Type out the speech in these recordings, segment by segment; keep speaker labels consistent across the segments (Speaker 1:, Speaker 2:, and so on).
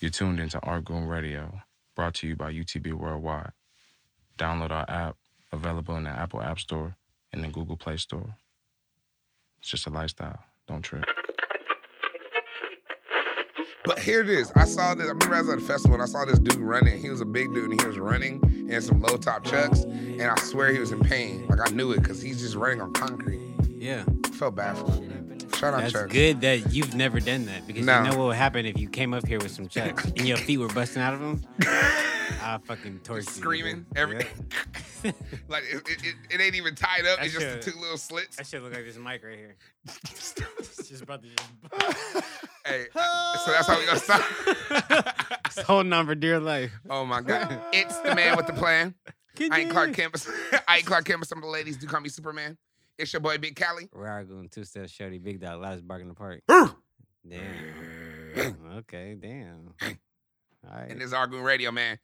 Speaker 1: You're tuned into Art Goon Radio, brought to you by UTB Worldwide. Download our app, available in the Apple App Store and the Google Play Store. It's just a lifestyle. Don't trip.
Speaker 2: But here it is. I saw this. I remember I was at a festival and I saw this dude running. He was a big dude and he was running in some low top chucks. And I swear he was in pain. Like I knew it because he's just running on concrete.
Speaker 3: Yeah.
Speaker 2: I felt bad for him. man. Shout out
Speaker 3: That's
Speaker 2: chucks.
Speaker 3: good that you've never done that because
Speaker 2: No.
Speaker 3: you know what would happen if you came up here with some chucks and your feet were busting out of them. I fucking torch you.
Speaker 2: Screaming
Speaker 3: dude.
Speaker 2: everything.
Speaker 3: Yeah.
Speaker 2: like it, it, it, it ain't even tied up.
Speaker 3: I
Speaker 2: It's just
Speaker 3: should-
Speaker 2: the two little slits.
Speaker 3: That shit look like this mic right here. It's just about to
Speaker 2: hey, so that's how we gonna stop.
Speaker 3: just holding on for dear life.
Speaker 2: Oh my god. It's the man with the plan. I ain't Clark Campus. I ain't Clark Campus. Some of the ladies do call me Superman. It's your boy Big Cali.
Speaker 3: We are going two step shorty, big dog, loudest bark in the park. Damn. okay, damn. All
Speaker 2: and
Speaker 3: right.
Speaker 2: this is Argoon Radio, man.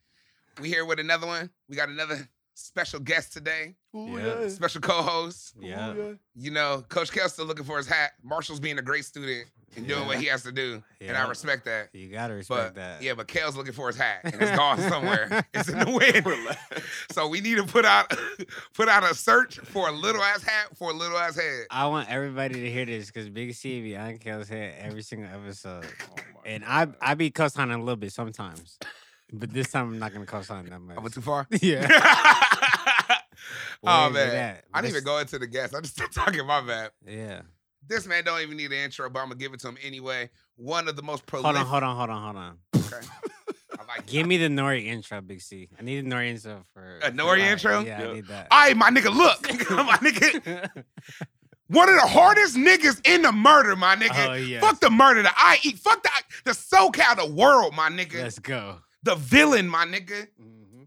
Speaker 2: We here with another one. We got another special guest today,
Speaker 3: Yeah.
Speaker 2: special co-host.
Speaker 3: Yeah.
Speaker 2: You know, Coach Kel's still looking for his hat. Marshall's being a great student and doing what he has to do, and I
Speaker 3: Yeah.
Speaker 2: respect that.
Speaker 3: You gotta
Speaker 2: But
Speaker 3: respect that.
Speaker 2: yeah, but Kel's looking for his hat, and it's gone somewhere. it's in the wind. so we need to put out put out a search for a little ass hat for a little ass head.
Speaker 3: I want everybody to hear this because Big C be on Kel's head every single episode.
Speaker 2: Oh
Speaker 3: and I I be cuss on a little bit sometimes. But this time I'm not gonna cuss on that much.
Speaker 2: I went too far.
Speaker 3: yeah.
Speaker 2: oh
Speaker 3: Where's it
Speaker 2: man,
Speaker 3: at?
Speaker 2: I didn't even
Speaker 3: This-
Speaker 2: go into the guest. I just started talking. My bad.
Speaker 3: Yeah.
Speaker 2: This man don't even need an intro, but I'm gonna give it to him anyway. One of the most
Speaker 3: Hold
Speaker 2: prolific.
Speaker 3: on, hold on, hold on, hold on.
Speaker 2: Okay. I like
Speaker 3: Give me the Nori intro, Big C. I need a Nori intro for
Speaker 2: A
Speaker 3: for
Speaker 2: Nori
Speaker 3: live.
Speaker 2: intro?
Speaker 3: Yeah,
Speaker 4: Yeah.
Speaker 3: I need that.
Speaker 2: Hey, my nigga, look, my nigga, one of the hardest niggas in the murder, my nigga.
Speaker 3: Oh, yes.
Speaker 2: Fuck the murder, the I eat, fuck the the SoCal, the world, my nigga,
Speaker 3: Let's go.
Speaker 2: the villain, my nigga,
Speaker 3: Mm-hmm.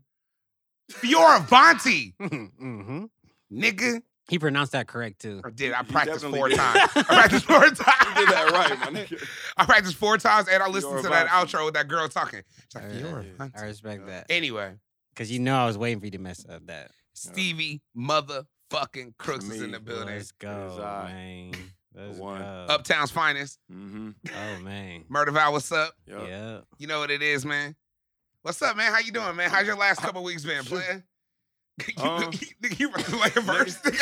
Speaker 2: Fioravanti,
Speaker 3: mm-hmm.
Speaker 2: nigga.
Speaker 3: He pronounced that correct too.
Speaker 2: Or did I
Speaker 4: You
Speaker 2: practiced
Speaker 4: definitely
Speaker 2: four
Speaker 4: did.
Speaker 2: times? I practiced four times.
Speaker 4: Did that right, my nigga.
Speaker 2: I practiced four times, and I listened to that
Speaker 4: Fioravanti.
Speaker 2: outro with that girl talking. She's
Speaker 3: I,
Speaker 2: like,
Speaker 3: I,
Speaker 2: Fioravanti.
Speaker 3: I respect that.
Speaker 2: Anyway.
Speaker 3: Cause you know I was waiting for you to mess up that.
Speaker 2: Stevie motherfucking Crooks is in
Speaker 4: me,
Speaker 2: the building.
Speaker 3: Let's go,
Speaker 4: I.
Speaker 3: man. Let's
Speaker 4: one.
Speaker 3: go.
Speaker 2: Uptown's finest.
Speaker 4: Mm-hmm.
Speaker 3: Oh man.
Speaker 2: Murder Vow, what's up?
Speaker 4: Yeah.
Speaker 3: Yeah.
Speaker 2: You know what it is, man. What's up, man? How you doing, man? How's your last couple weeks been, player? You,
Speaker 4: Um,
Speaker 2: nigga, you wrote like a verse. he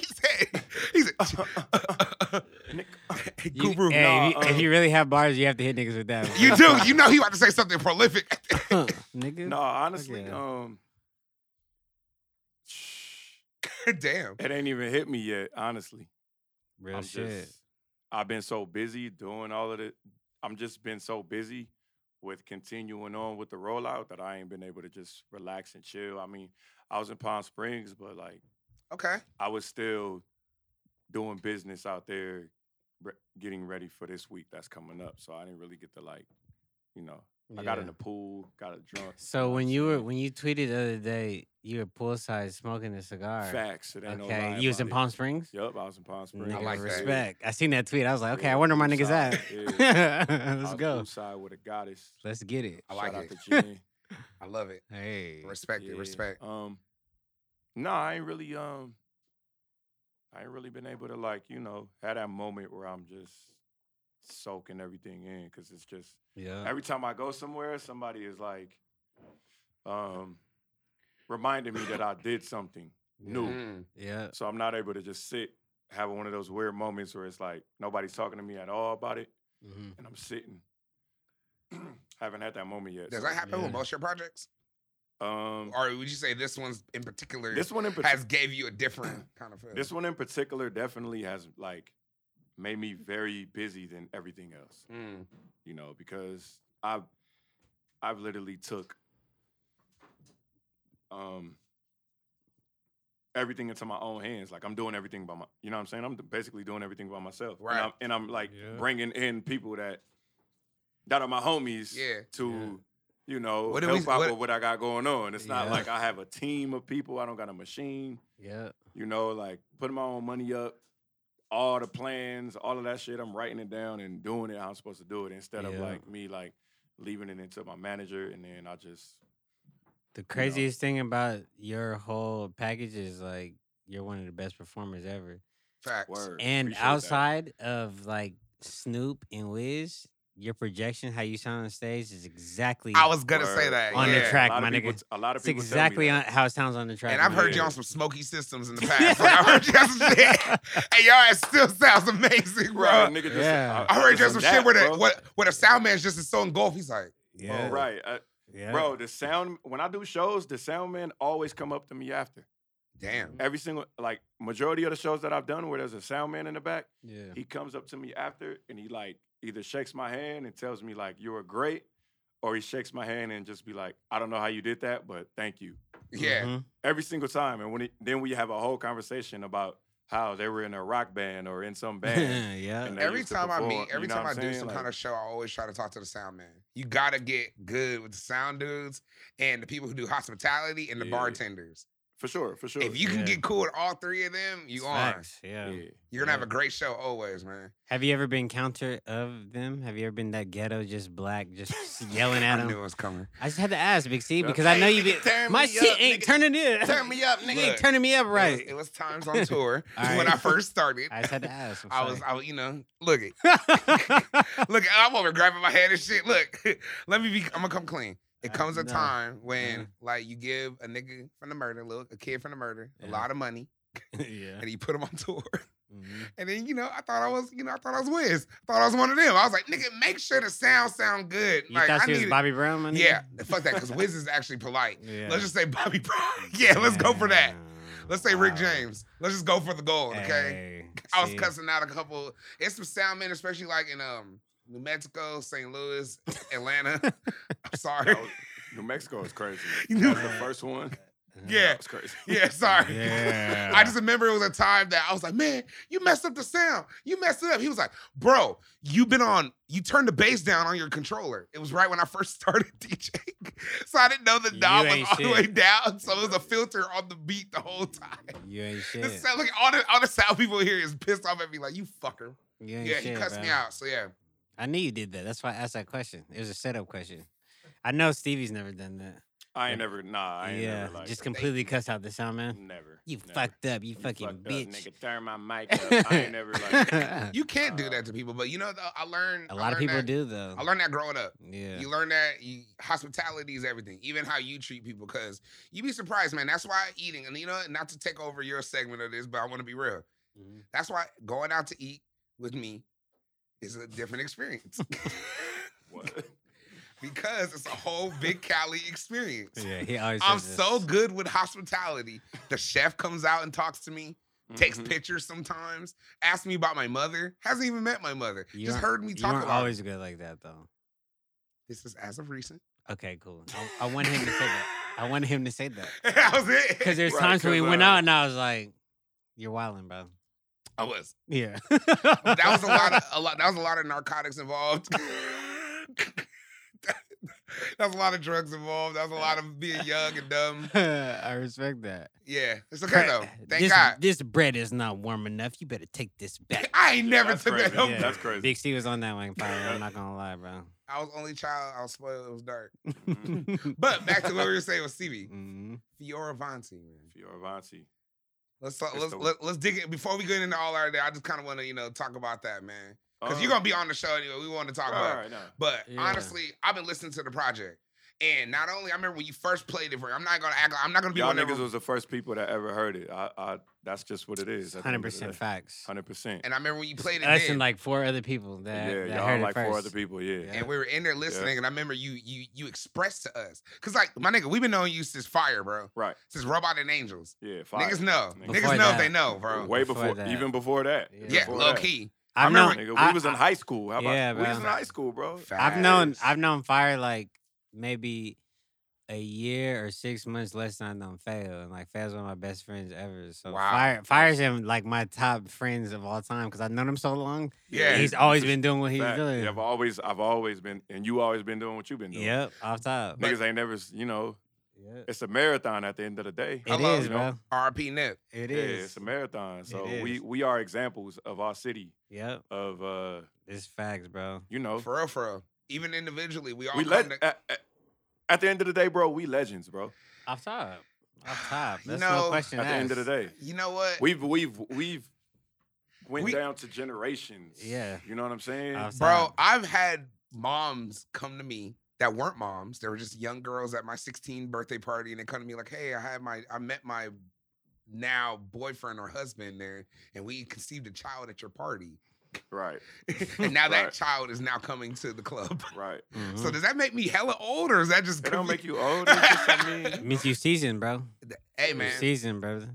Speaker 2: said, he said hey,
Speaker 3: You-
Speaker 2: Guru.
Speaker 3: hey,
Speaker 4: nah,
Speaker 3: if, you, if
Speaker 4: uh,
Speaker 3: you really have bars, you have to hit niggas with that.
Speaker 2: You do. You know he about to say something prolific.
Speaker 3: know, nigga.
Speaker 4: No, honestly,
Speaker 3: Okay.
Speaker 4: um,
Speaker 2: Damn.
Speaker 4: it ain't even hit me yet. Honestly,
Speaker 3: Real
Speaker 4: I'm
Speaker 3: shit.
Speaker 4: just, I've been so busy doing all of it. I'm just been so busy with continuing on with the rollout that I ain't been able to just relax and chill. I mean, I was in Palm Springs, but like
Speaker 2: Okay.
Speaker 4: I was still doing business out there, re- getting ready for this week that's coming up. So I didn't really get to like, you know, I got in
Speaker 3: Yeah.
Speaker 4: the pool, got a drunk.
Speaker 3: So
Speaker 4: know what
Speaker 3: when
Speaker 4: I'm
Speaker 3: you were
Speaker 4: saying?
Speaker 3: when you tweeted the other day, you were poolside smoking a cigar.
Speaker 4: Facts. It ain't no
Speaker 3: okay.
Speaker 4: lie
Speaker 3: you was
Speaker 4: about
Speaker 3: in
Speaker 4: it.
Speaker 3: Palm Springs.
Speaker 4: Yup, I was in Palm Springs.
Speaker 3: Nigga,
Speaker 2: like that.
Speaker 3: respect. I seen that tweet. I was like, okay,
Speaker 4: Yeah,
Speaker 3: I wonder my
Speaker 4: poolside,
Speaker 3: niggas at.
Speaker 4: I
Speaker 3: Let's
Speaker 4: was
Speaker 3: go.
Speaker 4: Poolside with a goddess.
Speaker 3: Let's get it.
Speaker 2: I like
Speaker 4: Shout
Speaker 2: it.
Speaker 4: out to Jen.
Speaker 2: I love it.
Speaker 3: Hey.
Speaker 2: Respect it.
Speaker 4: Yeah.
Speaker 2: Respect.
Speaker 4: Um, no, I ain't really. Um, I ain't really been able to like you know have that moment where I'm just soaking everything in because it's just
Speaker 3: Yeah.
Speaker 4: every time I go somewhere, somebody is like, um, reminding me that I did something new.
Speaker 2: Mm.
Speaker 3: Yeah.
Speaker 4: So I'm not able to just sit having one of those weird moments where it's like nobody's talking to me at all about it,
Speaker 3: hmm
Speaker 4: and I'm sitting. Haven't had that moment yet.
Speaker 2: Does
Speaker 4: so,
Speaker 2: that happen with
Speaker 3: Yeah.
Speaker 2: most of your projects?
Speaker 4: Um,
Speaker 2: Or would you say this one's in particular
Speaker 4: this one in particular.
Speaker 2: has gave you a different kind of feeling?
Speaker 4: This one in particular definitely has like made me very busy than everything else,
Speaker 2: Mm.
Speaker 4: you know, because I've I've literally took um everything into my own hands. Like I'm doing everything by my, you know what I'm saying? I'm basically doing everything by myself.
Speaker 2: Right.
Speaker 4: And I'm, and I'm like
Speaker 3: Yeah.
Speaker 4: bringing in people that that are my homies
Speaker 2: Yeah.
Speaker 4: to You know,
Speaker 2: What do we-
Speaker 4: help out
Speaker 2: what-
Speaker 4: with what I got going on. It's not
Speaker 3: Yeah.
Speaker 4: like I have a team of people. I don't got a machine
Speaker 3: Yeah.
Speaker 4: you know, like putting my own money up, all the plans, all of that shit. I'm writing it down and doing it how I'm supposed to do it instead of
Speaker 3: Yeah.
Speaker 4: like me like leaving it into my manager and then I just
Speaker 3: The craziest thing about your whole package is like you're one of the best performers ever.
Speaker 2: Facts.
Speaker 4: word.
Speaker 3: And
Speaker 4: Appreciate that.
Speaker 3: outside of like Snoop and Wiz, your projection, how you sound on stage, is exactly
Speaker 2: I was gonna say
Speaker 4: Word.
Speaker 2: that.
Speaker 3: On the
Speaker 2: yeah.
Speaker 3: track,
Speaker 4: a lot
Speaker 3: my
Speaker 4: of people,
Speaker 3: nigga.
Speaker 4: t- A lot of
Speaker 3: it's
Speaker 4: people.
Speaker 3: exactly
Speaker 4: tell me
Speaker 3: on, how it sounds on the track.
Speaker 2: And I've
Speaker 3: my
Speaker 2: heard
Speaker 3: nigga.
Speaker 2: you on some smoky systems in the past. Like, I heard you on some shit. And your ass still sounds amazing,
Speaker 4: that.
Speaker 2: bro.
Speaker 4: Right, nigga, just,
Speaker 3: Yeah.
Speaker 2: I heard you on
Speaker 4: just
Speaker 2: some
Speaker 4: that,
Speaker 2: shit where the
Speaker 4: bro.
Speaker 2: what where the sound man's just so engulfed. He's like,
Speaker 3: Yeah,
Speaker 4: Oh, right, Uh,
Speaker 3: yeah.
Speaker 4: bro. The sound when I do shows, the sound man always come up to me after
Speaker 2: damn.
Speaker 4: every single like majority of the shows that I've done where there's a sound man in the back.
Speaker 3: Yeah.
Speaker 4: He comes up to me after and he like either shakes my hand and tells me like you were great, or he shakes my hand and just be like I don't know how you did that, but thank you.
Speaker 2: Yeah.
Speaker 3: Mhm.
Speaker 4: every mm-hmm. single time. And when it, then we have a whole conversation about how they were in a rock band or in some band.
Speaker 3: yeah.
Speaker 4: And they
Speaker 2: Every
Speaker 4: used to
Speaker 2: time I
Speaker 4: perform,
Speaker 2: meet,
Speaker 4: you
Speaker 2: every
Speaker 4: know
Speaker 2: time
Speaker 4: what
Speaker 2: I
Speaker 4: I'm
Speaker 2: do
Speaker 4: saying?
Speaker 2: some
Speaker 4: Like,
Speaker 2: kind of show, I always try to talk to the sound man. You gotta get good with the sound dudes and the people who do hospitality and the
Speaker 4: Yeah.
Speaker 2: bartenders.
Speaker 4: for sure, for sure.
Speaker 2: If you can
Speaker 3: Yeah.
Speaker 2: get cool with all three of them,
Speaker 3: It's
Speaker 2: you are.
Speaker 3: facts, Yeah.
Speaker 2: You're gonna have
Speaker 3: Yeah.
Speaker 2: a great show always, man.
Speaker 3: Have you ever been counter of them? Have you ever been that ghetto, just black, just yelling at
Speaker 2: I knew
Speaker 3: them?
Speaker 2: it was coming.
Speaker 3: I just had to ask, Big C,
Speaker 4: Yeah.
Speaker 3: because I know
Speaker 4: Hey,
Speaker 3: you be
Speaker 4: nigga, turn
Speaker 3: my
Speaker 4: me
Speaker 3: shit
Speaker 4: up,
Speaker 3: ain't
Speaker 4: nigga.
Speaker 3: turning it.
Speaker 4: me up,
Speaker 3: You ain't
Speaker 2: Look,
Speaker 3: turning me up
Speaker 2: It was,
Speaker 3: right.
Speaker 2: it was times on tour
Speaker 3: All
Speaker 2: when
Speaker 3: right.
Speaker 2: I first started.
Speaker 3: I just had to ask. I'm
Speaker 2: I was,
Speaker 3: sorry.
Speaker 2: I was, you know, look it, look, I'm over grabbing my head and shit. Look, let me be. I'm gonna come clean. It
Speaker 3: Uh,
Speaker 2: comes a
Speaker 3: no.
Speaker 2: time when,
Speaker 3: Yeah.
Speaker 2: like, you give a nigga from the murder, look, a kid from the murder, a
Speaker 3: Yeah.
Speaker 2: lot of money,
Speaker 3: yeah.
Speaker 2: and you put him on tour.
Speaker 3: Mhm.
Speaker 2: And then, you know, I thought I was, you know, I thought I was Wiz. I thought I was one of them. I was like, nigga, make sure the sound sound good.
Speaker 3: You
Speaker 2: like,
Speaker 3: thought
Speaker 2: I
Speaker 3: she was
Speaker 2: need it.
Speaker 3: Bobby Brown? my nigga?
Speaker 2: Yeah, fuck that, because Wiz is actually polite.
Speaker 3: yeah.
Speaker 2: Let's just say Bobby Brown. yeah, let's go for that. Let's say Rick
Speaker 3: Wow.
Speaker 2: James. Let's just go for the gold, okay?
Speaker 3: Hey,
Speaker 2: I was
Speaker 3: see?
Speaker 2: cussing out a couple. It's some sound men, especially like in um New Mexico, St. Louis, Atlanta. I'm sorry.
Speaker 4: That was- New Mexico is crazy.
Speaker 2: You
Speaker 4: That was
Speaker 2: knew-
Speaker 4: the first one.
Speaker 2: Yeah,
Speaker 4: that was crazy.
Speaker 2: yeah. Sorry.
Speaker 3: Uh-huh. Yeah.
Speaker 2: I just remember it was a time that I was like, "Man, you messed up the sound. You messed it up." He was like, "Bro, you've been on. You turned the bass down on your controller. It was right when I first started DJing, so I didn't know the
Speaker 3: You
Speaker 2: knob was
Speaker 3: ain't
Speaker 2: all the way
Speaker 3: shit.
Speaker 2: down. So it was a filter on the beat the whole time.
Speaker 3: You ain't
Speaker 2: It
Speaker 3: shit.
Speaker 2: sound like all the all the sound people here is pissed off at me, like, "You fucker."
Speaker 3: You ain't
Speaker 2: Yeah,
Speaker 3: shit,
Speaker 2: he cussed
Speaker 3: bro.
Speaker 2: me out. So yeah.
Speaker 3: I knew you did that. That's why I asked that question. It was a setup question. I know Stevie's never done that.
Speaker 4: I ain't never, nah, I ain't
Speaker 3: yeah,
Speaker 4: never like
Speaker 3: just completely cussed out the sound man.
Speaker 4: never.
Speaker 3: You
Speaker 4: never.
Speaker 3: fucked up, you,
Speaker 4: You
Speaker 3: fucking
Speaker 4: fucked up,
Speaker 3: bitch.
Speaker 4: nigga, turn my mic up. I ain't never like.
Speaker 2: You can't do
Speaker 4: Uh,
Speaker 2: that to people, but you know, though, I learned
Speaker 3: a
Speaker 2: I
Speaker 3: lot
Speaker 2: learned
Speaker 3: of people
Speaker 2: that-
Speaker 3: do though.
Speaker 2: I learned that growing up.
Speaker 3: yeah.
Speaker 2: You learn that you, hospitality is everything, even how you treat people. Because you be surprised, man. That's why eating, and you know, what, not to take over your segment of this, but I want to be real.
Speaker 3: Mhm.
Speaker 2: That's why going out to eat with me is a different experience
Speaker 4: what?
Speaker 2: because it's a whole big Cali experience.
Speaker 3: Yeah, he always
Speaker 2: I'm
Speaker 3: says
Speaker 2: so
Speaker 3: this.
Speaker 2: good with hospitality. The chef comes out and talks to me. takes
Speaker 3: Mm-hmm.
Speaker 4: Mhm.
Speaker 2: pictures sometimes, asks me about my mother, hasn't even met my mother,
Speaker 3: You
Speaker 2: just
Speaker 3: aren't-
Speaker 2: heard me
Speaker 3: You
Speaker 2: talk
Speaker 3: weren't
Speaker 2: about
Speaker 3: always good like that though.
Speaker 2: it. This is as of recent.
Speaker 3: Okay, cool. I, I want him to say that. I want him to say that.
Speaker 2: that was it.
Speaker 3: Because there's
Speaker 4: Right,
Speaker 3: times when we
Speaker 4: 'cause,
Speaker 3: went
Speaker 4: uh,
Speaker 3: out and I was like, You're wilding, bro.
Speaker 2: I was.
Speaker 3: Yeah.
Speaker 2: That was a lot of a lot that was a lot of narcotics involved. That was a lot of drugs involved. That was a lot of being young and dumb.
Speaker 3: I respect that.
Speaker 2: Yeah, it's okay though. Thank
Speaker 3: uh, this,
Speaker 2: God.
Speaker 3: This bread is not warm enough. You better take this back.
Speaker 2: I ain't never
Speaker 4: That's
Speaker 2: took that
Speaker 4: crazy.
Speaker 2: no
Speaker 4: Yeah. That's crazy.
Speaker 3: Big C was on that one, probably. I'm not gonna lie, bro.
Speaker 2: I was only child. I was spoiled. It was dark.
Speaker 3: Mm-hmm.
Speaker 4: Mhm.
Speaker 2: But back to what we were saying with CB.
Speaker 3: Mhm.
Speaker 2: Fioravanti, man.
Speaker 4: Fioravanti.
Speaker 2: Let's talk,
Speaker 4: It's
Speaker 2: let's
Speaker 4: the-
Speaker 2: let, let's dig it before we get into all our day. I just kind of want to you know talk about that, man,
Speaker 4: Uh,
Speaker 2: because you're gonna be on the show anyway. We want to talk about. it.
Speaker 4: Oh. right, no.
Speaker 2: But
Speaker 3: Yeah.
Speaker 2: honestly, I've been listening to the project, and not only I remember when you first played it for. I'm not gonna act. like- I'm not gonna be
Speaker 4: Y'all
Speaker 2: one
Speaker 4: niggas
Speaker 2: of them.
Speaker 4: was the first people that ever heard it. I, I that's just what it is.
Speaker 3: Hundred percent facts.
Speaker 4: uh, Hundred percent.
Speaker 2: And I remember when you played it,
Speaker 3: Us
Speaker 2: then,
Speaker 3: and like four other people that,
Speaker 4: Yeah,
Speaker 3: that
Speaker 4: y'all
Speaker 3: heard it
Speaker 4: like
Speaker 3: first.
Speaker 4: four other people. Yeah.
Speaker 3: Yeah.
Speaker 2: and we were in there listening, and I remember you you you expressed to us, cause like my nigga, we've been knowing you since Fire, bro,
Speaker 4: Right.
Speaker 2: since Robot and Angels.
Speaker 4: Yeah. Fire.
Speaker 2: Niggas know,
Speaker 4: Niggas
Speaker 2: niggas
Speaker 3: Before
Speaker 2: know if
Speaker 3: that.
Speaker 2: they know, bro.
Speaker 4: Way
Speaker 3: Before
Speaker 4: before,
Speaker 3: that.
Speaker 4: even before that.
Speaker 3: Yeah.
Speaker 2: Yeah,
Speaker 4: Before
Speaker 2: low
Speaker 4: that.
Speaker 2: key.
Speaker 3: I've
Speaker 2: I
Speaker 3: known,
Speaker 2: remember-
Speaker 4: Nigga, we
Speaker 3: I,
Speaker 4: was in
Speaker 3: I-
Speaker 4: high school. How about
Speaker 3: Yeah,
Speaker 4: we was in
Speaker 3: bro.
Speaker 4: high school, bro?
Speaker 3: I've known
Speaker 2: Facts.
Speaker 3: I've known Fire like maybe a year or six months less than I've known Fail. And like Fail's one of my best friends ever. So
Speaker 2: Wow.
Speaker 3: Fire Fire's him like my top friends of all time because I've known him so long.
Speaker 2: Yeah,
Speaker 3: and he's always been doing what he's
Speaker 4: Fact.
Speaker 3: doing.
Speaker 4: Yeah, I've always, I've always been, and you always been doing what you've been doing.
Speaker 3: Yep, off top.
Speaker 4: Niggas ain't never, s- you know,
Speaker 3: Yep.
Speaker 4: it's a marathon at the end of the day.
Speaker 3: It
Speaker 2: Hello,
Speaker 3: is,
Speaker 4: you know?
Speaker 3: bro.
Speaker 2: R.P. Nip.
Speaker 3: It
Speaker 4: yeah,
Speaker 3: is.
Speaker 4: it's a marathon. So we
Speaker 3: is.
Speaker 4: we are examples of our city
Speaker 3: Yep.
Speaker 4: of uh,
Speaker 3: It's facts, bro.
Speaker 4: you know,
Speaker 2: For real, for real. Even individually, we all
Speaker 4: Oh. we
Speaker 2: come
Speaker 4: let
Speaker 2: to-
Speaker 4: at, at- at the end of the day, bro, we legends, bro.
Speaker 3: Off top. Off top.
Speaker 2: You
Speaker 3: That's
Speaker 2: know,
Speaker 3: no question.
Speaker 4: At the end of the
Speaker 3: asked.
Speaker 4: day,
Speaker 2: You know what?
Speaker 4: we've we've we've went
Speaker 2: We-
Speaker 4: down to generations.
Speaker 3: Yeah.
Speaker 4: you know what I'm saying.
Speaker 3: Off
Speaker 2: Bro,
Speaker 3: top.
Speaker 2: I've had moms come to me that weren't moms. They were just young girls at my 16th birthday party, and they come to me like, "Hey, I had my, I met my now boyfriend or husband there, and we conceived a child at your party,
Speaker 4: Right,
Speaker 2: and now that
Speaker 4: Right.
Speaker 2: child is now coming to the club."
Speaker 4: right.
Speaker 3: Mm-hmm.
Speaker 2: So does that make me hella old, or is that just
Speaker 4: It don't
Speaker 2: confu-
Speaker 4: make you old. It's just, I mean,
Speaker 3: It means you seasoned, bro.
Speaker 2: Hey
Speaker 3: You
Speaker 2: man,
Speaker 3: seasoned, brother.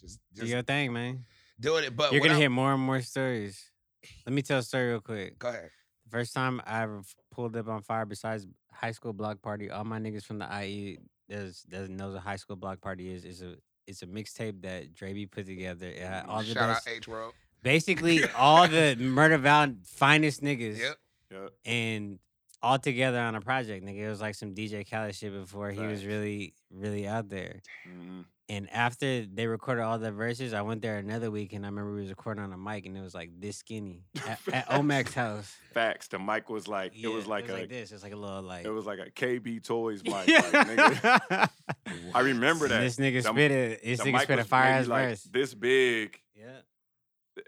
Speaker 2: just
Speaker 3: Do
Speaker 2: just
Speaker 3: your thing, man.
Speaker 2: doing it. But
Speaker 3: You're
Speaker 2: Uh, what
Speaker 3: gonna
Speaker 2: I-
Speaker 3: hear more and more stories. Let me tell a story real quick.
Speaker 2: Go ahead.
Speaker 3: First time I ever f- pulled up on fire besides high school block party, all my niggas from the E IE does doesn't know what high school block party is. It's a it's a mixtape that Dre B put together. It had all the
Speaker 2: Mm, Shout
Speaker 3: best,
Speaker 2: out H World.
Speaker 3: basically all the Murder Val finest niggas
Speaker 2: Yep.
Speaker 4: yeah,
Speaker 3: and all together on a project. Nigga, it was like some DJ Khaled shit before he was
Speaker 4: Facts.
Speaker 3: really really out there.
Speaker 4: mhm.
Speaker 3: And after they recorded all the verses, I went there another week and I remember we was recording on a mic and it was like this skinny at, at Omac's house.
Speaker 4: facts. The mic was like
Speaker 3: Yeah,
Speaker 4: it was like a
Speaker 3: this. It's like a little like
Speaker 4: it was like a KB Toys mic. like, nigga.
Speaker 3: Yeah.
Speaker 4: I remember that.
Speaker 3: This nigga
Speaker 4: The-
Speaker 3: spit a this
Speaker 4: the
Speaker 3: nigga
Speaker 4: mic
Speaker 3: spit a
Speaker 4: was
Speaker 3: fire
Speaker 4: maybe,
Speaker 3: ass
Speaker 4: like
Speaker 3: verse.
Speaker 4: this big,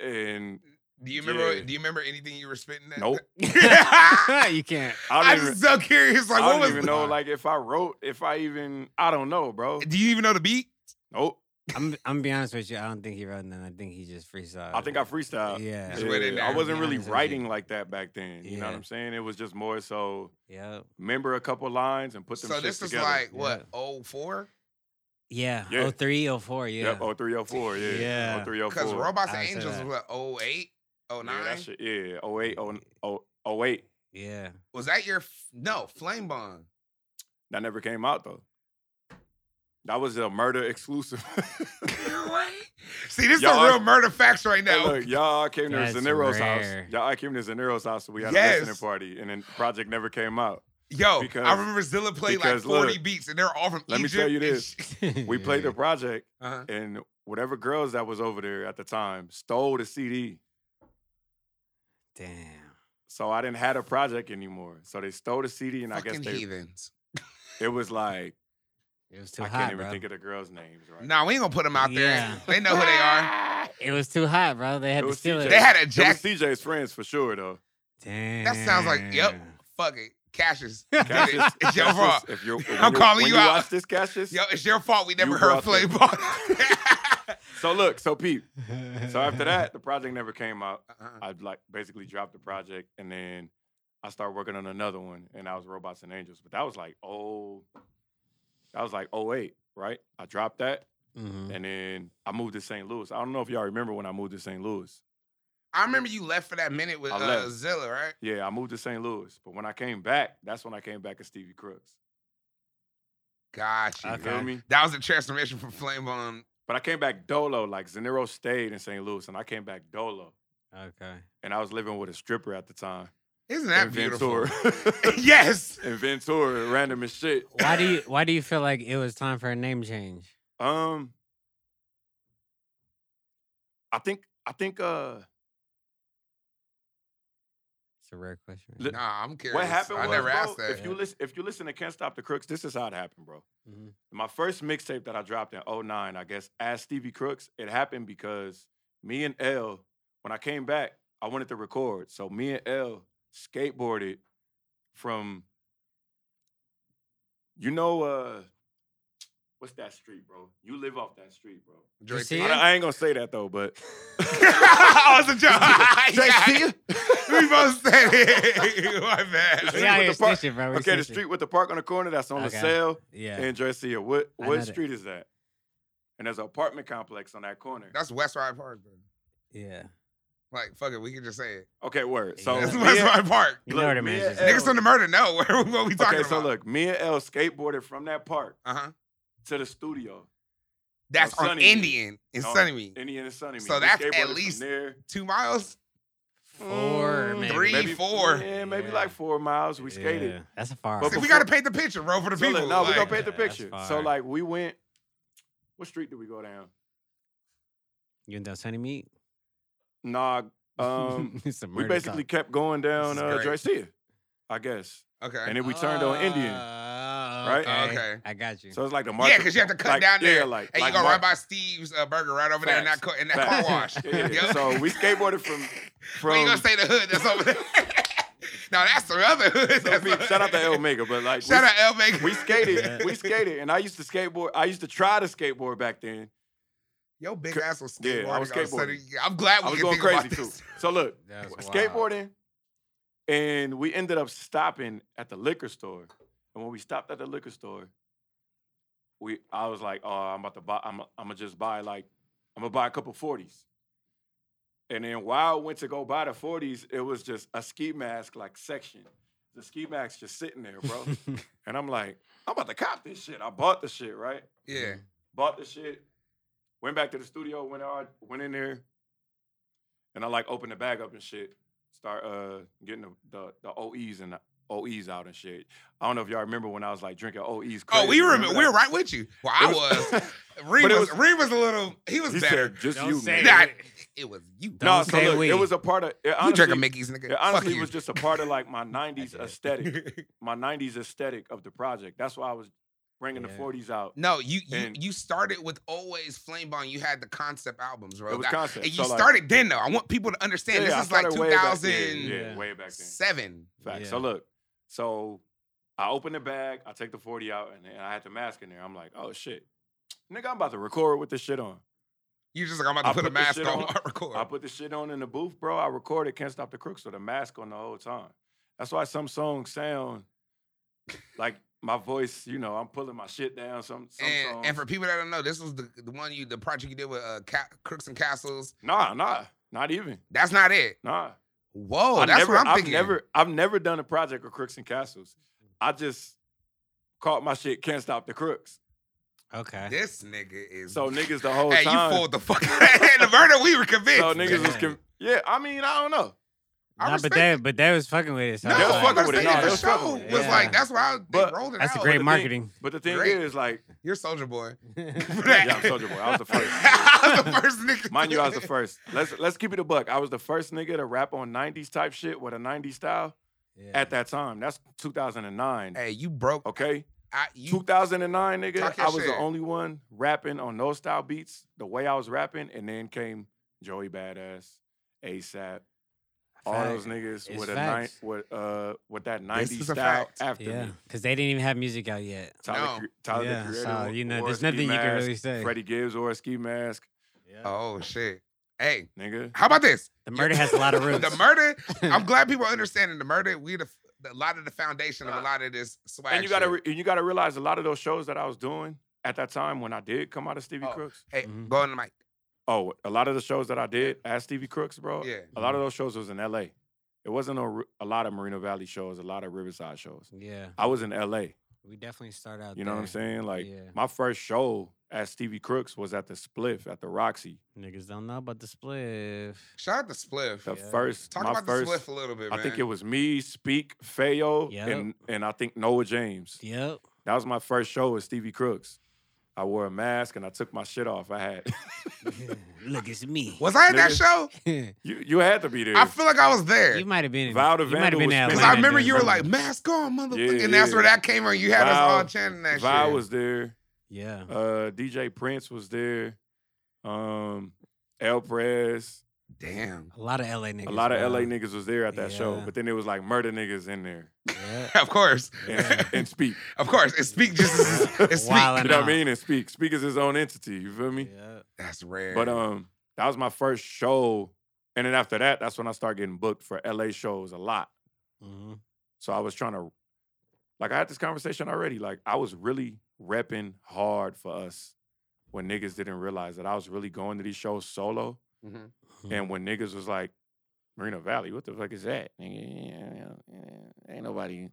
Speaker 4: and
Speaker 2: Do you remember?
Speaker 4: Yeah.
Speaker 2: Do you remember anything you were spitting? At?
Speaker 4: nope.
Speaker 3: Yeah, you can't.
Speaker 4: I
Speaker 2: I'm
Speaker 4: don't even,
Speaker 2: so curious. Like,
Speaker 4: I
Speaker 2: what
Speaker 4: don't
Speaker 2: was?
Speaker 4: even
Speaker 2: the-
Speaker 4: know. Like if I wrote, if I even, I don't know, bro.
Speaker 2: do you even know the beat?
Speaker 4: Nope.
Speaker 3: I'm I'm gonna be honest with you. I don't think he wrote none. I think he just freestyle.
Speaker 4: I think I freestyle.
Speaker 3: Uh, Yeah.
Speaker 2: Just went in there.
Speaker 4: I wasn't really
Speaker 3: Yeah, so-
Speaker 4: writing like that back then. You know what
Speaker 3: Yeah.
Speaker 4: I'm saying? It was just more so
Speaker 3: Yeah.
Speaker 4: remember a couple lines and put them.
Speaker 2: So
Speaker 4: shits
Speaker 2: this is
Speaker 4: together.
Speaker 2: like
Speaker 3: Yeah.
Speaker 2: what? Oh four?
Speaker 3: Yeah.
Speaker 4: Yeah.
Speaker 3: Oh three, oh four. Yeah.
Speaker 4: Yep, 0304, yeah.
Speaker 3: Yeah.
Speaker 4: 0304.
Speaker 2: Because robots and
Speaker 3: I would say
Speaker 2: angels
Speaker 3: that.
Speaker 2: was what? Oh eight? Oh
Speaker 4: Yeah,
Speaker 2: nine?
Speaker 4: that shit, yeah, 08, 09, oh- 08.
Speaker 3: yeah.
Speaker 2: was that your? f- No, flame bomb.
Speaker 4: That never came out though. That was a murder exclusive.
Speaker 2: See, this is
Speaker 4: Y'all-
Speaker 2: a real murder facts right
Speaker 4: Hey,
Speaker 2: now.
Speaker 4: look, y'all came to
Speaker 3: That's
Speaker 4: Zanero's
Speaker 3: rare.
Speaker 4: house. Y'all came to Zanero's house, so we had a listening
Speaker 2: Yes.
Speaker 4: party, and then project never came out.
Speaker 2: Yo, I
Speaker 4: because-
Speaker 2: remember Zilla played like
Speaker 4: because
Speaker 2: 40
Speaker 4: look,
Speaker 2: beats, and they're all from
Speaker 4: let me
Speaker 2: Egypt.
Speaker 4: tell you
Speaker 2: and
Speaker 4: this.
Speaker 2: shit.
Speaker 4: We played the project,
Speaker 2: Uh-huh.
Speaker 4: and whatever girls that was over there at the time stole the CD.
Speaker 3: Damn.
Speaker 4: So I didn't have a project anymore. So they stole the CD, and I
Speaker 2: Fucking
Speaker 4: guess they,
Speaker 2: heathens.
Speaker 4: it was like
Speaker 3: It was too
Speaker 4: I
Speaker 3: hot,
Speaker 4: can't even
Speaker 3: bro.
Speaker 4: think of the girls' names. Right?
Speaker 2: Nah, we ain't gonna put them out
Speaker 3: Yeah.
Speaker 2: there. They know who they are.
Speaker 3: it was too hot, bro. They had
Speaker 4: It
Speaker 3: to
Speaker 4: was
Speaker 3: steal it.
Speaker 4: CJ.
Speaker 2: They had a
Speaker 4: It was
Speaker 2: jack.
Speaker 4: CJ's friends for sure, though.
Speaker 3: Damn.
Speaker 2: That sounds like yep. Fuck it, Cassius. did it.
Speaker 4: Cassius-
Speaker 2: it's your
Speaker 4: Cassius,
Speaker 2: fault.
Speaker 4: If you're, when
Speaker 2: I'm
Speaker 4: you're-
Speaker 2: calling
Speaker 4: when
Speaker 2: you out.
Speaker 4: Watch this, Cassius.
Speaker 2: Yo, it's your fault we never heard
Speaker 4: brought this.
Speaker 2: flame bomb.
Speaker 4: So look, so Pete. So after that, the project never came out.
Speaker 2: Uh-uh.
Speaker 4: I like basically dropped
Speaker 2: Mm-hmm.
Speaker 4: the project, and then I started working on another one, and I was Robots and Angels. But that was like oh, that was like 08, right? I dropped that,
Speaker 2: Mm-hmm.
Speaker 3: Mhm.
Speaker 4: and then I moved to St. Louis. I don't know if y'all remember when I moved to St. Louis.
Speaker 2: I remember you left for that minute with
Speaker 4: I
Speaker 2: uh,
Speaker 4: left.
Speaker 2: Zilla, right?
Speaker 4: Yeah, I moved to St. Louis, but when I came back, that's when I came back as Stevie Crooks.
Speaker 2: Got you.
Speaker 4: You
Speaker 3: Okay.
Speaker 4: feel me?
Speaker 2: That was a transformation from flame bomb.
Speaker 4: But I came back dolo. Like Zanero stayed in St. Louis, and I came back dolo.
Speaker 3: Okay.
Speaker 4: And I was living with a stripper at the time.
Speaker 2: Isn't that
Speaker 4: in
Speaker 2: beautiful?
Speaker 4: Ventura.
Speaker 2: yes.
Speaker 4: in Ventura, random as shit.
Speaker 3: Why do you why do you feel like it was time for a name change?
Speaker 4: Um, I think I think uh,
Speaker 3: It's a rare question.
Speaker 4: Li-
Speaker 2: Nah, I'm curious.
Speaker 4: what happened
Speaker 2: I
Speaker 4: was,
Speaker 2: never
Speaker 4: bro,
Speaker 2: asked that.
Speaker 4: if you listen, if you listen to Can't Stop the Crooks, this is how it happened, bro.
Speaker 3: Mhm.
Speaker 4: My first mixtape that I dropped in 09, I guess, as Stevie Crooks, it happened because me and L, when I came back, I wanted to record. So me and L skateboarded from, you know, uh, what's that street, bro? You live off that street, bro.
Speaker 2: Drake
Speaker 3: see
Speaker 2: Tia?
Speaker 3: it?
Speaker 4: I, I ain't gonna say that though, but
Speaker 2: oh, it's a joke.
Speaker 4: Drake
Speaker 2: Yeah.
Speaker 4: Tia?
Speaker 2: we both said it. My bad.
Speaker 4: Is
Speaker 3: We
Speaker 4: it
Speaker 3: out
Speaker 4: with
Speaker 3: here
Speaker 4: the park-
Speaker 3: snitching, bro. We
Speaker 4: okay, the
Speaker 3: snitching.
Speaker 4: street with the park on the corner that's on
Speaker 3: Okay.
Speaker 4: the sale
Speaker 3: Yeah.
Speaker 4: in Dresia. What
Speaker 3: I
Speaker 4: what
Speaker 3: know that.
Speaker 4: street is that? And there's an apartment complex on that corner.
Speaker 2: That's West Ride Park, bro.
Speaker 3: yeah.
Speaker 2: Like, fuck it, we can just say it.
Speaker 4: Okay, word. So
Speaker 2: That's
Speaker 3: Yeah.
Speaker 4: me
Speaker 2: West
Speaker 4: and-
Speaker 2: Ride Park.
Speaker 3: You
Speaker 4: Look,
Speaker 3: know what it
Speaker 4: me
Speaker 3: means.
Speaker 4: and
Speaker 3: it's
Speaker 2: Niggas from the murder know what we talking
Speaker 4: Oh. okay, so
Speaker 2: about.
Speaker 4: look, me and L skateboarded from that park
Speaker 2: Uh-huh.
Speaker 4: to the studio.
Speaker 2: That's
Speaker 4: On
Speaker 2: on,
Speaker 4: Sunnymead.
Speaker 2: Indian in
Speaker 4: On
Speaker 2: Sunnymead.
Speaker 4: Indian and Sunny.
Speaker 2: So that's at least
Speaker 4: there.
Speaker 2: Two miles?
Speaker 3: Four,
Speaker 4: Mm,
Speaker 3: maybe.
Speaker 2: Three, four.
Speaker 4: Yeah, maybe
Speaker 3: Yeah.
Speaker 4: like four miles. We skated.
Speaker 3: Yeah, That's a far.
Speaker 4: But
Speaker 2: See,
Speaker 3: off.
Speaker 2: we
Speaker 4: before-
Speaker 2: gotta paint the picture, bro, for the
Speaker 4: So
Speaker 2: people.
Speaker 4: look, no, we
Speaker 2: like-
Speaker 4: gonna paint the
Speaker 3: Yeah, that's
Speaker 4: picture. So
Speaker 3: fire.
Speaker 4: like we went. What street did we go down?
Speaker 3: You in that sunny meat?
Speaker 4: Nah, um,
Speaker 3: It's a
Speaker 4: we
Speaker 3: murder
Speaker 4: basically
Speaker 3: talk.
Speaker 4: kept going
Speaker 2: This
Speaker 4: down
Speaker 2: is
Speaker 4: uh,
Speaker 2: great.
Speaker 4: Dresia, I guess,
Speaker 2: Okay.
Speaker 4: and then we turned on Indian.
Speaker 3: Ah,
Speaker 4: right?
Speaker 2: Okay.
Speaker 3: I got you.
Speaker 4: So it's like the market.
Speaker 2: uh, Yeah, because you have to cut
Speaker 4: like,
Speaker 2: down there.
Speaker 4: Yeah, like,
Speaker 2: and
Speaker 4: like
Speaker 2: you go right
Speaker 4: market-
Speaker 2: by Steve's uh, Burger right over there in that,
Speaker 4: Facts.
Speaker 2: co- in that car wash.
Speaker 4: Facts. Yeah,
Speaker 2: Yup.
Speaker 4: So we skateboarded from
Speaker 2: Where you
Speaker 4: from
Speaker 2: gonna say the hood that's over there? Now that's the other. hood.
Speaker 4: So,
Speaker 2: That's
Speaker 4: peep,
Speaker 2: the-
Speaker 4: shout out to El Mega, but like
Speaker 2: Shout
Speaker 4: we,
Speaker 2: out El Mega.
Speaker 4: we skated,
Speaker 3: Yeah.
Speaker 4: we skated, and I used to skateboard. I used to try to skateboard back then.
Speaker 2: Yo, big
Speaker 4: Cur-
Speaker 2: ass was skateboarding.
Speaker 4: yeah, I was
Speaker 2: all of a sudden.
Speaker 4: skateboarding.
Speaker 2: Yeah, I'm glad we
Speaker 4: I was
Speaker 2: can
Speaker 4: going
Speaker 2: think about
Speaker 4: crazy too.
Speaker 2: this.
Speaker 4: So look,
Speaker 3: That's wild.
Speaker 4: skateboarding, and we ended up stopping at the liquor store. And when we stopped at the liquor store, we I was like, "Oh, I'm about to buy. I'm I'm gonna just buy like I'm gonna buy a couple 40s. And then while I went to go buy the 40s, it was just a ski mask like section. The ski mask just sitting there, bro. and I'm like, I'm about to cop this shit. I bought the shit, right?
Speaker 2: Yeah.
Speaker 4: Mm-hmm. bought the shit, went back to the studio, went out, went in there, and I like opened the bag up and shit. Start uh getting the the, the OEs and the OEs out and shit. I don't know if y'all remember when I was like drinking OEs. Crazy.
Speaker 2: Oh, we remember. We were
Speaker 4: that?
Speaker 2: right with you. Well, I
Speaker 4: It
Speaker 2: was.
Speaker 4: was-
Speaker 2: Reed
Speaker 4: but it
Speaker 2: was,
Speaker 4: was-
Speaker 2: Reed was a little. He was
Speaker 4: he
Speaker 2: better.
Speaker 4: said, just
Speaker 3: Don't
Speaker 4: you.
Speaker 3: say
Speaker 4: nigga."
Speaker 2: Nah, it was you.
Speaker 4: No,
Speaker 3: Don't
Speaker 4: so
Speaker 3: say
Speaker 4: look,
Speaker 3: we.
Speaker 4: it was a part of. It
Speaker 2: you drank a
Speaker 4: honestly-
Speaker 2: Mickey's, nigga.
Speaker 4: It honestly
Speaker 2: Fuck you.
Speaker 4: was just a part of like my '90s
Speaker 3: did.
Speaker 4: aesthetic, my '90s aesthetic of the project. That's why I was bringing
Speaker 3: Yeah.
Speaker 4: the '40s out.
Speaker 2: no, you you,
Speaker 4: And-
Speaker 2: you started with always flame bomb. You had the concept albums, bro.
Speaker 4: It was
Speaker 2: That-
Speaker 4: concept.
Speaker 2: and you
Speaker 4: So, like-
Speaker 2: started then, though. I want people to understand.
Speaker 4: I
Speaker 2: this is like
Speaker 4: started way back then.
Speaker 2: 2007.
Speaker 4: Yeah,
Speaker 3: Yeah.
Speaker 4: way back then. Fact.
Speaker 3: Yeah.
Speaker 4: So look, so I open the bag, I take the 40 out, and, and I had the mask in there. I'm like, oh shit. Nigga, I'm about to record with this shit on.
Speaker 2: You're just like I'm about
Speaker 4: I
Speaker 2: to put, a
Speaker 4: put this
Speaker 2: mask
Speaker 4: shit
Speaker 2: on.
Speaker 4: on.
Speaker 2: while I record.
Speaker 4: I put the shit on in the booth, bro. I recorded Can't Stop the Crook, so the mask on the whole time. That's why some songs sound like my voice, you know, I'm pulling my shit down. Some, some
Speaker 2: and,
Speaker 4: songs.
Speaker 2: and for people that don't know, this was the, the one you the project you did with uh, Ca- Crooks and Castles.
Speaker 4: nah, nah, not even.
Speaker 2: That's not it.
Speaker 4: Nah.
Speaker 2: Whoa,
Speaker 4: I
Speaker 2: Oh, that's
Speaker 4: never,
Speaker 2: what I'm
Speaker 4: have
Speaker 2: thinking. Mm.
Speaker 4: never, I've never done a project with Crooks and Castles. I just caught my shit, Can't Stop the Crooks.
Speaker 3: Okay.
Speaker 2: This nigga is
Speaker 4: So niggas the whole
Speaker 2: Hey,
Speaker 4: time.
Speaker 2: you fooled the fuck out of the murder. We were convinced.
Speaker 4: So niggas was
Speaker 3: Yeah.
Speaker 4: con- yeah. I mean, I don't know.
Speaker 2: I
Speaker 3: Nah,
Speaker 2: respect
Speaker 3: but they
Speaker 2: it.
Speaker 3: but they was fucking with it. So
Speaker 2: no,
Speaker 4: They
Speaker 3: it's
Speaker 4: was
Speaker 2: I'm
Speaker 3: like,
Speaker 4: fucking with it.
Speaker 2: saying
Speaker 4: Nah, they
Speaker 2: for
Speaker 4: was
Speaker 2: sure.
Speaker 4: fucking
Speaker 3: with it.
Speaker 2: Was
Speaker 3: Yeah.
Speaker 2: like that's why they
Speaker 4: But-
Speaker 2: rolled it
Speaker 3: That's a
Speaker 2: out.
Speaker 3: great
Speaker 4: thing-
Speaker 3: marketing.
Speaker 4: But the thing
Speaker 2: Great.
Speaker 4: is, like,
Speaker 2: You're Soldier Boy.
Speaker 4: yeah, I'm Soldier Boy. I was the first.
Speaker 2: I was the first nigga.
Speaker 4: Mind you, I was the
Speaker 2: to-
Speaker 4: first. Let's let's keep it a buck. I was the first nigga to rap on '90s type shit with a '90s style at that time. That's 2009.
Speaker 2: Hey, you broke.
Speaker 4: Okay,
Speaker 2: I, you
Speaker 4: 2009, nigga.
Speaker 2: Talk your
Speaker 4: I was the
Speaker 2: shit.
Speaker 4: only one rapping on those style beats the way I was rapping, and then came Joey Badass, ASAP. All those
Speaker 3: Fact.
Speaker 4: niggas
Speaker 3: It's
Speaker 4: with a nine,
Speaker 3: facts.
Speaker 4: with uh with that
Speaker 2: is a
Speaker 4: 90s style
Speaker 2: fact.
Speaker 4: after
Speaker 3: Yeah,
Speaker 4: me.
Speaker 3: because they didn't even have music out yet.
Speaker 4: Tyler,
Speaker 2: No.
Speaker 4: Cre- Tyler the
Speaker 3: yeah,
Speaker 4: Creator.
Speaker 3: so
Speaker 4: wo-
Speaker 3: you know,
Speaker 4: wore a
Speaker 3: there's
Speaker 4: ski
Speaker 3: nothing you can
Speaker 4: mask.
Speaker 3: really say.
Speaker 4: Freddie uh, Gibbs or a ski mask,
Speaker 2: Oh shit. Hey,
Speaker 4: nigga.
Speaker 2: how about this?
Speaker 3: The murder has a lot of roots.
Speaker 2: The murder. I'm glad people are understanding the murder. We the, a lot of the foundation of a lot of this swag.
Speaker 4: Uh, And you gotta
Speaker 2: shit.
Speaker 4: re- and you gotta realize a lot of those shows that I was doing at that time when I did come out of Stevie
Speaker 2: Oh.
Speaker 4: Crooks.
Speaker 2: hey,
Speaker 3: Mhm.
Speaker 2: go on the mic.
Speaker 4: Oh, a lot of the shows that I did at Stevie Crooks, bro.
Speaker 2: Yeah. Mm-hmm.
Speaker 4: A lot of those shows was in L.A. It wasn't a, r- a lot of Marino Valley shows, a lot of Riverside shows.
Speaker 3: yeah,
Speaker 4: I was in L.A.
Speaker 3: we definitely start out.
Speaker 4: You know what I'm
Speaker 3: there.
Speaker 4: saying? Like
Speaker 3: Yeah.
Speaker 4: my first show at Stevie Crooks was at the Spliff at the Roxy.
Speaker 3: Niggas don't know about the spliff.
Speaker 2: Shout out to Spliff.
Speaker 4: The
Speaker 3: Yeah.
Speaker 4: first,
Speaker 2: Talk
Speaker 4: my
Speaker 2: about
Speaker 4: first,
Speaker 2: the Spliff a little bit, man.
Speaker 4: I think it was me, Speak, Feo,
Speaker 3: Yep.
Speaker 4: and and I think Noah James.
Speaker 3: Yep.
Speaker 4: That was my first show with Stevie Crooks. I wore a mask and I took my shit off. I had
Speaker 3: Look, it's me.
Speaker 2: was I at that
Speaker 4: Nigga.
Speaker 2: show?
Speaker 3: you
Speaker 4: you. You had to be there.
Speaker 2: I feel like I was there.
Speaker 3: might have been. in-
Speaker 4: Val de
Speaker 3: you might have
Speaker 4: Vandal
Speaker 3: been
Speaker 4: was
Speaker 3: at
Speaker 4: spinning.
Speaker 2: Because
Speaker 4: Atlanta
Speaker 2: I remember
Speaker 4: during
Speaker 2: you were
Speaker 4: summer.
Speaker 2: like, mask on, motherfucker.
Speaker 4: Yeah,
Speaker 2: and that's where
Speaker 4: yeah.
Speaker 2: that came from. You had us all
Speaker 4: Val-
Speaker 2: chanting that
Speaker 4: Vi
Speaker 2: shit.
Speaker 4: was there.
Speaker 3: Yeah.
Speaker 4: Uh, DJ Prince was there. Um, El Prez.
Speaker 2: Damn.
Speaker 3: A lot of LA niggas.
Speaker 4: A lot of
Speaker 3: bro.
Speaker 4: LA niggas was there at that show.
Speaker 3: Yeah.
Speaker 4: But then it was like murder niggas in there
Speaker 3: Yeah.
Speaker 2: Of course.
Speaker 4: and, and Speak.
Speaker 2: Of course. It speak just as it's speak.
Speaker 3: Wildin'
Speaker 4: You know what
Speaker 3: out.
Speaker 4: I mean? And Speak. Speak is his own entity. You feel me?
Speaker 3: Yeah.
Speaker 2: That's rare.
Speaker 4: But um, that was my first show. And then after that, that's when I started getting booked for LA shows a lot.
Speaker 3: Mhm.
Speaker 4: So I was trying to, like, I had this conversation already. Like, I was really repping hard for us when niggas didn't realize that I was really going to these shows solo.
Speaker 2: Mhm.
Speaker 3: Mm-hmm.
Speaker 4: And when niggas was like, Marino Valley, what the fuck is that? Nigga, yeah, yeah, yeah, ain't nobody.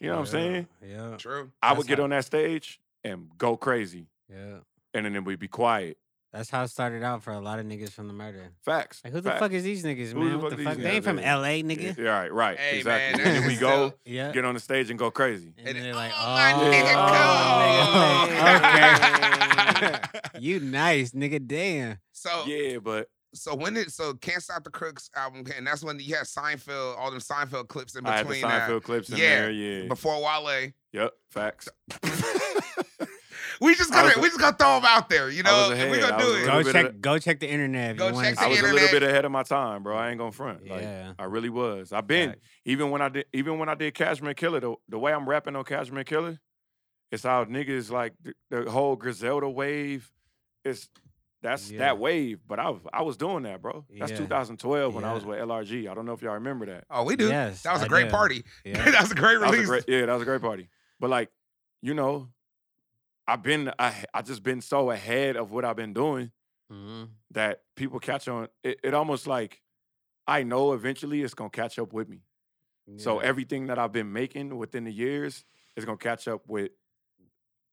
Speaker 4: You know what I'm
Speaker 3: Yeah,
Speaker 4: saying?
Speaker 3: Yeah.
Speaker 2: True.
Speaker 4: I
Speaker 3: That's
Speaker 4: would get
Speaker 3: how-
Speaker 4: on that stage and go crazy.
Speaker 3: Yeah.
Speaker 4: And then we'd be quiet.
Speaker 3: That's how it started out for a lot of niggas from the murder.
Speaker 4: Facts.
Speaker 3: Like, who the
Speaker 4: facts.
Speaker 3: fuck is these niggas,
Speaker 4: Who the
Speaker 3: man? what
Speaker 4: fuck
Speaker 3: the
Speaker 4: these
Speaker 3: fuck? They
Speaker 4: niggas
Speaker 3: ain't from
Speaker 4: is?
Speaker 3: LA,
Speaker 4: Yeah,
Speaker 3: nigga.
Speaker 4: yeah, right, right.
Speaker 2: Hey,
Speaker 4: exactly.
Speaker 2: man,
Speaker 4: and then
Speaker 2: that's
Speaker 4: we go,
Speaker 3: Yeah.
Speaker 4: get on the stage and go crazy.
Speaker 3: And,
Speaker 2: And-
Speaker 3: they're like,
Speaker 2: oh,
Speaker 3: oh,
Speaker 2: my nigga, come.
Speaker 3: oh, nigga, thanks. okay. you nice, nigga. Damn.
Speaker 2: So
Speaker 4: Yeah, but
Speaker 2: so when did so Can't Stop the Crooks album came, and that's when you had Seinfeld, all them Seinfeld clips in
Speaker 4: I had the
Speaker 2: between uh, that.
Speaker 4: Seinfeld clips in
Speaker 2: yeah,
Speaker 4: there. Yeah.
Speaker 2: Before Wale.
Speaker 4: Yep. Facts.
Speaker 2: we just
Speaker 4: I
Speaker 2: gonna
Speaker 4: was a-
Speaker 2: we just gonna throw them out there. You
Speaker 4: I was
Speaker 2: know,
Speaker 4: ahead.
Speaker 2: we gonna
Speaker 4: I
Speaker 2: do
Speaker 4: was
Speaker 2: it.
Speaker 4: a
Speaker 3: Go
Speaker 4: bit of
Speaker 3: check,
Speaker 4: that-
Speaker 3: go check the internet if
Speaker 2: Go
Speaker 3: you want
Speaker 2: check
Speaker 3: to
Speaker 2: the
Speaker 3: see.
Speaker 4: I was a little
Speaker 2: internet.
Speaker 4: bit ahead of my time, bro. I ain't gonna front. Like
Speaker 3: yeah.
Speaker 4: I really was. I've been
Speaker 3: Fact.
Speaker 4: even when I did even when I did Cashmere Killer, the, the way I'm rapping on Cashmere Killer, it's how niggas like the, the whole Griselda wave. It's that's
Speaker 3: Yeah.
Speaker 4: that wave, but I was I was doing that, bro. That's
Speaker 3: Yeah.
Speaker 4: 2012 when I
Speaker 3: Yeah.
Speaker 4: was with LRG. I don't know if y'all remember that.
Speaker 2: Oh, we do.
Speaker 3: Yes,
Speaker 2: that was a
Speaker 3: I
Speaker 2: great
Speaker 3: do.
Speaker 2: party.
Speaker 3: Yeah.
Speaker 2: that was a great
Speaker 4: That was a
Speaker 2: release.
Speaker 4: great- yeah, that was a great party. But like, you know, I've been I I just been so ahead of what I've been doing
Speaker 3: Mhm.
Speaker 4: that people catch on. It, it almost like I know eventually it's gonna catch up with me. So
Speaker 3: Yeah.
Speaker 4: everything that I've been making within the years is gonna catch up with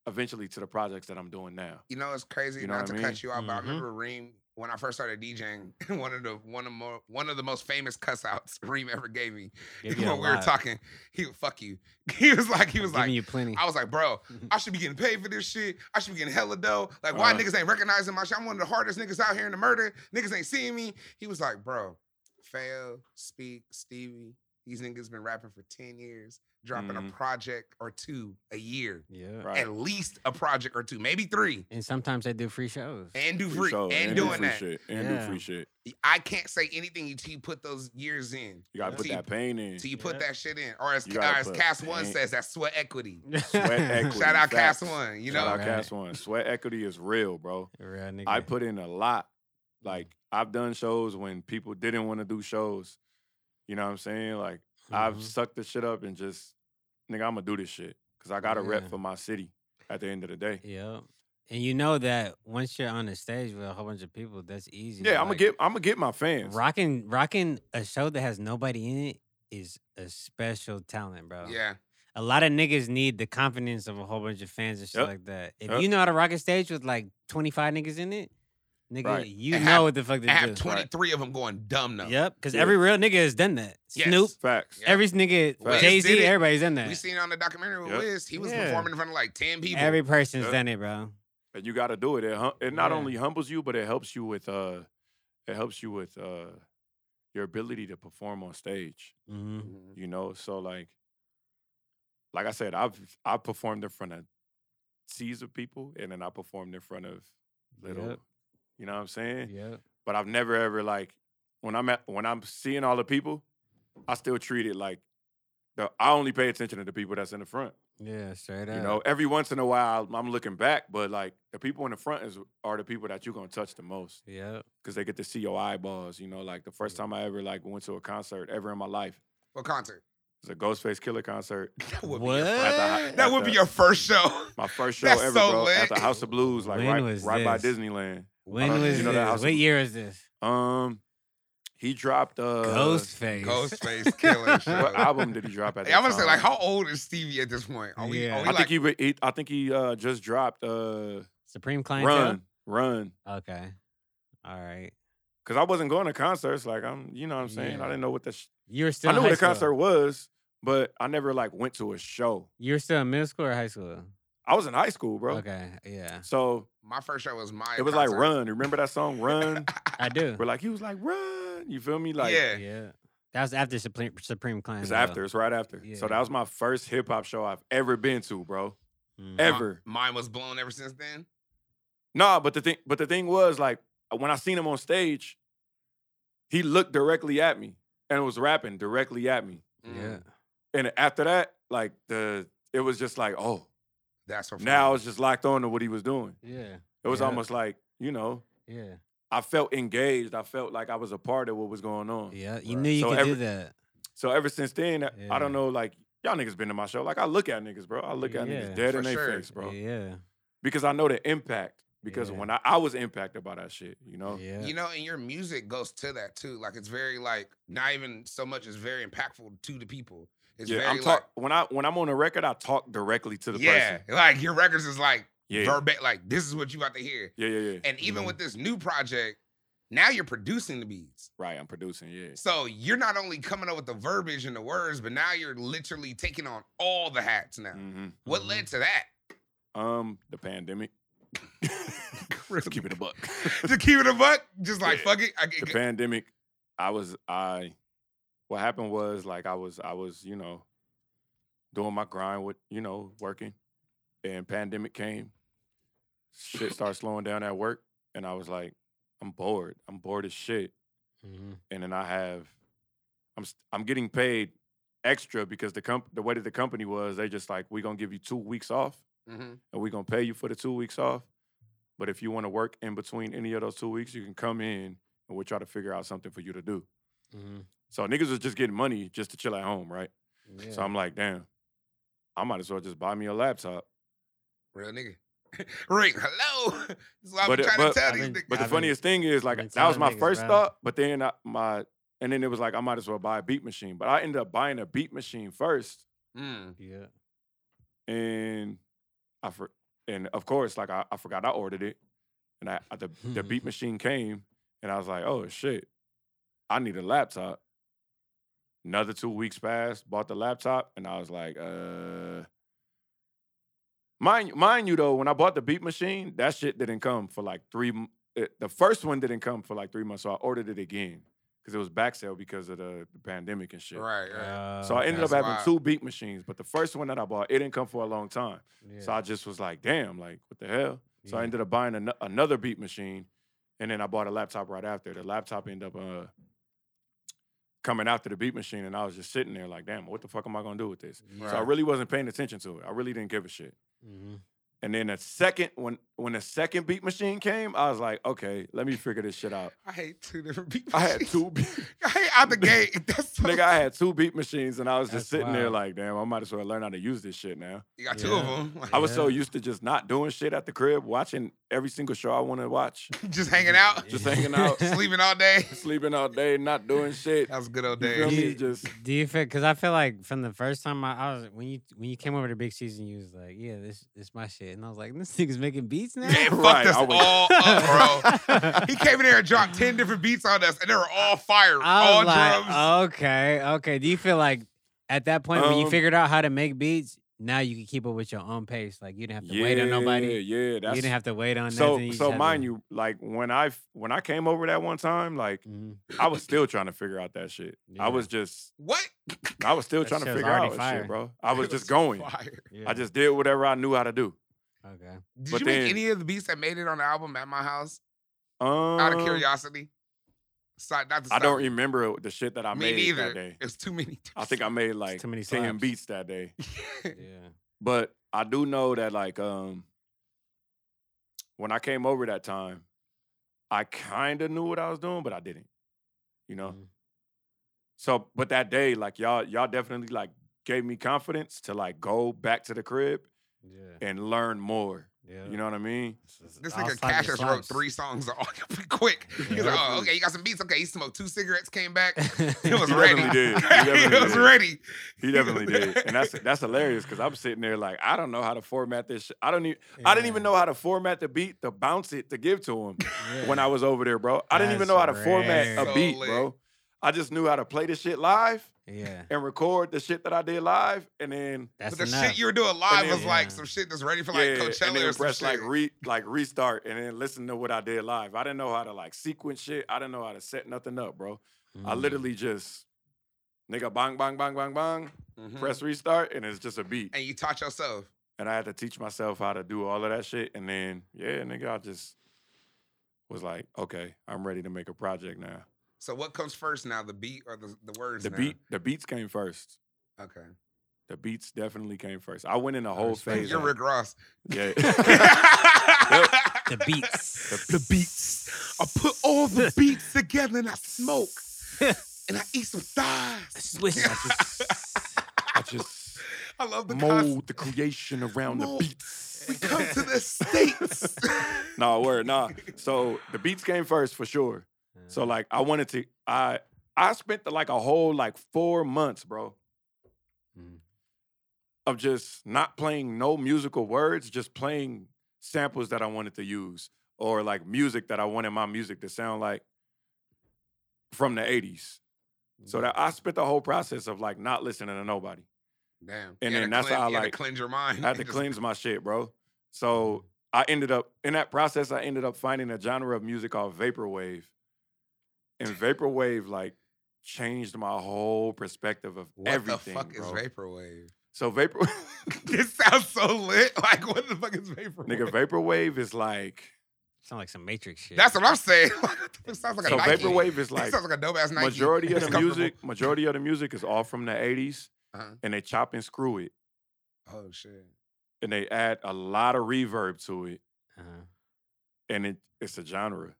Speaker 4: eventually to the projects that I'm doing now.
Speaker 2: You know, it's crazy
Speaker 4: You know
Speaker 2: not
Speaker 4: what
Speaker 2: to
Speaker 4: I mean?
Speaker 2: cut you out, but I
Speaker 3: Mhm.
Speaker 2: remember Reem when I first started DJing. One of the one of more one of the most famous cuss outs Reem ever gave me.
Speaker 3: Give you a
Speaker 2: when we were
Speaker 3: lot.
Speaker 2: talking, he would fuck you. He was like, he
Speaker 3: I'm
Speaker 2: was
Speaker 3: giving
Speaker 2: like,
Speaker 3: you plenty.
Speaker 2: I was like, bro, I should be getting paid for this shit. I should be getting hella dough. Like, why
Speaker 4: Uh-huh.
Speaker 2: niggas ain't recognizing my shit? I'm one of the hardest niggas out here in the murder. Niggas ain't seeing me. He was like, bro, Fail, Speak, Stevie, these niggas been rapping for 10 years, dropping a
Speaker 4: Mhm.
Speaker 2: project or two a year.
Speaker 3: yeah.
Speaker 4: Right.
Speaker 2: At least a project or two, maybe three.
Speaker 3: And sometimes they do free shows.
Speaker 2: And do
Speaker 4: Free
Speaker 2: free.
Speaker 4: show,
Speaker 2: and, doing
Speaker 4: free
Speaker 2: that.
Speaker 4: shit, and do
Speaker 3: Yeah.
Speaker 4: free shit.
Speaker 2: I can't say anything until you put those years in.
Speaker 4: You gotta
Speaker 3: Yeah.
Speaker 4: put
Speaker 2: Till you-
Speaker 4: that pain in.
Speaker 2: Till you put
Speaker 3: Yeah.
Speaker 2: that shit in. Or as,
Speaker 4: You
Speaker 2: or
Speaker 4: gotta
Speaker 2: as
Speaker 4: put
Speaker 2: Cast One
Speaker 4: pain-
Speaker 2: says, that's sweat equity.
Speaker 4: Sweat equity.
Speaker 2: Shout out
Speaker 4: facts.
Speaker 2: Cast One. You
Speaker 4: Shout
Speaker 2: know,
Speaker 4: out
Speaker 3: Right.
Speaker 4: Cast One. Sweat equity is real, bro.
Speaker 3: Real
Speaker 4: I
Speaker 3: nigga.
Speaker 4: put in a lot. Like I've done shows when people didn't want to do shows. You know what I'm saying? Like I've
Speaker 3: Mhm.
Speaker 4: sucked the shit up and just, nigga, I'm gonna do this shit because I gotta
Speaker 3: Yeah.
Speaker 4: rep for my city. At the end of the day,
Speaker 3: Yeah. And you know that once you're on the stage with a whole bunch of people, that's easy.
Speaker 4: yeah, I'm gonna
Speaker 3: like,
Speaker 4: get, I'm gonna get my fans.
Speaker 3: rocking rocking a show that has nobody in it is a special talent, bro.
Speaker 2: yeah.
Speaker 3: A lot of niggas need the confidence of a whole bunch of fans and shit
Speaker 4: Yep.
Speaker 3: like that. If
Speaker 4: Yep.
Speaker 3: you know how to rock a stage with like 25 niggas in it, nigga,
Speaker 4: Right.
Speaker 3: you
Speaker 2: And
Speaker 3: know
Speaker 2: have-
Speaker 3: what the fuck to
Speaker 2: I have
Speaker 3: do.
Speaker 2: 23 of them going dumb now.
Speaker 3: Yep, because
Speaker 4: Yeah.
Speaker 3: every real nigga has done that.
Speaker 2: Yes.
Speaker 3: Snoop,
Speaker 4: Facts.
Speaker 2: Yeah.
Speaker 3: every nigga,
Speaker 4: Wiz
Speaker 3: Jay
Speaker 2: did
Speaker 3: Z,
Speaker 2: it.
Speaker 3: everybody's done that.
Speaker 2: We seen it on the documentary with
Speaker 4: Yep.
Speaker 2: Wiz. He was
Speaker 3: Yeah.
Speaker 2: performing in front of like 10 people.
Speaker 3: Every person's
Speaker 4: Yeah.
Speaker 3: done it, bro.
Speaker 4: and you got to do it. It, hum- it not
Speaker 3: Yeah.
Speaker 4: only humbles you, but it helps you with uh, it helps you with uh, your ability to perform on stage.
Speaker 3: hmm
Speaker 2: Mhm.
Speaker 4: You know, so like, like I said, I've I performed in front of seas of people, and then I performed in front of little.
Speaker 3: Yep.
Speaker 4: You know what I'm saying?
Speaker 3: Yep.
Speaker 4: But I've never ever like when I'm at when I'm seeing all the people, I still treat it like. The, I only pay attention to the people that's in the front.
Speaker 3: Yeah, straight up.
Speaker 4: You know, every once in a while I'm looking back, but like the people in the front is are the people that you're gonna touch the most
Speaker 3: Yep.
Speaker 4: because they get to see your eyeballs. You know, like the first time I ever like went to a concert ever in my life
Speaker 2: What concert?
Speaker 4: it was a Ghostface Killer concert.
Speaker 2: That would,
Speaker 3: What?
Speaker 2: Be, your,
Speaker 4: at the hi-
Speaker 2: fir-
Speaker 4: at
Speaker 2: that would
Speaker 4: the-
Speaker 2: be your first show.
Speaker 4: my first show
Speaker 2: That's
Speaker 4: ever,
Speaker 2: so
Speaker 4: bro, at
Speaker 2: lit.
Speaker 4: the House of Blues, like
Speaker 3: When
Speaker 4: right,
Speaker 3: was
Speaker 4: right by
Speaker 3: this?
Speaker 4: Disneyland.
Speaker 3: When
Speaker 4: Uh,
Speaker 3: was
Speaker 4: you know that
Speaker 3: this?
Speaker 4: house-
Speaker 3: What year is this?
Speaker 4: Um, he dropped uh,
Speaker 3: Ghostface.
Speaker 2: Ghostface Killer show.
Speaker 4: What album did he drop at?
Speaker 2: Hey, I'm
Speaker 4: that
Speaker 2: gonna say
Speaker 4: time?
Speaker 2: like, how old is Stevie at this point? Are we,
Speaker 3: Yeah.
Speaker 2: are we
Speaker 4: I
Speaker 2: like,
Speaker 4: think he, re- he, I think he uh, just dropped uh,
Speaker 3: Supreme Clientele.
Speaker 4: Run, Run.
Speaker 3: Okay. All right.
Speaker 4: Cause I wasn't going to concerts, like I'm, you know what I'm saying.
Speaker 3: Yeah.
Speaker 4: I didn't know what the sh-
Speaker 3: You were still.
Speaker 4: I knew
Speaker 3: in
Speaker 4: what
Speaker 3: high
Speaker 4: a concert
Speaker 3: School.
Speaker 4: was, but I never like went to a show.
Speaker 3: You were still in middle school or high school?
Speaker 4: I was in high school, bro.
Speaker 3: Okay. Yeah,
Speaker 4: So
Speaker 2: my first show was my.
Speaker 4: it was like Run. Remember that song Run?
Speaker 3: I do.
Speaker 4: Where like he was like Run. You feel me? Like
Speaker 2: Yeah.
Speaker 3: yeah. That was after Supreme Supreme Clientele.
Speaker 4: it's after. It's right after. So
Speaker 3: uh, Yeah.
Speaker 4: that was my first hip hop show I've ever been to, bro.
Speaker 3: Mhm.
Speaker 4: Ever.
Speaker 2: Mine was blown ever since then.
Speaker 4: Nah, but the thing, but the thing was like when I seen him on stage, he looked directly at me and was rapping directly at me.
Speaker 3: Yeah.
Speaker 2: Mm,
Speaker 4: And after that, like the it was just like oh.
Speaker 2: That's what.
Speaker 4: now I was just locked on to what he was doing.
Speaker 3: Yeah.
Speaker 4: It was
Speaker 3: Yeah.
Speaker 4: almost like, you know,
Speaker 3: Yeah.
Speaker 4: I felt engaged. I felt like I was a part of what was going on.
Speaker 3: Yeah. You
Speaker 2: Right.
Speaker 3: knew you
Speaker 4: So
Speaker 3: could
Speaker 4: every-
Speaker 3: do that.
Speaker 4: So ever since then, I- I
Speaker 3: Yeah.
Speaker 4: don't know, like, y'all niggas been to my show. Like, I look at niggas, bro. I look at
Speaker 3: Yeah.
Speaker 4: niggas dead
Speaker 2: For
Speaker 4: in their
Speaker 2: sure.
Speaker 4: face, bro.
Speaker 3: Yeah.
Speaker 4: Because I know the impact. Because
Speaker 3: Yeah.
Speaker 4: when I, I was impacted by that shit, you know?
Speaker 3: Yeah.
Speaker 2: You know, and your music goes to that too. Like it's very like not even so much is very impactful to the people. It's
Speaker 4: Yeah,
Speaker 2: very
Speaker 4: I'm talk when I when I'm on a record, I talk directly to the
Speaker 2: like, yeah,
Speaker 4: person.
Speaker 2: like your records is like
Speaker 4: Yeah. Mm-hmm.
Speaker 2: verbat like this is what you about to hear.
Speaker 4: yeah, yeah, yeah.
Speaker 2: And even
Speaker 3: Mhm.
Speaker 2: with this new project, now you're producing the beats.
Speaker 4: Right, I'm producing, yeah.
Speaker 2: So you're not only coming up with the verbiage and the words, but now you're literally taking on all the hats now.
Speaker 4: hmm
Speaker 2: What
Speaker 3: Mhm.
Speaker 2: led to that?
Speaker 4: Um, the pandemic. Let's keep it a buck.
Speaker 2: to keep it a buck, just like
Speaker 4: Yeah.
Speaker 2: fuck it. I, get
Speaker 4: the pandemic, I was I what happened was like I was I was, you know, doing my grind with, you know, working. And pandemic came shit started slowing down at work, and I was like, I'm bored. I'm bored as shit.
Speaker 3: Mhm.
Speaker 4: and then I have, I'm s- I'm getting paid extra because the comp the way that the company was, they just like we gonna give you two weeks off
Speaker 2: Mhm.
Speaker 4: and we gonna pay you for the two weeks off, but if you want to work in between any of those two weeks, you can come in and we'll try to figure out something for you to do.
Speaker 3: Mhm.
Speaker 4: So niggas was just getting money just to chill at home, right? So
Speaker 3: Yeah.
Speaker 4: I'm like, damn, I might as well just buy me a laptop.
Speaker 2: Real nigga. Rick, hello. This is what I'm
Speaker 4: But it-
Speaker 2: trying to
Speaker 4: but-
Speaker 2: tell
Speaker 3: I
Speaker 2: these
Speaker 3: mean-
Speaker 2: niggas.
Speaker 4: But the
Speaker 3: I've been-
Speaker 4: funniest thing is, like,
Speaker 3: been
Speaker 4: that was my
Speaker 3: telling niggas,
Speaker 4: first
Speaker 3: bruh.
Speaker 4: thought. But then I, my, and then it was like, I might as well buy a beat machine. But I ended up buying a beat machine first,
Speaker 2: Mm.
Speaker 3: Yeah.
Speaker 4: and I for, and of course, like I, I forgot I ordered it, and I I- the the beat machine came, and I was like, oh shit, I need a laptop. Another two weeks passed, bought the laptop, and I was like, uh. Mind, mind you though, when I bought the beat machine, that shit didn't come for like three. m- It, the first one didn't come for like three months, so I ordered it again because it was back sale because of the, the pandemic and shit.
Speaker 2: Right, right.
Speaker 4: So
Speaker 3: Uh,
Speaker 4: I ended up
Speaker 2: That's
Speaker 4: having
Speaker 2: wild.
Speaker 4: two beat machines, but the first one that I bought, it didn't come for a long time.
Speaker 3: Yeah.
Speaker 4: So I just was like, damn, like, what the hell? So I
Speaker 3: Yeah.
Speaker 4: ended up buying an- another beat machine, and then I bought a laptop right after. The laptop ended up uh, coming after the beat machine, and I was just sitting there like, damn, what the fuck am I gonna do with this? So I
Speaker 2: Right.
Speaker 4: really wasn't paying attention to it. I really didn't give a shit.
Speaker 3: Mhm.
Speaker 4: And then the second when when the second beat machine came, I was like, okay, let me figure this shit out.
Speaker 2: I hate two different people.
Speaker 4: I had two. Beat-
Speaker 2: I hate out the gate. That's so,
Speaker 4: Nigga, I had two beat machines and I was just
Speaker 3: That's
Speaker 4: sitting there
Speaker 3: wild.
Speaker 4: like, damn, I might as well learn how to use this shit now.
Speaker 2: you got two of
Speaker 3: Yeah.
Speaker 2: them. Like,
Speaker 4: I was so
Speaker 3: Yeah.
Speaker 4: used to just not doing shit at the crib, watching every single show I want to watch,
Speaker 2: just hanging out,
Speaker 4: Just hanging out.
Speaker 2: sleeping all day.
Speaker 4: sleeping all day, not doing shit.
Speaker 2: That was a good old
Speaker 4: You feel
Speaker 2: day.
Speaker 4: me?
Speaker 3: You-
Speaker 4: Just
Speaker 3: Do you feel? Because I feel like from the first time I, I was when you when you came over to Big Season, you was like, "Yeah, this this my shit," and I was like, "This nigga's making beats now."
Speaker 2: Man, fucked
Speaker 4: Right,
Speaker 2: us
Speaker 4: I was-
Speaker 2: all up, uh, bro. he came in there and dropped 10 different beats on us, and they were all fire,
Speaker 3: I
Speaker 2: all
Speaker 3: was like, uh,
Speaker 2: drums.
Speaker 3: "Okay, okay." Do you feel like at that point when you
Speaker 4: Um,
Speaker 3: figured out how to make beats, now you can keep up with your own pace? Like you didn't have to wait on nobody.
Speaker 4: Yeah, that's
Speaker 3: you didn't have to wait on
Speaker 4: so.
Speaker 3: nothing.
Speaker 4: so mind you, like when I f- when I came over that one time, like
Speaker 3: hmm
Speaker 4: I was still trying to figure out that shit.
Speaker 3: Yeah.
Speaker 4: I was just
Speaker 2: what?
Speaker 4: I was still
Speaker 3: That
Speaker 4: trying to
Speaker 3: shit was
Speaker 4: figure out
Speaker 3: already
Speaker 4: shit,
Speaker 3: fire.
Speaker 4: bro. I was just going.
Speaker 2: Fire.
Speaker 3: yeah.
Speaker 4: I just did whatever I knew how to do.
Speaker 3: okay.
Speaker 2: Did
Speaker 4: But
Speaker 2: you
Speaker 4: then-
Speaker 2: make any of the beats that made it on the album at my house?
Speaker 4: Um,
Speaker 2: Out of curiosity? Sorry, not to
Speaker 4: I don't
Speaker 2: stop you.
Speaker 4: remember the shit that I
Speaker 2: Me
Speaker 4: made
Speaker 2: neither.
Speaker 4: that day.
Speaker 2: It's too many.
Speaker 4: I think I made like
Speaker 3: too many
Speaker 4: 10
Speaker 3: slaps.
Speaker 4: beats that day.
Speaker 3: Yeah.
Speaker 4: But I do know that like um when I came over that time, I kind of knew what I was doing, but I didn't. You know.
Speaker 3: Mhm.
Speaker 4: So, but that day, like y'all, y'all definitely like gave me confidence to like go back to the crib
Speaker 3: Yeah.
Speaker 4: and learn more.
Speaker 3: Yeah.
Speaker 4: You know what I mean?
Speaker 2: This
Speaker 3: I'll
Speaker 2: nigga
Speaker 3: slap your
Speaker 2: Cash has wrote
Speaker 3: slaps.
Speaker 2: three songs all pretty quick. He's like, oh, okay, you got some beats. Okay, he smoked two cigarettes, came back. He was
Speaker 4: He
Speaker 2: ready.
Speaker 4: definitely did. He
Speaker 2: He,
Speaker 4: definitely
Speaker 2: was
Speaker 4: did.
Speaker 2: ready.
Speaker 4: He definitely did, and that's that's hilarious because I'm sitting there like I don't know how to format this. Shit. I don't even I didn't even know how to format the beat to bounce it to give to him. when I was over there, bro. I didn't even
Speaker 3: That's
Speaker 4: know how to format
Speaker 3: rare.
Speaker 4: a
Speaker 2: So
Speaker 4: beat,
Speaker 2: lit.
Speaker 4: bro. I just knew how to play this shit live
Speaker 3: Yeah.
Speaker 4: and record the shit that I did live, and then
Speaker 3: That's
Speaker 2: but the
Speaker 3: enough.
Speaker 2: shit you were doing live
Speaker 4: then-
Speaker 2: was like
Speaker 3: Yeah.
Speaker 2: some shit that's ready for like
Speaker 4: yeah, and
Speaker 2: Coachella
Speaker 4: then
Speaker 2: or some
Speaker 4: press
Speaker 2: shit.
Speaker 4: like re like restart, and then listen to what I did live. I didn't know how to like sequence shit. I didn't know how to set nothing up, bro. I
Speaker 3: Mm.
Speaker 4: literally just nigga bang bang bang bang bang,
Speaker 2: Mhm.
Speaker 4: press restart, and it's just a beat.
Speaker 2: and you taught yourself.
Speaker 4: And I had to teach myself how to do all of that shit, and then yeah, nigga, I just was like, okay, I'm ready to make a project now.
Speaker 2: So what comes first now, the beat or the, the words?
Speaker 4: The
Speaker 2: now?
Speaker 4: beat, the beats came first.
Speaker 2: Okay.
Speaker 4: The beats definitely came first. I went in a whole
Speaker 3: respect
Speaker 4: phase.
Speaker 2: You're
Speaker 4: of-
Speaker 2: Rick Ross.
Speaker 4: yeah.
Speaker 3: the
Speaker 2: the
Speaker 3: beats.
Speaker 2: The beats. I put all the beats together and I smoke and I eat some thighs.
Speaker 3: Swiss. uh,
Speaker 4: I just
Speaker 2: I love the concept.
Speaker 4: mold the creation around
Speaker 2: Mold.
Speaker 4: the beats.
Speaker 2: We come to the states.
Speaker 4: nah, word, nah. So the beats came first for sure. So like I wanted to, I I spent like a whole like four months, bro,
Speaker 3: Mm.
Speaker 4: of just not playing no musical words, just playing samples that I wanted to use or like music that I wanted my music to sound like from the '80s. So that I spent the whole process of like not listening to nobody.
Speaker 2: Damn.
Speaker 4: And
Speaker 2: You had
Speaker 4: then
Speaker 2: to
Speaker 4: that's
Speaker 2: clean-
Speaker 4: how I
Speaker 2: you had to
Speaker 4: like-
Speaker 2: cleanse your mind.
Speaker 4: I had to
Speaker 2: Just-
Speaker 4: cleanse my shit, bro. So I ended up in that process. I ended up finding a genre of music called vaporwave, and vaporwave like changed my whole perspective of
Speaker 2: What
Speaker 4: everything.
Speaker 2: the fuck
Speaker 4: bro.
Speaker 2: is vaporwave?
Speaker 4: So vapor,
Speaker 2: This sounds so lit. Like, what the fuck is vapor?
Speaker 4: nigga, vaporwave is like
Speaker 3: Sound like some Matrix shit.
Speaker 2: That's what I'm saying. Like, what the fuck? sounds like a
Speaker 4: so
Speaker 2: Nike.
Speaker 4: vaporwave is like
Speaker 2: it sounds like a dope ass Nike.
Speaker 4: majority
Speaker 2: It's
Speaker 4: of the
Speaker 2: comfortable.
Speaker 4: music. Majority of the music is all from the '80s,
Speaker 2: Uh-huh.
Speaker 4: and they chop and screw it,
Speaker 2: Oh shit.
Speaker 4: and they add a lot of reverb to it,
Speaker 3: Uh-huh.
Speaker 4: and it, it's a genre.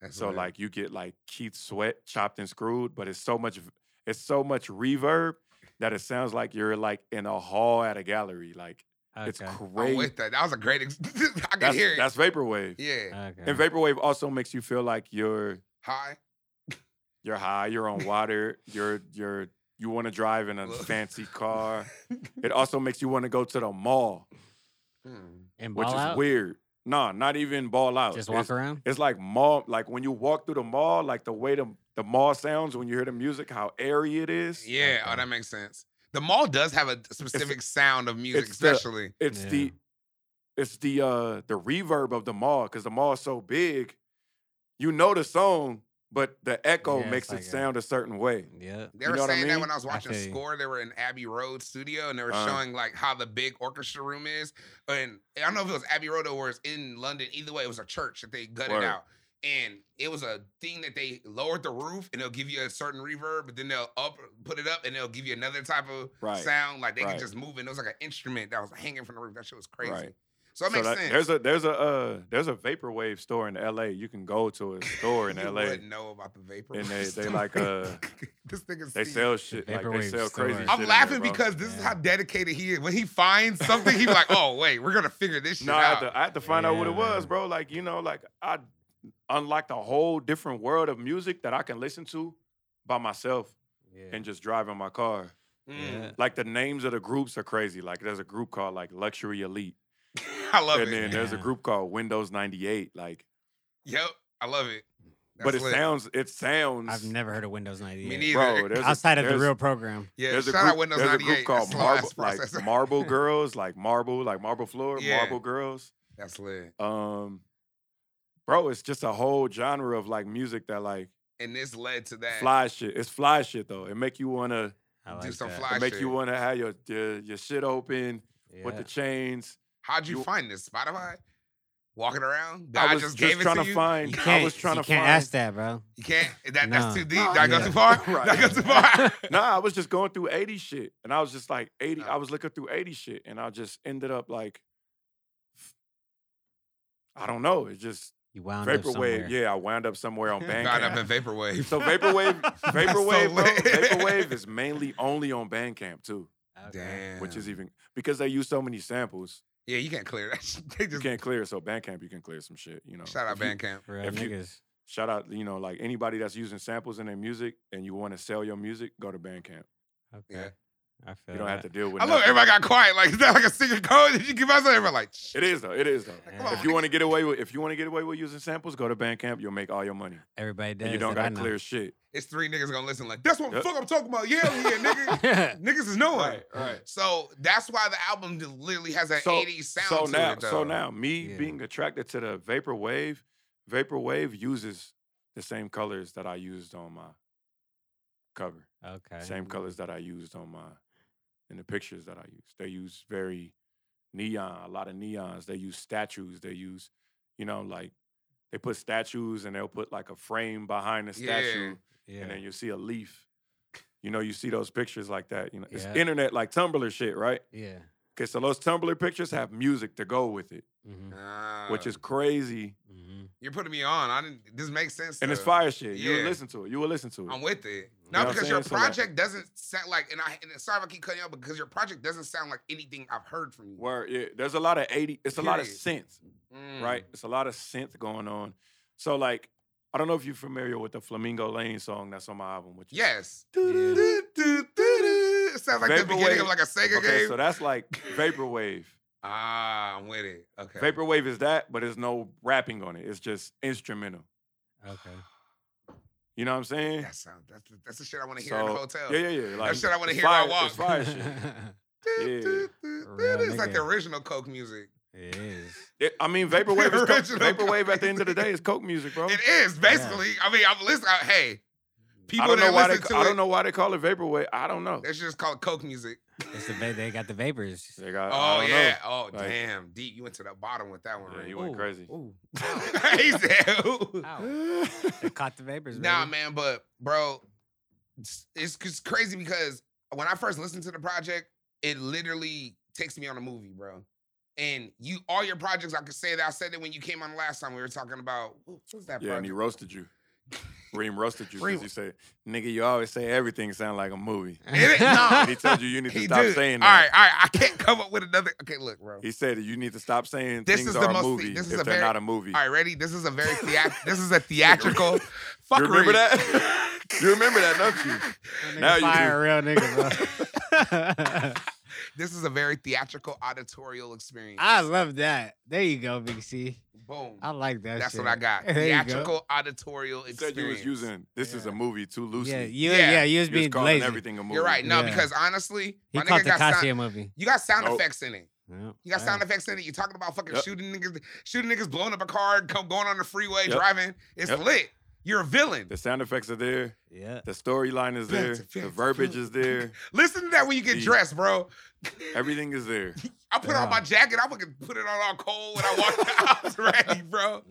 Speaker 2: That's
Speaker 4: so
Speaker 2: lit.
Speaker 4: like you get like Keith Sweat chopped and screwed, but it's so much v- it's so much reverb that it sounds like you're like in a hall at a gallery. Like it's
Speaker 3: Okay.
Speaker 2: I'm
Speaker 4: crazy.
Speaker 2: with that. That was a great. Ex- I Oh, can
Speaker 4: That's,
Speaker 2: hear it.
Speaker 4: that's vaporwave,
Speaker 2: yeah.
Speaker 3: okay.
Speaker 4: and vaporwave also makes you feel like you're
Speaker 2: Hi.
Speaker 4: you're high, you're on water, you're you're you want to drive in a
Speaker 2: Look.
Speaker 4: fancy car. It also makes you want to go to the mall,
Speaker 2: Hmm.
Speaker 3: and
Speaker 4: which
Speaker 3: ball
Speaker 4: is
Speaker 3: out?
Speaker 4: weird. Nah, not even ball out.
Speaker 3: Just
Speaker 4: It's-
Speaker 3: walk around.
Speaker 4: It's like mall, like when you walk through the mall, like the way the, the mall sounds when you hear the music, how airy it is.
Speaker 2: Yeah. Oh,
Speaker 3: Okay.
Speaker 2: that makes sense. The mall does have a specific sound of music,
Speaker 4: it's the-
Speaker 2: especially.
Speaker 4: It's
Speaker 3: Yeah.
Speaker 4: the it's the uh the reverb of the mall because the mall is so big, you know the song, but the echo
Speaker 3: Yeah, it's
Speaker 4: makes
Speaker 3: like
Speaker 4: it
Speaker 3: a-
Speaker 4: sound a certain way.
Speaker 3: Yeah.
Speaker 2: They
Speaker 4: You
Speaker 2: were
Speaker 4: know what I
Speaker 2: saying that when
Speaker 4: mean?
Speaker 2: I was
Speaker 3: I
Speaker 2: watching
Speaker 3: feel you.
Speaker 2: Score. They were in Abbey Road studio and they were
Speaker 4: Uh.
Speaker 2: showing like how the big orchestra room is. And I don't know if it was Abbey Road or it's in London. Either way, it was a church that they gutted
Speaker 4: Word.
Speaker 2: out. And it was a thing that they lowered the roof and they'll give you a certain reverb, but then they'll up put it up and they'll give you another type of
Speaker 4: Right.
Speaker 2: sound. Like they
Speaker 4: Right.
Speaker 2: could just move it. It was like an instrument that was hanging from the roof. That shit was crazy.
Speaker 4: Right.
Speaker 2: So it
Speaker 4: So
Speaker 2: makes
Speaker 4: that-
Speaker 2: sense.
Speaker 4: There's a there's a uh there's a vaporwave store in LA. You can go to a store in
Speaker 2: You
Speaker 4: LA.
Speaker 2: wouldn't know about the vapor.
Speaker 4: And they-
Speaker 2: room
Speaker 4: they like,
Speaker 2: stuff.
Speaker 4: uh,
Speaker 2: this nigga.
Speaker 4: They sell shit like they
Speaker 3: Vaporwave
Speaker 4: sell crazy.
Speaker 3: store.
Speaker 4: shit
Speaker 3: I'm
Speaker 4: in
Speaker 2: I'm
Speaker 4: there,
Speaker 2: laughing
Speaker 4: bro.
Speaker 2: because this is
Speaker 3: Yeah.
Speaker 2: how dedicated he is. When he finds something, he's like, "Oh wait, we're gonna figure this shit
Speaker 4: No, I had
Speaker 2: out."
Speaker 4: to, I had to find out what it
Speaker 3: Yeah,
Speaker 4: was,
Speaker 3: man.
Speaker 4: bro. Like, you know, like I unlocked a whole different world of music that I can listen to by myself
Speaker 3: Yeah.
Speaker 4: and just drive in my car.
Speaker 2: Mm.
Speaker 3: yeah.
Speaker 4: Like the names of the groups are crazy. Like there's a group called like Luxury Elite.
Speaker 2: I love
Speaker 4: and
Speaker 2: it.
Speaker 4: then there's a
Speaker 3: Yeah.
Speaker 4: group called Windows 98. Like,
Speaker 2: Yep, I love it.
Speaker 4: but it
Speaker 2: That's lit.
Speaker 4: sounds, it sounds
Speaker 3: I've never heard of Windows 98.
Speaker 2: Me neither.
Speaker 4: bro, there's a-
Speaker 3: Outside of the
Speaker 4: Mm. there's-
Speaker 3: real program.
Speaker 2: Yeah,
Speaker 4: There's a
Speaker 2: shout
Speaker 4: group,
Speaker 2: out Windows
Speaker 4: there's a
Speaker 2: 98.
Speaker 4: group called
Speaker 2: That's slow ass
Speaker 4: Marble, like
Speaker 2: processor.
Speaker 4: Marble Girls, like Marble, like Marble Floor,
Speaker 2: Yeah.
Speaker 4: Marble Girls.
Speaker 2: That's lit.
Speaker 4: Um, bro, it's just a whole genre of like music that like
Speaker 2: And this led to that.
Speaker 4: fly shit. It's fly shit though. It make you wanna
Speaker 3: I
Speaker 2: Do
Speaker 3: like
Speaker 2: some
Speaker 3: that.
Speaker 2: fly-
Speaker 4: it make you
Speaker 2: shit.
Speaker 4: wanna have your your, your shit open with the
Speaker 3: Yeah.
Speaker 4: chains.
Speaker 2: How'd you,
Speaker 4: you-
Speaker 2: find this? Spotify? Walking around? God
Speaker 4: I was
Speaker 2: just
Speaker 4: just,
Speaker 2: gave it
Speaker 4: trying
Speaker 2: to,
Speaker 4: to
Speaker 2: you.
Speaker 3: You
Speaker 4: find. I
Speaker 3: can't,
Speaker 4: was trying
Speaker 3: you
Speaker 4: to
Speaker 3: can't
Speaker 4: find.
Speaker 3: ask that, bro.
Speaker 2: You can't. That,
Speaker 3: Nah.
Speaker 2: That's too deep.
Speaker 4: Nah,
Speaker 2: Did I go
Speaker 3: yeah.
Speaker 2: too far?
Speaker 4: Right.
Speaker 2: Did I go too far?
Speaker 4: Nah, I was just going through 80 shit. And I was just like 80, I
Speaker 2: Oh.
Speaker 4: was looking through 80 shit and I just ended up like I don't know. It's just
Speaker 3: You wound up somewhere.
Speaker 4: vaporwave. Yeah, I wound up somewhere on Bandcamp.
Speaker 2: God, I'm in vaporwave.
Speaker 4: So vaporwave,
Speaker 2: That's so
Speaker 4: vaporwave, bro,
Speaker 2: lit.
Speaker 4: vaporwave is mainly only on Bandcamp too,
Speaker 3: Okay.
Speaker 2: Damn.
Speaker 4: which is even because they use so many samples,
Speaker 2: yeah, you can't clear that. shit. They
Speaker 4: you
Speaker 2: just
Speaker 4: can't clear. So Bandcamp, you can clear some shit. You know,
Speaker 2: shout out
Speaker 4: If you-
Speaker 2: Bandcamp.
Speaker 3: For real
Speaker 4: If you-
Speaker 3: niggas.
Speaker 4: Shout out, you know, like anybody that's using samples in their music and you want to sell your music, go to Bandcamp.
Speaker 3: Okay.
Speaker 2: Yeah.
Speaker 3: I feel
Speaker 4: You don't have to
Speaker 3: that.
Speaker 4: deal with.
Speaker 2: I love
Speaker 4: nothing.
Speaker 2: everybody got quiet. Like, is that like a secret code that you give out? Everybody like, "Shh."
Speaker 4: It is though. It is though.
Speaker 2: Come on.
Speaker 4: If you want to get away with, if you want to get away with using samples, go to Bandcamp. You'll make all your money,
Speaker 3: Everybody does.
Speaker 4: and you don't
Speaker 3: that I
Speaker 4: got to
Speaker 3: know.
Speaker 4: clear shit.
Speaker 2: it's three niggas gonna listen. Like, that's what the
Speaker 4: Yep.
Speaker 2: fuck I'm talking about. Yeah, yeah, nigga. niggas is knowing.
Speaker 4: right.
Speaker 2: So that's why the album just literally has that
Speaker 4: So-
Speaker 2: 80s sound.
Speaker 4: so
Speaker 2: to
Speaker 4: now,
Speaker 2: it, though.
Speaker 4: so now, me
Speaker 3: Yeah.
Speaker 4: being attracted to the vapor wave, vapor wave uses the same colors that I used on my cover,
Speaker 3: Okay.
Speaker 4: same colors that I used on my in the pictures that I use. They use very neon, a lot of neons. They use statues. They use, you know, like they put statues and they'll put like a frame behind the
Speaker 2: Yeah.
Speaker 4: statue,
Speaker 3: Yeah.
Speaker 4: and then you see a leaf. You know, you see those pictures like that. You know, it's
Speaker 3: Yeah.
Speaker 4: internet like Tumblr shit, right?
Speaker 3: yeah.
Speaker 4: Okay, so those Tumblr pictures have music to go with it
Speaker 3: Mm-hmm.
Speaker 2: Ah,
Speaker 4: which is crazy.
Speaker 3: Mm-hmm.
Speaker 2: you're putting me on. I didn't. This makes sense.
Speaker 4: And it's
Speaker 2: though.
Speaker 4: fire shit. You
Speaker 2: Yeah.
Speaker 4: will listen to it. You will listen to it.
Speaker 2: I'm with it.
Speaker 3: You
Speaker 2: No,
Speaker 4: know what I'm
Speaker 2: because your
Speaker 4: saying? So, like-
Speaker 2: project doesn't sound like. And I. And sorry if I keep cutting you out, because your project doesn't sound like anything I've heard from you.
Speaker 4: Where yeah, there's a lot of 80, it's a lot of
Speaker 2: Period.
Speaker 4: synth,
Speaker 2: Mm.
Speaker 4: right? It's a lot of synth going on. So like, I don't know if you're familiar with the Flamingo Lane song that's on my album, which is-
Speaker 2: Yes.
Speaker 3: Yeah.
Speaker 2: Do, do, do, do. It sounds like the beginning of
Speaker 4: Vaporwave.
Speaker 2: like a Sega
Speaker 4: Okay,
Speaker 2: game.
Speaker 4: so that's like vaporwave.
Speaker 2: ah, I'm with it. Okay.
Speaker 4: Vaporwave is that, but there's no rapping on it. It's just instrumental.
Speaker 3: Okay.
Speaker 4: You know what I'm saying?
Speaker 2: That sound. That's that's the shit I want to hear in the
Speaker 4: So,
Speaker 2: hotel.
Speaker 4: Yeah, yeah, yeah. Like,
Speaker 2: shit I wanna
Speaker 4: it's
Speaker 2: hear while I
Speaker 4: fire-
Speaker 2: walk.
Speaker 4: It's fire shit. Yeah.
Speaker 3: Real
Speaker 2: It's like the
Speaker 3: nigga.
Speaker 2: original Coke music.
Speaker 3: It is.
Speaker 4: It- I mean, vaporwave is
Speaker 2: Original
Speaker 4: coke, vaporwave. At the end of the day, is coke music, bro.
Speaker 2: It is basically. I mean, I'm listening. I- Hey, People
Speaker 4: I don't
Speaker 2: that
Speaker 4: know why they.
Speaker 2: listen to
Speaker 4: ca- I
Speaker 2: it-
Speaker 4: don't know why they call it vaporwave. I don't know.
Speaker 2: That's just called Coke music.
Speaker 3: It's the va- they got the vapors.
Speaker 4: They got- I
Speaker 2: Oh
Speaker 4: don't
Speaker 2: yeah.
Speaker 4: know.
Speaker 2: Oh
Speaker 4: Like-
Speaker 2: damn. Deep. You went to the bottom with that one,
Speaker 4: Yeah,
Speaker 2: right?
Speaker 4: you went
Speaker 3: Ooh,
Speaker 4: crazy.
Speaker 3: Ooh,
Speaker 2: he said, "Ooh."
Speaker 3: ow. they caught the vapors.
Speaker 2: Nah,
Speaker 3: baby.
Speaker 2: man, but bro, it's, it's it's crazy because when I first listened to the project, it literally takes me on a movie, bro. And you, all your projects, I could say that I said that when you came on last time. We were talking about what was that
Speaker 4: Yeah, and he
Speaker 2: project?
Speaker 4: roasted you. Reem roasted you
Speaker 2: Reem-
Speaker 4: because you said, "Nigga, you always say everything sound like a movie."
Speaker 2: It- nah.
Speaker 4: And he told you you need to
Speaker 2: He
Speaker 4: stop
Speaker 2: did.
Speaker 4: saying
Speaker 2: All
Speaker 4: that.
Speaker 2: right, all right. I can't come up with another. Okay, look, bro.
Speaker 4: He said you need to stop saying
Speaker 2: This
Speaker 4: things
Speaker 2: is the
Speaker 4: are a
Speaker 2: most-
Speaker 4: movie
Speaker 2: this is
Speaker 4: if
Speaker 2: a
Speaker 4: they're
Speaker 2: very-
Speaker 4: not a movie.
Speaker 2: All right, ready? This is a very theat- This is a theatrical. fuckery.
Speaker 4: You remember that? you remember that, don't you?
Speaker 3: That nigga
Speaker 4: now you
Speaker 3: fire a real nigga, bro.
Speaker 2: This is a very theatrical auditorial experience.
Speaker 3: I love that. There you go, Big C.
Speaker 2: Boom.
Speaker 3: Ah, I like that.
Speaker 2: That's
Speaker 3: shit.
Speaker 2: what I got.
Speaker 3: There you go.
Speaker 2: Theatrical auditorial
Speaker 4: He
Speaker 2: experience.
Speaker 4: said you was using this is
Speaker 3: Yeah.
Speaker 4: a movie too loosely.
Speaker 3: Yeah,
Speaker 4: Yeah,
Speaker 3: you,
Speaker 2: Yeah.
Speaker 3: yeah, you was
Speaker 4: you was
Speaker 3: being
Speaker 4: calling
Speaker 3: lazy.
Speaker 4: everything a movie.
Speaker 2: You're right. No,
Speaker 3: Yeah.
Speaker 2: because honestly,
Speaker 3: He
Speaker 2: my
Speaker 3: caught
Speaker 2: nigga
Speaker 3: the
Speaker 2: got sound.
Speaker 3: Cassia movie.
Speaker 2: You got sound
Speaker 4: Nope.
Speaker 2: effects in it.
Speaker 3: Yep.
Speaker 2: You got sound
Speaker 3: Hey.
Speaker 2: effects in it. You talking about fucking
Speaker 4: Yep.
Speaker 2: shooting niggas, shooting niggas, blowing up a car, come going on the freeway,
Speaker 4: Yep.
Speaker 2: driving. It's
Speaker 4: Yep.
Speaker 2: lit. You're a villain.
Speaker 4: The sound effects are there.
Speaker 3: Yeah.
Speaker 4: The storyline is there.
Speaker 2: Fancy, fancy,
Speaker 4: The verbiage is there.
Speaker 2: Listen to that when you get
Speaker 4: Yeah.
Speaker 2: dressed, bro.
Speaker 4: Everything is there.
Speaker 2: I put on
Speaker 3: Yeah.
Speaker 2: my jacket. I fucking put it on all cold when I walk in the house, ready, bro.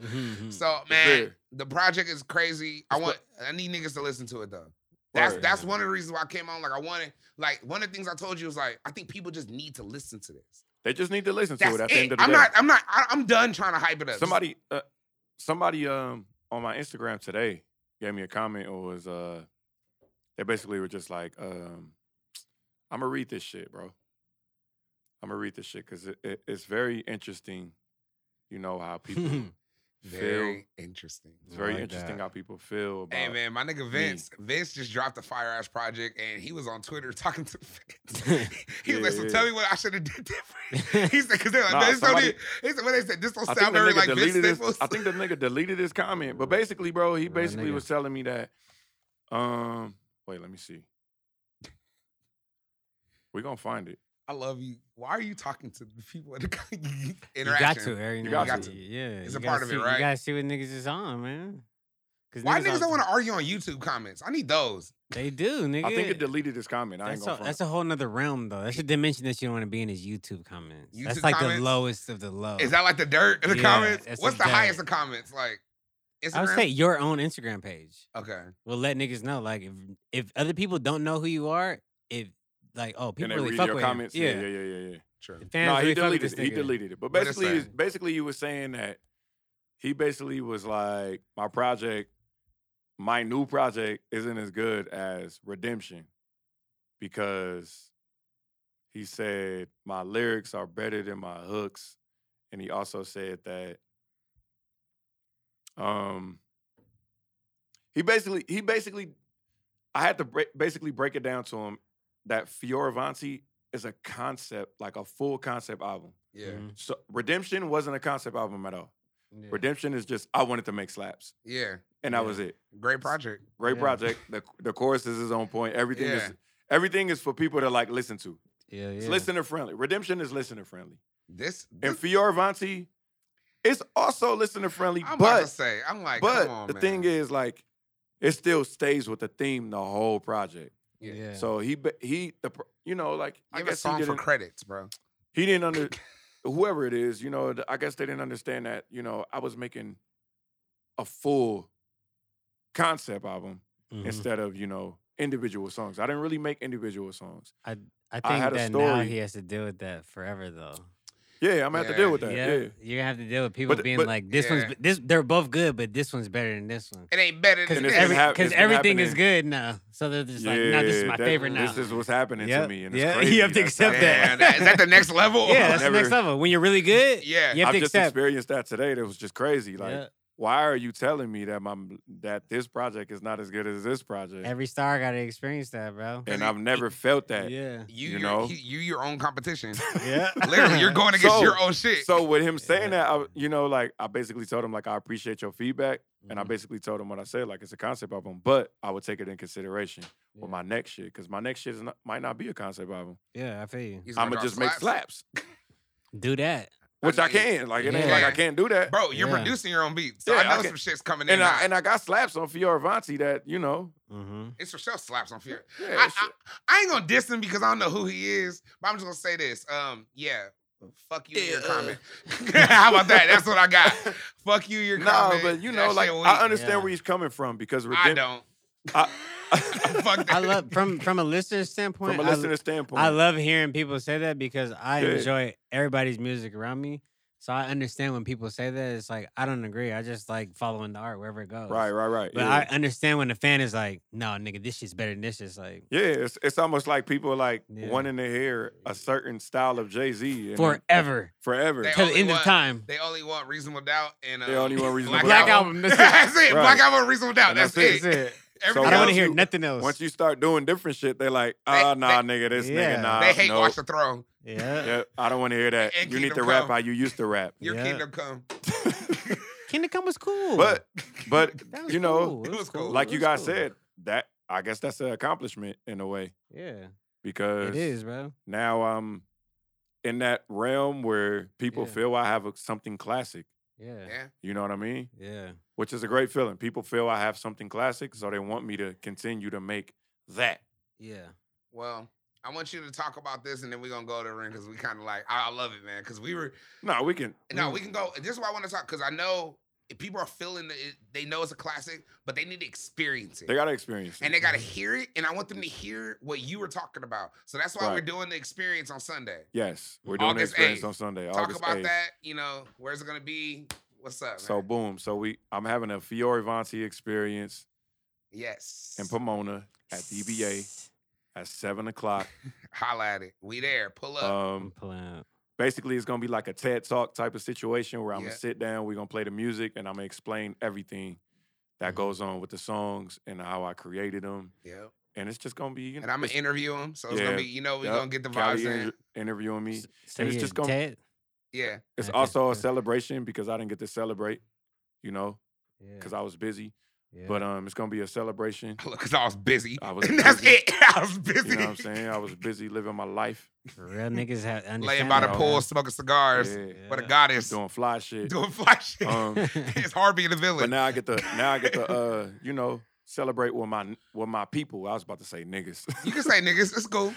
Speaker 2: So man,
Speaker 4: there.
Speaker 2: the project is crazy. I
Speaker 4: Mm, It's
Speaker 2: want I need niggas to listen to it though. That's
Speaker 4: Word.
Speaker 2: that's one of the reasons why I came on. Like I wanted, like one of the things I told you was like I think people just need to listen to this.
Speaker 4: They just need to listen to
Speaker 2: That's
Speaker 4: it at
Speaker 2: it.
Speaker 4: the end of the
Speaker 2: I'm
Speaker 4: day.
Speaker 2: not. I'm not. I, I'm done trying to hype it up. Just-
Speaker 4: somebody uh, somebody um on my Instagram today gave me a comment or was uh they basically were just like um I'm gonna read this shit, bro. I'm gonna read this shit because it, it, it's very interesting. You know how people feel.
Speaker 2: very interesting.
Speaker 4: It's very
Speaker 3: like
Speaker 4: interesting
Speaker 3: that.
Speaker 4: how people feel about.
Speaker 2: Hey man, my nigga Vince, Vince just dropped the Fire Ass Project, and he was on Twitter talking to fans. he was like, "So
Speaker 4: Yeah, yeah.
Speaker 2: tell me what I should have did
Speaker 3: Mm-hmm.
Speaker 2: different." He said, "Because they're like,
Speaker 4: Nah,
Speaker 2: man, this
Speaker 4: somebody-
Speaker 2: don't even, he said, what they said, this don't
Speaker 4: I think
Speaker 2: sound
Speaker 4: the
Speaker 2: very
Speaker 4: nigga
Speaker 2: like Vince
Speaker 4: deleted
Speaker 2: Staples."
Speaker 4: this. I think the nigga deleted his comment, but basically, bro, he
Speaker 3: Real
Speaker 4: basically
Speaker 3: nigga.
Speaker 4: was telling me that. Um, wait, let me see. We're gonna find it.
Speaker 2: I love you. Why are you talking to the people in the
Speaker 3: You
Speaker 2: interaction?
Speaker 3: got to, Aaron.
Speaker 4: You
Speaker 3: know,
Speaker 4: got
Speaker 2: to.
Speaker 3: Yeah.
Speaker 2: It's
Speaker 3: you
Speaker 2: a
Speaker 3: gotta
Speaker 2: part of it,
Speaker 3: see-
Speaker 2: right?
Speaker 3: You gotta see what niggas is on, man. 'Cause
Speaker 2: Why
Speaker 3: on-
Speaker 2: niggas don't want to argue on YouTube comments? I need those.
Speaker 3: They do, nigga.
Speaker 4: I think it deleted his comment. I ain't
Speaker 3: That's
Speaker 4: gonna
Speaker 3: a,
Speaker 4: front.
Speaker 3: that's a whole nother realm, though. That's a dimension that you don't want to be in is YouTube comments.
Speaker 2: YouTube
Speaker 3: that's like
Speaker 2: comments?
Speaker 3: the lowest of the low.
Speaker 2: Is that like the dirt in the
Speaker 3: Uh, Yeah,
Speaker 2: comments?
Speaker 3: it's
Speaker 2: What's the
Speaker 3: the dirt.
Speaker 2: highest of comments? Like, Instagram?
Speaker 3: I would say your own Instagram page
Speaker 2: okay.
Speaker 3: will let niggas know. Like, if, if other people don't know who you are, if like, oh,
Speaker 4: Can
Speaker 3: people
Speaker 4: they
Speaker 3: really
Speaker 4: read
Speaker 3: fuck
Speaker 4: your
Speaker 3: with
Speaker 4: comments?
Speaker 3: him.
Speaker 4: Yeah, yeah, yeah, yeah. yeah.
Speaker 2: True.
Speaker 3: The Fans
Speaker 4: no, he
Speaker 3: really fuck with
Speaker 4: deleted it.
Speaker 3: this
Speaker 4: He
Speaker 3: nigga.
Speaker 4: deleted it. But
Speaker 2: What'd it
Speaker 4: basically,
Speaker 2: say?
Speaker 4: he's- basically, you were saying that he basically was like, my project, my new project, isn't as good as Redemption because he said my lyrics are better than my hooks, and he also said that, um, he basically he basically, I had to break, basically break it down to him that Fioravanti is a concept, like a full concept album.
Speaker 2: Yeah.
Speaker 3: Mhm.
Speaker 4: So Redemption wasn't a concept album at all.
Speaker 3: Yeah.
Speaker 4: Redemption is just I wanted to make slaps,
Speaker 2: Yeah.
Speaker 4: and that
Speaker 3: Yeah.
Speaker 4: was it.
Speaker 2: Great project.
Speaker 4: Great
Speaker 3: Yeah.
Speaker 4: project. The the chorus is on point. Everything
Speaker 2: Yeah.
Speaker 4: is everything is for people to like listen to.
Speaker 3: Yeah,
Speaker 4: It's
Speaker 3: yeah.
Speaker 4: listener friendly. Redemption is listener friendly,
Speaker 2: This.
Speaker 4: and E
Speaker 2: this
Speaker 4: Fioravanti is also listener friendly.
Speaker 2: I'm about to
Speaker 4: But
Speaker 2: say. I'm like,
Speaker 4: but
Speaker 2: come on,
Speaker 4: the
Speaker 2: man.
Speaker 4: thing is like. It still stays with the theme the whole project.
Speaker 2: Yeah.
Speaker 3: Yeah.
Speaker 4: So he ba- he the pro- you know like I
Speaker 2: Give a
Speaker 4: guess he
Speaker 2: song for
Speaker 4: didn't
Speaker 2: credits, bro.
Speaker 4: he didn't under whoever it is you know th- i guess they didn't understand that you know i was making a full concept album
Speaker 3: Mhm.
Speaker 4: instead of you know individual songs i didn't really make individual songs
Speaker 3: I think
Speaker 4: I had a
Speaker 3: that now
Speaker 4: story.
Speaker 3: he has to deal with that forever, though.
Speaker 4: yeah i'm gonna have to deal with
Speaker 2: Yeah,
Speaker 4: that
Speaker 3: Yeah,
Speaker 4: yeah,
Speaker 3: you're gonna have to deal with people
Speaker 4: the-
Speaker 3: being
Speaker 4: but-
Speaker 3: like, "This
Speaker 2: Yeah.
Speaker 3: one's this." They're both good, but this one's better than this one
Speaker 2: It ain't better
Speaker 3: because
Speaker 2: than
Speaker 4: And it's
Speaker 2: this.
Speaker 4: been hap-
Speaker 3: because
Speaker 4: it's been
Speaker 3: everything is
Speaker 4: happening.
Speaker 3: good now. So they're just like, "No, this is
Speaker 4: Yeah,
Speaker 3: my
Speaker 4: that-
Speaker 3: favorite now."
Speaker 4: this is what's happening to
Speaker 3: Yep,
Speaker 4: me and it's
Speaker 3: yeah,
Speaker 4: crazy.
Speaker 3: you have to
Speaker 4: That's-
Speaker 3: accept that.
Speaker 2: Damn, that- is that the next level?
Speaker 3: yeah, that's the next
Speaker 4: never-
Speaker 3: level. When you're really good,
Speaker 2: Yeah.
Speaker 3: you have
Speaker 4: i've
Speaker 3: to
Speaker 4: just
Speaker 3: accept.
Speaker 4: experienced that today that was just crazy like
Speaker 3: Yeah.
Speaker 4: why are you telling me that my that this project is not as good as this project
Speaker 3: Every star got to experience that, bro.
Speaker 4: and i've never felt that
Speaker 3: Yeah,
Speaker 2: You,
Speaker 4: You
Speaker 2: your,
Speaker 4: know?
Speaker 2: you, you your own competition.
Speaker 3: yeah.
Speaker 2: Literally, you're going against
Speaker 4: So-
Speaker 2: your own shit.
Speaker 4: So with him saying
Speaker 3: Yeah.
Speaker 4: that, I, you know, like I basically told him like I appreciate your feedback, and I
Speaker 2: Mm.
Speaker 3: Mhm.
Speaker 2: Mm-hmm.
Speaker 4: basically told him what I said, like it's a concept album, but I would take it in consideration with
Speaker 3: Yeah.
Speaker 4: my next shit because my next shit is not, might not be a concept album.
Speaker 3: yeah, I feel you.
Speaker 2: He's
Speaker 4: I'm
Speaker 2: like,
Speaker 4: gonna
Speaker 2: "Oh,
Speaker 4: just make slaps.
Speaker 3: Do that.
Speaker 4: which I
Speaker 2: mean,
Speaker 4: can. Like it ain't
Speaker 3: yeah.
Speaker 4: like I can't do that.
Speaker 2: Bro, you're
Speaker 3: Yeah.
Speaker 2: producing your own beats. So
Speaker 4: Yeah,
Speaker 2: I know
Speaker 4: I
Speaker 2: some shit's coming in.
Speaker 4: and
Speaker 2: hot.
Speaker 4: I and I got slaps on Fioravanti that you know.
Speaker 3: Mm-hmm.
Speaker 2: it's Rochelle slaps on fear.
Speaker 4: Yeah,
Speaker 2: I,
Speaker 4: shit.
Speaker 2: I- I ain't gonna diss him because I don't know who he is, but I'm just gonna say this. Um, yeah. Fuck you, and your
Speaker 4: Yeah.
Speaker 2: comment. How about that? That's what I got. Fuck you, your
Speaker 4: no,
Speaker 2: comment.
Speaker 4: but you
Speaker 2: That
Speaker 4: know,
Speaker 2: shit
Speaker 4: like
Speaker 2: weak.
Speaker 4: I understand
Speaker 3: Yeah.
Speaker 4: where he's coming from because
Speaker 2: I
Speaker 4: redemp-
Speaker 2: don't.
Speaker 4: I-
Speaker 2: Fuck that.
Speaker 3: I love from from a listener's standpoint.
Speaker 4: from a
Speaker 3: I-
Speaker 4: listener standpoint,
Speaker 3: I love hearing people say that because I
Speaker 4: Yeah.
Speaker 3: enjoy everybody's music around me. So I understand when people say that. It's like I don't agree. I just like following the art wherever it goes.
Speaker 4: right, right, right.
Speaker 3: But
Speaker 4: yeah.
Speaker 3: I understand when the fan is like, "No, nigga, this shit's better than this." It's like
Speaker 4: Yeah, it's, it's almost like people like
Speaker 3: Yeah.
Speaker 4: wanting to hear a certain style of Jay Z
Speaker 3: forever
Speaker 4: forever.
Speaker 2: They
Speaker 3: till the
Speaker 2: only
Speaker 3: end of
Speaker 2: want-
Speaker 3: time.
Speaker 2: They only want reasonable doubt and um,
Speaker 4: They only want Reasonable
Speaker 3: Black
Speaker 4: Doubt.
Speaker 3: album. That's it.
Speaker 2: that's it.
Speaker 4: Right.
Speaker 2: Black album, reasonable doubt.
Speaker 4: And
Speaker 2: That's,
Speaker 4: that's
Speaker 2: it.
Speaker 4: it.
Speaker 3: That's it.
Speaker 4: So
Speaker 3: I
Speaker 2: Everything
Speaker 3: don't
Speaker 4: once
Speaker 3: want
Speaker 2: else,
Speaker 3: to hear
Speaker 4: you-
Speaker 3: nothing else.
Speaker 4: Once you start doing different shit, they like, ah,
Speaker 2: They-
Speaker 4: nah, nigga, this
Speaker 3: Yeah.
Speaker 4: nigga, nah,
Speaker 2: they hate
Speaker 4: Uh, nope.
Speaker 2: Watch the Throne.
Speaker 3: yeah.
Speaker 4: Yeah, I don't want to hear that.
Speaker 2: And
Speaker 4: you need
Speaker 2: Kingdom
Speaker 4: to rap
Speaker 2: Come.
Speaker 4: how you used to rap.
Speaker 2: Your
Speaker 3: Yeah.
Speaker 2: kingdom come.
Speaker 3: Kingdom Come was cool.
Speaker 4: But, but
Speaker 3: That was
Speaker 4: you know,
Speaker 3: cool.
Speaker 2: it was cool.
Speaker 3: It
Speaker 4: like you
Speaker 3: was
Speaker 4: guys
Speaker 3: cool.
Speaker 4: said, that I guess that's an accomplishment in a way
Speaker 3: yeah,
Speaker 4: because
Speaker 3: it is, bro.
Speaker 4: now I'm in that realm where people
Speaker 3: Yeah.
Speaker 4: feel I have a, something classic.
Speaker 3: Yeah,
Speaker 2: Yeah.
Speaker 4: You know what I mean?
Speaker 3: yeah,
Speaker 4: which is a great feeling. People feel I have something classic, so they want me to continue to make that.
Speaker 3: yeah.
Speaker 2: Well, I want you to talk about this, and then we're gonna go to the ring because we kind of like I, I love it, man. Because we were
Speaker 4: No, we can.
Speaker 2: no, we can go. This is why I want to talk because I know if people are feeling that it, they know it's a classic, but they need to experience it.
Speaker 4: They gotta experience it.
Speaker 2: and they got to hear it, and I want them to hear what you were talking about. So that's why we're
Speaker 4: Right.
Speaker 2: doing the experience on Sunday.
Speaker 4: yes, we're doing the
Speaker 2: August
Speaker 4: experience
Speaker 2: 8th.
Speaker 4: on Sunday.
Speaker 2: Talk
Speaker 4: August
Speaker 2: about
Speaker 4: 8th.
Speaker 2: that. You know, where's it gonna be? What's up?
Speaker 4: So
Speaker 2: man?
Speaker 4: boom. So we, I'm having a Fiore Vanti experience
Speaker 2: yes,
Speaker 4: in Pomona at DBA at seven o'clock.
Speaker 2: holla at it. We there. Pull up.
Speaker 3: I'm
Speaker 4: Um,
Speaker 3: pulling out.
Speaker 4: basically, it's gonna be like a TED Talk type of situation where I'm
Speaker 2: Yeah.
Speaker 4: gonna sit down, we're gonna play the music, and I'm gonna explain everything that
Speaker 2: Mm-hmm.
Speaker 3: Mhm.
Speaker 4: goes on with the songs and how I created them.
Speaker 2: yeah.
Speaker 4: And it's just gonna be, you know,
Speaker 2: And I'm gonna
Speaker 4: it's-
Speaker 2: interview him. So it's gonna
Speaker 4: Yeah.
Speaker 2: be. You know, we're
Speaker 4: Yup.
Speaker 2: gonna get the vibes
Speaker 4: Cali
Speaker 2: in.
Speaker 4: inter- interviewing me.
Speaker 3: So
Speaker 4: it's
Speaker 3: you
Speaker 4: just
Speaker 3: hit
Speaker 4: gonna-
Speaker 3: Ted?
Speaker 2: Yeah.
Speaker 4: It's
Speaker 3: Okay,
Speaker 4: also a
Speaker 3: okay.
Speaker 4: celebration because I didn't get to celebrate, you know,
Speaker 3: Yeah,
Speaker 4: because I was busy.
Speaker 3: yeah.
Speaker 2: uh,
Speaker 4: But um, it's gonna be a celebration.
Speaker 2: because I was busy.
Speaker 4: I was
Speaker 2: and that's
Speaker 4: busy.
Speaker 2: it. I was busy.
Speaker 4: You know what I'm saying? I was busy living my life,
Speaker 3: For real niggas have understand
Speaker 2: Laying by the
Speaker 3: that,
Speaker 2: pool,
Speaker 3: bro.
Speaker 2: smoking cigars,
Speaker 4: yeah,
Speaker 3: Yeah.
Speaker 2: with a goddess, doing,
Speaker 4: doing fly shit.
Speaker 2: fly shit.
Speaker 4: Um,
Speaker 2: it's Harvey in the
Speaker 4: but
Speaker 2: village.
Speaker 4: now I get to now I get to uh, you know, celebrate with my with my people. I was about to say niggas.
Speaker 2: you can say niggas, let's go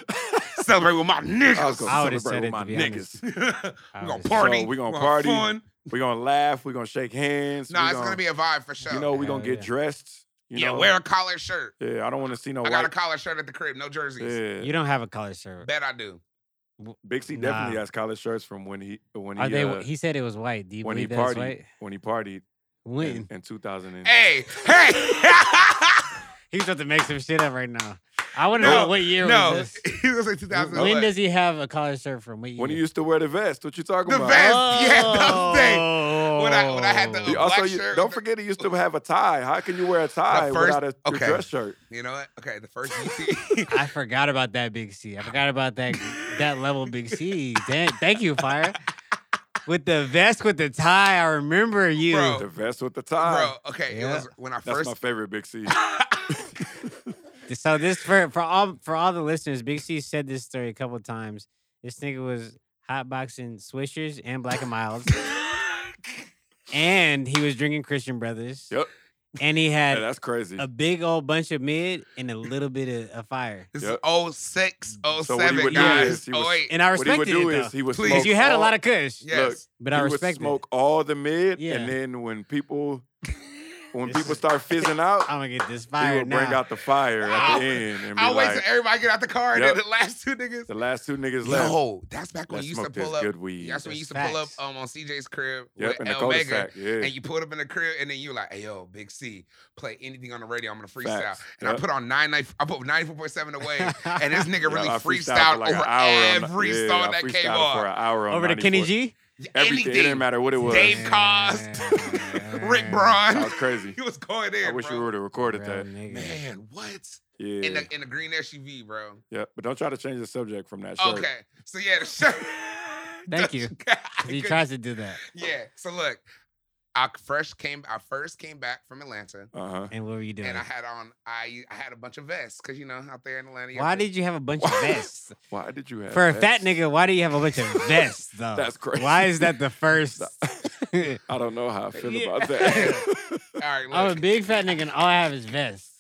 Speaker 2: celebrate with my
Speaker 4: I was
Speaker 2: niggas.
Speaker 4: gonna
Speaker 3: I would've
Speaker 4: celebrate
Speaker 3: said
Speaker 4: with
Speaker 3: it,
Speaker 4: my
Speaker 3: to be honest.
Speaker 4: niggas.
Speaker 2: we're gonna
Speaker 3: Obviously.
Speaker 2: party.
Speaker 4: So we gonna
Speaker 2: we
Speaker 4: party.
Speaker 2: Have fun.
Speaker 4: We're gonna laugh. We're gonna shake hands.
Speaker 2: Nah,
Speaker 4: we
Speaker 2: it's gonna be a vibe for sure.
Speaker 4: You know, we're gonna
Speaker 3: Hell
Speaker 4: get
Speaker 3: yeah.
Speaker 4: dressed. You
Speaker 2: yeah,
Speaker 4: know?
Speaker 2: wear a collared shirt.
Speaker 4: Yeah, I don't want to see no
Speaker 2: I got a
Speaker 4: white.
Speaker 2: collared shirt at the crib, no jerseys.
Speaker 4: Yeah,
Speaker 3: You don't have a college shirt.
Speaker 2: Bet I do.
Speaker 4: Bixie
Speaker 3: Nah.
Speaker 4: definitely has college shirts from when he when he
Speaker 3: Are they?
Speaker 4: uh,
Speaker 3: He said it was white. Do you
Speaker 4: when he
Speaker 3: believe that's
Speaker 4: partied
Speaker 3: white?
Speaker 4: when he partied in,
Speaker 3: When
Speaker 4: in 2000 and
Speaker 2: Hey, hey!
Speaker 3: he's about to make some shit up right now. I want to
Speaker 2: No,
Speaker 3: know what year
Speaker 2: no,
Speaker 3: was this.
Speaker 2: he's gonna say 2000.
Speaker 3: When does he have a college shirt from? What year?
Speaker 4: when he used to wear the vest what you talking
Speaker 2: The
Speaker 4: about
Speaker 2: vest. yeah, those days.
Speaker 3: Oh.
Speaker 2: When I- when I had the-
Speaker 4: He
Speaker 2: a
Speaker 4: also
Speaker 2: black
Speaker 4: you-
Speaker 2: shirt
Speaker 4: don't
Speaker 2: with the-
Speaker 4: forget he used to have a tie how can you wear a tie
Speaker 2: first-
Speaker 4: without a your
Speaker 2: okay.
Speaker 4: dress shirt
Speaker 2: you know what? Okay, the first E UT.
Speaker 3: I forgot about that Big C. I forgot about that that level Big C. Damn, thank you, Fire. With the vest, with the tie, I remember you.
Speaker 2: Bro.
Speaker 4: the vest with the tie
Speaker 2: Bro, okay, it
Speaker 3: Yeah.
Speaker 2: was when I
Speaker 4: Uh, that's
Speaker 2: first
Speaker 4: my favorite big c
Speaker 3: So this for for all for all the listeners, Big C said this story a couple times. This nigga was hotboxing Swishers and Black and Miles, and he was drinking Christian Brothers.
Speaker 4: Yep.
Speaker 3: And he
Speaker 4: Yeah,
Speaker 3: had
Speaker 4: that's crazy
Speaker 3: a big old bunch of mid and a little bit of, of fire.
Speaker 2: This
Speaker 4: Yep.
Speaker 2: is 06, 07,
Speaker 4: So what he would do
Speaker 2: guys.
Speaker 4: is he
Speaker 2: Oh,
Speaker 4: was-
Speaker 2: wait.
Speaker 3: And I
Speaker 4: what he would
Speaker 3: respected it
Speaker 4: do
Speaker 3: though,
Speaker 4: is he would
Speaker 2: Please.
Speaker 4: smoke
Speaker 3: because you had a
Speaker 4: all-
Speaker 3: lot of kush.
Speaker 2: Yes.
Speaker 3: But I
Speaker 4: he would
Speaker 3: respect
Speaker 4: smoke all the mid
Speaker 3: Yeah.
Speaker 4: and then when people when
Speaker 3: This
Speaker 4: people
Speaker 3: is-
Speaker 4: start fizzing out
Speaker 3: it. I'm gonna get this
Speaker 4: he
Speaker 3: fire
Speaker 4: would
Speaker 3: now.
Speaker 4: bring out the fire at the
Speaker 2: I'll-
Speaker 4: end and be
Speaker 2: I'll wait
Speaker 4: like
Speaker 2: till everybody get out the car and then
Speaker 4: Yep.
Speaker 2: the last two niggas.
Speaker 4: the last two niggas left
Speaker 2: Yo, that's back when
Speaker 4: let's
Speaker 2: you used to
Speaker 4: smoke this
Speaker 2: pull up.
Speaker 4: good weed
Speaker 2: That's when you
Speaker 3: That's
Speaker 2: used to pull up
Speaker 3: facts.
Speaker 2: um, on CJ's crib
Speaker 4: Yep, in
Speaker 2: with
Speaker 4: the
Speaker 2: El Mega.
Speaker 4: cul-de-sac. Yeah.
Speaker 2: And you pulled up in the crib, and then you were like, "Hey yo, Big C, play anything on the radio. I'm gonna freestyle."
Speaker 4: Facts.
Speaker 2: And I
Speaker 4: Yep.
Speaker 2: put on nine, nine I put 94.7 away, and this nigga
Speaker 4: Yeah,
Speaker 2: really
Speaker 4: I
Speaker 2: freestyled,
Speaker 4: for like an
Speaker 2: over
Speaker 4: hour on-
Speaker 2: every
Speaker 4: yeah,
Speaker 2: song
Speaker 4: I
Speaker 2: that came
Speaker 4: freestyled
Speaker 2: on.
Speaker 4: for an hour on
Speaker 3: over to Kenny
Speaker 4: 94.
Speaker 3: G.
Speaker 4: Everything. It didn't matter what it was.
Speaker 2: Dave Cost, Rick Braun.
Speaker 4: That was crazy.
Speaker 2: He was going in.
Speaker 4: I wish
Speaker 2: bro.
Speaker 4: we would have recorded
Speaker 3: Bro,
Speaker 4: that.
Speaker 3: nigga.
Speaker 2: Man, what?
Speaker 4: Yeah.
Speaker 2: In the in the green SUV, bro.
Speaker 4: yeah. But don't try to change the subject from that shirt.
Speaker 2: Okay. So yeah, the shirt.
Speaker 3: Thank you.
Speaker 2: Does-
Speaker 3: 'Cause He tries to do that.
Speaker 2: yeah. So look, I first came. I first came back from Atlanta,
Speaker 4: Uh huh.
Speaker 3: And what were you doing?
Speaker 2: and I had on. I I had a bunch of vests because you know out there in Atlanta.
Speaker 3: why did you have a bunch of vests?
Speaker 4: Why did you have
Speaker 3: For a fat
Speaker 4: vests?
Speaker 3: nigga, why do you have a bunch of vests though?
Speaker 4: That's crazy.
Speaker 3: Why is that the first?
Speaker 4: I don't know how I feel
Speaker 3: Yeah.
Speaker 4: about that.
Speaker 2: All right, look,
Speaker 3: I'm a big fat nigga, and all I have is vests.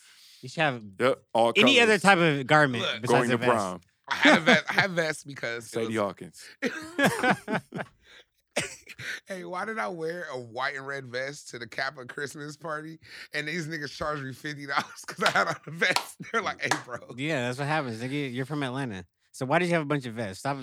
Speaker 3: You should have
Speaker 4: yep. All
Speaker 3: any other
Speaker 4: colors.
Speaker 3: type of garment
Speaker 2: Look,
Speaker 3: besides
Speaker 4: Going
Speaker 3: a
Speaker 4: to
Speaker 3: vest.
Speaker 4: prom.
Speaker 2: I had a vest. I had vests because. it
Speaker 4: Sadie
Speaker 2: was-
Speaker 4: Hawkins.
Speaker 2: hey, why did I wear a white and red vest to the Kappa Christmas party? And these niggas charged me fifty dollars because I had on a vest. They're like, "Hey, bro,
Speaker 3: Yeah, that's what happens. Nigga, you're from Atlanta, so why did you have a bunch of vests? Stop,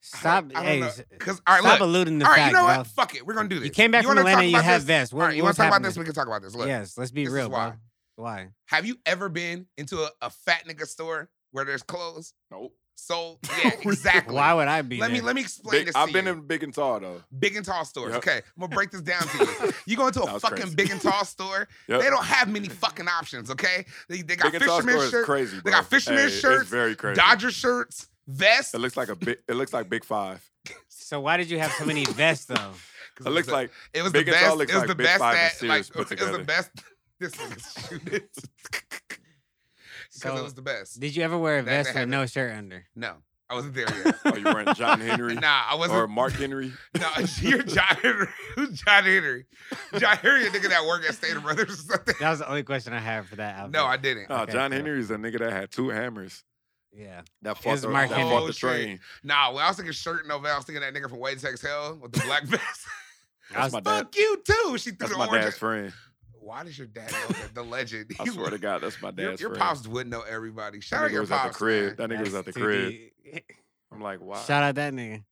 Speaker 3: stop.
Speaker 2: I don't
Speaker 3: hey,
Speaker 2: know.
Speaker 3: s-
Speaker 2: 'Cause- all right,
Speaker 3: stop
Speaker 2: look.
Speaker 3: alluding the
Speaker 2: All right,
Speaker 3: fact.
Speaker 2: you know
Speaker 3: bro.
Speaker 2: what? Fuck it, we're gonna do this.
Speaker 3: You came back from
Speaker 2: wanna talk
Speaker 3: Atlanta, you
Speaker 2: about
Speaker 3: have
Speaker 2: this?
Speaker 3: vests.
Speaker 2: All right, you
Speaker 3: want to
Speaker 2: talk about this? We can talk about this. Look,
Speaker 3: Yes, let's be
Speaker 2: this is
Speaker 3: real,
Speaker 2: why.
Speaker 3: bro. Why?
Speaker 2: have you ever been into a, a fat nigga store where there's clothes
Speaker 4: Nope.
Speaker 2: sold? Yeah, exactly.
Speaker 3: Why would I be?
Speaker 2: let me
Speaker 3: there?
Speaker 2: let me explain
Speaker 4: Big-
Speaker 2: this. To
Speaker 4: I've been
Speaker 2: you.
Speaker 4: in big and tall though.
Speaker 2: big and tall stores.
Speaker 4: Yep.
Speaker 2: Okay, I'm gonna break this down to you. You go into
Speaker 4: That
Speaker 2: a
Speaker 4: was
Speaker 2: fucking
Speaker 4: crazy.
Speaker 2: big and tall store.
Speaker 4: Yep.
Speaker 2: They don't have many fucking options. Okay, they, they got
Speaker 4: Big and tall
Speaker 2: fisherman
Speaker 4: store is
Speaker 2: shirts,
Speaker 4: crazy.
Speaker 2: They
Speaker 4: bro.
Speaker 2: got fisherman
Speaker 4: Hey, it's
Speaker 2: shirts,
Speaker 4: Very crazy.
Speaker 2: Dodger shirts, vests.
Speaker 4: It looks like a big. It looks like Big Five.
Speaker 3: So why did you have so many vests though?
Speaker 2: 'Cause
Speaker 4: It looks
Speaker 2: the-
Speaker 4: like
Speaker 2: it was
Speaker 4: Big
Speaker 2: the
Speaker 4: and
Speaker 2: best.
Speaker 4: Tall looks
Speaker 2: it was
Speaker 4: like
Speaker 2: the
Speaker 4: Big
Speaker 2: best
Speaker 4: Five and
Speaker 2: at
Speaker 4: Sears
Speaker 2: like
Speaker 4: put
Speaker 2: it was the
Speaker 4: together.
Speaker 2: best. This nigga's shooting because
Speaker 3: So-
Speaker 2: it was the best.
Speaker 3: Did you ever wear a
Speaker 2: That-
Speaker 3: vest
Speaker 2: that
Speaker 3: with no shirt under?
Speaker 2: No, I wasn't there yet.
Speaker 4: oh, you wearing John Henry
Speaker 2: Nah, I
Speaker 4: or
Speaker 2: wasn't.
Speaker 4: Mark Henry?
Speaker 2: No, you're John Henry. Who's John Henry? John Henry, a nigga that work at Stater Brothers or something.
Speaker 3: That was the only question I had for that outfit.
Speaker 2: No, I didn't.
Speaker 4: Oh,
Speaker 3: Okay,
Speaker 4: John
Speaker 3: cool.
Speaker 4: Henry is a nigga that had two hammers.
Speaker 3: Yeah.
Speaker 4: That fought
Speaker 3: It's
Speaker 4: the,
Speaker 3: Mark
Speaker 4: that
Speaker 3: Henry.
Speaker 4: fought
Speaker 2: Oh,
Speaker 4: the
Speaker 2: shit.
Speaker 4: train.
Speaker 2: Nah, when I was thinking shirt and Novell, I was thinking that nigga from Wade Tex Hell with the black vest.
Speaker 4: That's my dad.
Speaker 2: Fuck you too. She threw
Speaker 4: That's
Speaker 2: the
Speaker 4: my
Speaker 2: orange.
Speaker 4: dad's friend.
Speaker 2: Why does your dad know that? The legend.
Speaker 4: I swear to God, that's my
Speaker 2: Your,
Speaker 4: dad's
Speaker 2: your
Speaker 4: friend.
Speaker 2: pops would know everybody. Shout
Speaker 4: that
Speaker 2: out
Speaker 4: nigga
Speaker 2: your
Speaker 4: was at the
Speaker 2: pops.
Speaker 4: crib.
Speaker 2: man.
Speaker 4: That nigga was at the
Speaker 3: That's
Speaker 4: crib.
Speaker 3: TD.
Speaker 4: I'm like, wow.
Speaker 3: Shout out that nigga.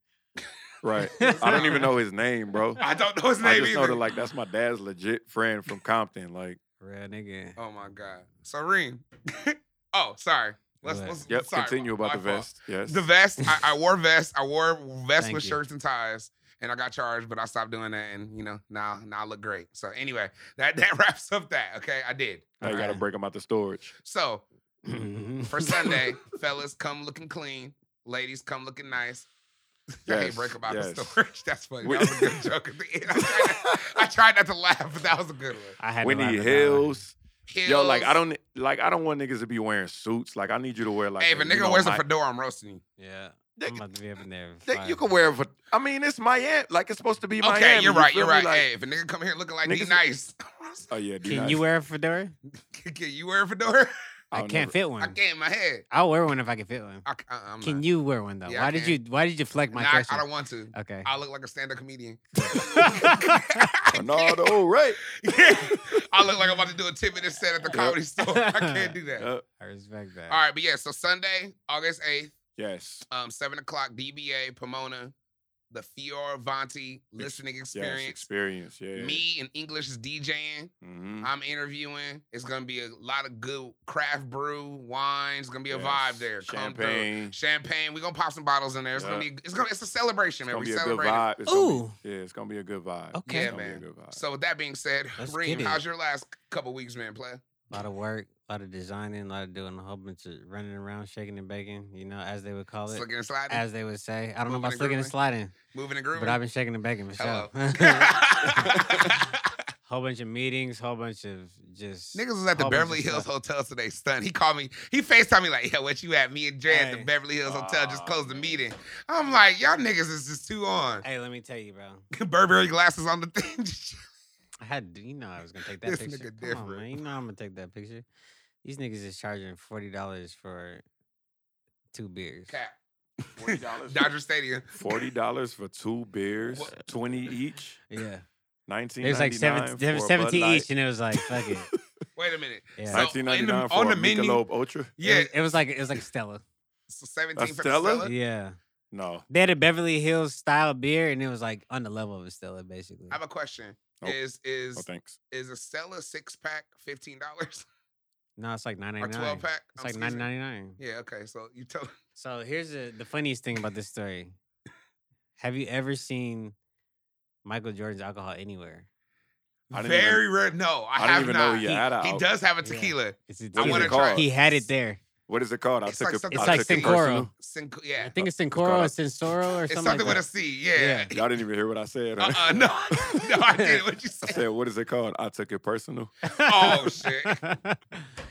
Speaker 4: Right. I don't even know his name, bro.
Speaker 2: I don't know his
Speaker 4: I
Speaker 2: name
Speaker 4: just know
Speaker 2: either.
Speaker 4: that like that's my dad's legit friend from Compton. Like,
Speaker 3: Real nigga.
Speaker 2: oh my God. Serene. oh, sorry. Let's,
Speaker 3: What?
Speaker 2: let's
Speaker 4: yep.
Speaker 2: sorry,
Speaker 4: continue
Speaker 2: my-
Speaker 4: about the
Speaker 2: my fault.
Speaker 4: vest. Yes.
Speaker 2: The vest. I, I wore vests. I wore vests
Speaker 3: Thank
Speaker 2: with
Speaker 3: you.
Speaker 2: shirts and ties, and I got charged, but I stopped doing that. And you know, now now I look great. So anyway, that that wraps up that. Okay, I did.
Speaker 4: now you gotta
Speaker 3: Alright.
Speaker 4: break them out the storage.
Speaker 2: So
Speaker 3: Mhm.
Speaker 2: for Sunday, fellas, come looking clean. Ladies, come looking nice. I
Speaker 4: Yes,
Speaker 2: hate break about the
Speaker 4: yes.
Speaker 2: storage. That's funny.
Speaker 4: We-
Speaker 2: That was a good joke at the end. I tried, not, I tried not to laugh, but that was a good one.
Speaker 3: I had to laugh
Speaker 4: Winnie
Speaker 3: at that
Speaker 4: Hills.
Speaker 2: Heels.
Speaker 4: Yo, like I don't like I don't want niggas to be wearing suits. Like I need you to wear like
Speaker 2: hey, if a
Speaker 4: you
Speaker 2: nigga
Speaker 4: know,
Speaker 2: wears a
Speaker 4: Mi-
Speaker 2: fedora, I'm roasting you.
Speaker 3: one. Yeah. I'm
Speaker 4: Nigga,
Speaker 3: about to be up in there.
Speaker 4: nigga, you can wear a fed- I mean, it's Miami. Like it's supposed to be
Speaker 2: Okay,
Speaker 4: Miami.
Speaker 2: you're
Speaker 4: you
Speaker 2: right.
Speaker 4: feel
Speaker 2: You're
Speaker 4: me?
Speaker 2: right.
Speaker 4: Like,
Speaker 2: hey, if a nigga come here looking like D
Speaker 4: Niggas-
Speaker 2: nice,
Speaker 4: Oh yeah. be
Speaker 3: Can
Speaker 4: nice.
Speaker 3: you wear a fedora?
Speaker 2: can you wear a
Speaker 4: uh,
Speaker 2: fedora?
Speaker 3: I
Speaker 4: I'll
Speaker 3: can't
Speaker 4: never-
Speaker 3: fit
Speaker 2: I
Speaker 3: one.
Speaker 2: can't in my head.
Speaker 3: I'll wear one if I can fit one.
Speaker 2: I, c- uh-uh, I'm
Speaker 3: Can
Speaker 2: not.
Speaker 3: you wear one though?
Speaker 2: Yeah, I
Speaker 3: why did
Speaker 2: can.
Speaker 3: you why did you deflect my
Speaker 2: Nah, I,
Speaker 3: question?
Speaker 2: I don't want to.
Speaker 3: okay.
Speaker 2: I look like a stand-up comedian.
Speaker 4: Arnaldo, oh, right.
Speaker 2: I look like I'm about to do a 10-minute set at the comedy store. I can't do that.
Speaker 4: Yep.
Speaker 3: I respect that.
Speaker 2: All right, but yeah, so Sunday, August 8th,
Speaker 4: Yes.
Speaker 2: um, 7 o'clock, DBA, Pomona, the Fioravanti listening
Speaker 4: Yes.
Speaker 2: experience.
Speaker 4: Experience. Yeah.
Speaker 2: Me and English is DJing.
Speaker 4: hmm
Speaker 2: I'm interviewing. It's gonna be a lot of good craft brew wines. It's gonna be a
Speaker 4: Yes.
Speaker 2: vibe there. Come through.
Speaker 4: Champagne.
Speaker 2: champagne. We gonna pop some bottles in there. It's gonna
Speaker 4: Yeah.
Speaker 2: be. It's gonna. It's a celebration, man.
Speaker 4: It's gonna
Speaker 2: We
Speaker 4: be a good
Speaker 2: celebrating.
Speaker 4: vibe. It's gonna
Speaker 3: Ooh.
Speaker 4: Be, yeah, it's gonna be a good vibe.
Speaker 3: Okay.
Speaker 4: It's
Speaker 2: Yeah,
Speaker 4: gonna be a
Speaker 2: man.
Speaker 4: good vibe.
Speaker 2: So with that being said,
Speaker 3: Let's
Speaker 2: Reem,
Speaker 3: get it.
Speaker 2: how's your last couple weeks, man? Play.
Speaker 3: A lot of work, a lot of designing, a lot of doing a whole bunch of running around, shaking and baking, you know, as they would call it.
Speaker 2: Slicking and sliding,
Speaker 3: As they would say. I don't
Speaker 2: Moving
Speaker 3: know about
Speaker 2: and
Speaker 3: slicking and
Speaker 2: grooving.
Speaker 3: sliding,
Speaker 2: moving and grooving.
Speaker 3: but I've been shaking and baking for
Speaker 2: Hello.
Speaker 3: sure.
Speaker 2: Niggas
Speaker 3: whole bunch of meetings, whole bunch of just
Speaker 2: was at the
Speaker 3: Whole bunch of
Speaker 2: Beverly Hills Hotel today, stunned. He called me. He Facetime me like, "Yo, what you at? Me and Dre at the
Speaker 3: Hey.
Speaker 2: Beverly Hills Hotel just
Speaker 4: Aw,
Speaker 2: closed the
Speaker 4: man.
Speaker 2: meeting." I'm like, "Y'all niggas is just too on."
Speaker 3: Hey, let me tell you, bro.
Speaker 2: Burberry glasses on the thing.
Speaker 3: I had you know I was gonna take that
Speaker 2: This
Speaker 3: picture.
Speaker 2: nigga
Speaker 3: Come on,
Speaker 2: different.
Speaker 3: man. You know I'm gonna take that picture. These niggas is charging forty dollars for two beers.
Speaker 2: Cap.
Speaker 4: $40.
Speaker 2: Dodger Stadium.
Speaker 4: Forty dollars for two beers,
Speaker 2: What?
Speaker 4: twenty each.
Speaker 3: Yeah.
Speaker 4: Nineteen.
Speaker 3: It was like seven, there was 17 each, and it was like fuck it.
Speaker 2: Wait a minute.
Speaker 3: Yeah.
Speaker 2: So-
Speaker 4: Nineteen
Speaker 2: in
Speaker 4: ninety
Speaker 2: the-
Speaker 4: nine
Speaker 2: on
Speaker 4: for
Speaker 2: the
Speaker 4: a
Speaker 2: menu-
Speaker 4: Michelob Ultra.
Speaker 2: Yeah.
Speaker 3: It was, it was like it was like Stella.
Speaker 2: so 17 for
Speaker 4: Stella?
Speaker 2: the Stella.
Speaker 3: Yeah.
Speaker 4: No.
Speaker 3: They had a Beverly Hills style beer, and it was like on the level of a Stella, basically.
Speaker 2: I have a question.
Speaker 4: Nope.
Speaker 2: Is is
Speaker 4: No thanks.
Speaker 2: is a Stella six pack fifteen dollars
Speaker 3: No, it's like nine
Speaker 2: or
Speaker 3: ninety nine.
Speaker 2: twelve pack? Um,
Speaker 3: It's like
Speaker 2: excuse
Speaker 3: nine
Speaker 2: me.
Speaker 3: ninety nine.
Speaker 2: Yeah. Okay. So you tell.
Speaker 3: So here's the, the funniest thing about this story. Have you ever seen Michael Jordan's alcohol anywhere?
Speaker 4: I didn't even-
Speaker 2: Very rare. No, I,
Speaker 4: I,
Speaker 2: have
Speaker 4: didn't even
Speaker 2: not.
Speaker 4: know he
Speaker 3: He-
Speaker 4: had a
Speaker 2: he
Speaker 4: al-
Speaker 2: does have a
Speaker 3: Yeah.
Speaker 2: tequila.
Speaker 3: It's a
Speaker 2: I
Speaker 4: What is
Speaker 2: want to
Speaker 4: it
Speaker 3: tequila.
Speaker 2: try.
Speaker 4: called?
Speaker 3: He had it there.
Speaker 4: What is it called? I
Speaker 2: It's
Speaker 4: took
Speaker 2: like
Speaker 4: a-
Speaker 2: something
Speaker 4: I
Speaker 3: It's like
Speaker 4: took it
Speaker 3: Sincoro.
Speaker 4: personal.
Speaker 2: Cinco, yeah.
Speaker 3: I think it's Sincoro
Speaker 4: called-
Speaker 3: or Sensoro or
Speaker 2: it's
Speaker 3: something.
Speaker 2: something
Speaker 3: like
Speaker 2: with a
Speaker 3: that.
Speaker 2: C. Yeah.
Speaker 4: Y'all didn't even hear what I said. huh?
Speaker 2: Uh-uh, no, no, I didn't. What you
Speaker 4: I
Speaker 2: say?
Speaker 4: said, what is it called? I took it personal.
Speaker 2: Oh, shit. Come
Speaker 3: it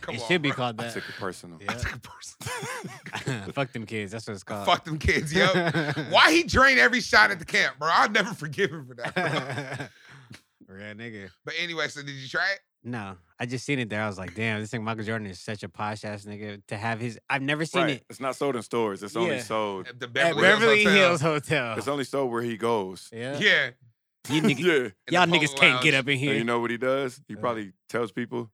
Speaker 2: on,
Speaker 3: should be
Speaker 2: bro.
Speaker 3: called
Speaker 4: I
Speaker 3: that.
Speaker 4: took it personal.
Speaker 2: I took a person.
Speaker 3: Yeah. Fuck them kids. That's what it's called.
Speaker 2: Fuck them kids, yo. Why he drained every shot at the camp, bro? I'll never forgive him for that. bro.
Speaker 3: Real nigga.
Speaker 2: but anyway, so did you try it?
Speaker 3: No, I just seen it there. I was like, damn, this thing Michael Jordan is such a posh ass nigga to have his. I've never seen
Speaker 4: Right.
Speaker 3: it
Speaker 4: It's not sold in stores. It's only
Speaker 3: Yeah.
Speaker 4: sold.
Speaker 2: At the
Speaker 3: at
Speaker 2: Beverly,
Speaker 3: Beverly
Speaker 2: Hills.
Speaker 3: Hills
Speaker 2: Hotel?
Speaker 3: Hotel.
Speaker 4: It's only sold where he goes.
Speaker 3: yeah.
Speaker 2: Yeah.
Speaker 3: You nigga-
Speaker 4: yeah. And
Speaker 2: in the
Speaker 3: y'all niggas
Speaker 2: polo
Speaker 3: can't get
Speaker 2: lounge.
Speaker 3: up in here.
Speaker 4: you know what he does? He
Speaker 3: Yeah.
Speaker 4: probably tells people,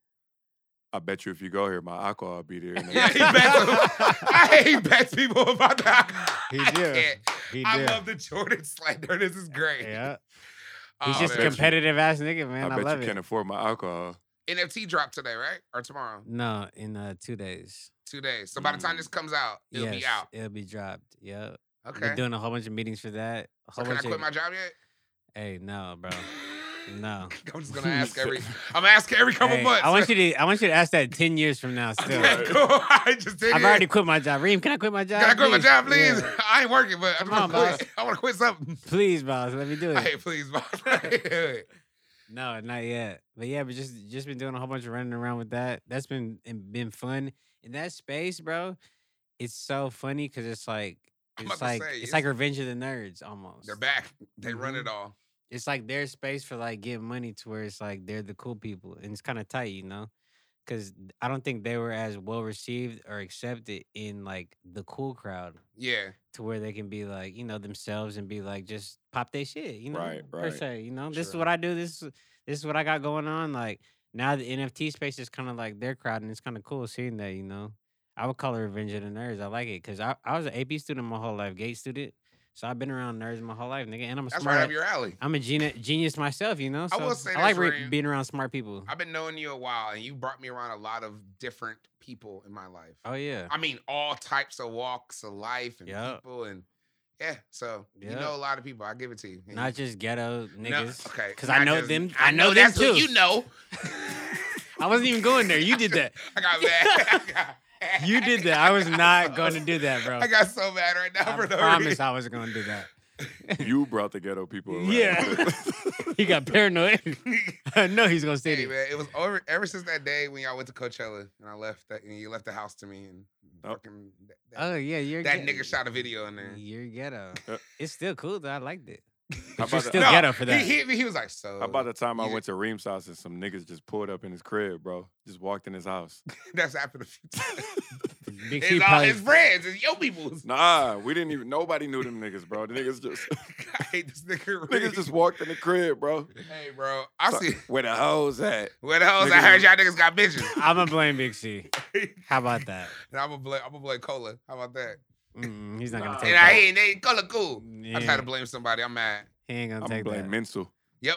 Speaker 4: I bet you if you go here, my alcohol will be there. And they-
Speaker 2: Yeah, he bets. I hate bets people about that.
Speaker 3: He
Speaker 2: I
Speaker 3: do.
Speaker 2: can't.
Speaker 3: He
Speaker 2: I
Speaker 3: do.
Speaker 2: love the Jordan slander. This is great.
Speaker 3: Yeah.
Speaker 2: Oh,
Speaker 3: He's just a
Speaker 2: man.
Speaker 4: com-
Speaker 3: competitive ass nigga,
Speaker 4: I
Speaker 3: man. I,
Speaker 4: bet
Speaker 3: love
Speaker 4: you
Speaker 3: it.
Speaker 4: can't afford my alcohol.
Speaker 2: NFT drop today, right? Or tomorrow?
Speaker 3: No, in uh, two days.
Speaker 2: Two days. So by the time
Speaker 4: Mm.
Speaker 2: this comes out, it'll
Speaker 3: yes,
Speaker 2: be out.
Speaker 3: It'll be dropped. Yep. We're
Speaker 2: Okay.
Speaker 3: doing a whole bunch of meetings for that. a
Speaker 2: So
Speaker 3: Whole
Speaker 2: can I
Speaker 3: bunch
Speaker 2: quit
Speaker 3: of,
Speaker 2: my job yet?
Speaker 3: Hey, no, bro. No.
Speaker 2: I'm just gonna ask every. I'm asking every couple
Speaker 3: Hey,
Speaker 2: months.
Speaker 3: I want you to I want you to ask that ten years from now still.
Speaker 2: Okay, cool. I just did
Speaker 3: I've
Speaker 2: it.
Speaker 3: already quit my job. Reem, can I quit my job?
Speaker 2: Can I quit my job,
Speaker 3: Yeah.
Speaker 2: please? I ain't working, but I'm
Speaker 3: Come
Speaker 2: gonna
Speaker 3: on,
Speaker 2: quit.
Speaker 3: boss.
Speaker 2: I want to quit something.
Speaker 3: Please, boss, let me do it.
Speaker 2: Hey, please, boss. That's
Speaker 3: No, not yet. But yeah, but just just been doing a whole bunch of running around with that. That's been and been fun. In that space, bro, it's so funny because it's like
Speaker 2: I'm
Speaker 3: it's
Speaker 2: about to
Speaker 3: like
Speaker 2: say,
Speaker 3: it's
Speaker 2: it's-
Speaker 3: like Revenge of the Nerds almost.
Speaker 2: They're back. They run
Speaker 3: Mhm.
Speaker 2: it all.
Speaker 3: It's like their space for like getting money to where it's like they're the cool people and it's kind of tight, you know. Because I don't think they were as well received or accepted in like the cool crowd
Speaker 2: Yeah.
Speaker 3: to where they can be like, you know, themselves and be like, just pop their shit, you know,
Speaker 4: Right,
Speaker 3: per
Speaker 4: right.
Speaker 3: se, you know, this is
Speaker 2: Sure.
Speaker 3: what I do. This is this is what I got going on. Like now, the NFT space is kind of like their crowd, and it's kind of cool seeing that, you know. I would call it Revenge of the Nerds. I like it because I, I was an AP student my whole life, gate student, so I've been around nerds my whole life, nigga. And I'm a
Speaker 2: That's
Speaker 3: smart.
Speaker 2: right up your alley.
Speaker 3: I'm a geni- genius myself, you know. So
Speaker 2: I will say
Speaker 3: like
Speaker 2: this,
Speaker 3: re-
Speaker 2: Reem.
Speaker 3: being around smart people.
Speaker 2: I've been knowing you a while, and you brought me around a lot of different people in my life.
Speaker 3: oh yeah,
Speaker 2: I mean, all types of walks of life and
Speaker 3: Yeah.
Speaker 2: people, and yeah. So you
Speaker 3: Yeah.
Speaker 2: know a lot of people. I give it to you. And
Speaker 3: not
Speaker 2: you-
Speaker 3: just ghetto
Speaker 2: No,
Speaker 3: niggas.
Speaker 2: okay.
Speaker 3: because I
Speaker 2: not
Speaker 3: know
Speaker 2: just-
Speaker 3: them. I know, them
Speaker 2: that's
Speaker 3: too.
Speaker 2: who you know.
Speaker 3: I wasn't even going there. You did that.
Speaker 2: I got mad. I got-
Speaker 3: You did that. I was not going to do that, bro.
Speaker 2: I got so mad right now
Speaker 3: I
Speaker 2: for no
Speaker 3: promise
Speaker 2: reason.
Speaker 3: I was going to do that.
Speaker 4: You brought the ghetto people around.
Speaker 3: Yeah. He got paranoid. I know he's going to say
Speaker 2: Hey,
Speaker 3: that.
Speaker 2: man, it was over ever since that day when y'all went to Coachella and I left that and you left the house to me and
Speaker 4: Oh.
Speaker 2: fucking that, that-
Speaker 3: Oh, yeah. You're
Speaker 2: that
Speaker 3: ghetto.
Speaker 2: nigga shot Uh. a video in there.
Speaker 3: You're ghetto.
Speaker 4: Yeah.
Speaker 3: It's still cool, though. I liked it.
Speaker 4: How
Speaker 3: But you're
Speaker 4: about,
Speaker 3: still
Speaker 4: the,
Speaker 3: ghetto for that.
Speaker 2: He hit me. He was like, "So
Speaker 4: how about the time I
Speaker 2: You-
Speaker 4: went to Reem's house and some niggas just pulled up in his crib, bro? Just walked in his house.
Speaker 2: that's happened a few times."
Speaker 3: Big
Speaker 2: it's
Speaker 3: C
Speaker 2: all
Speaker 3: probably-
Speaker 2: his friends. It's your people's.
Speaker 4: Nah, we didn't even, nobody knew them niggas, bro. The niggas just,
Speaker 2: I hate this nigga. Really.
Speaker 4: niggas just walked in the crib, bro.
Speaker 2: Hey, bro. I
Speaker 4: So-
Speaker 2: see.
Speaker 4: Where the hoes at?
Speaker 2: Where the hell's I
Speaker 4: Niggas
Speaker 2: heard
Speaker 4: is-
Speaker 2: y'all niggas got bitches.
Speaker 3: I'm going to blame Big C.
Speaker 2: and
Speaker 3: How about that?
Speaker 2: I'm gonna blame. I'm gonna blame Cola. How about that?
Speaker 3: Mm-mm, he's not going
Speaker 4: Nah.
Speaker 3: to
Speaker 2: And
Speaker 3: take
Speaker 2: I
Speaker 3: that.
Speaker 2: ain't. They Cola cool. I just had to
Speaker 3: Yeah,
Speaker 2: blame somebody. I'm mad.
Speaker 3: he ain't going
Speaker 4: I'm
Speaker 3: to take
Speaker 4: blame
Speaker 3: that.
Speaker 4: Mental.
Speaker 2: Yep.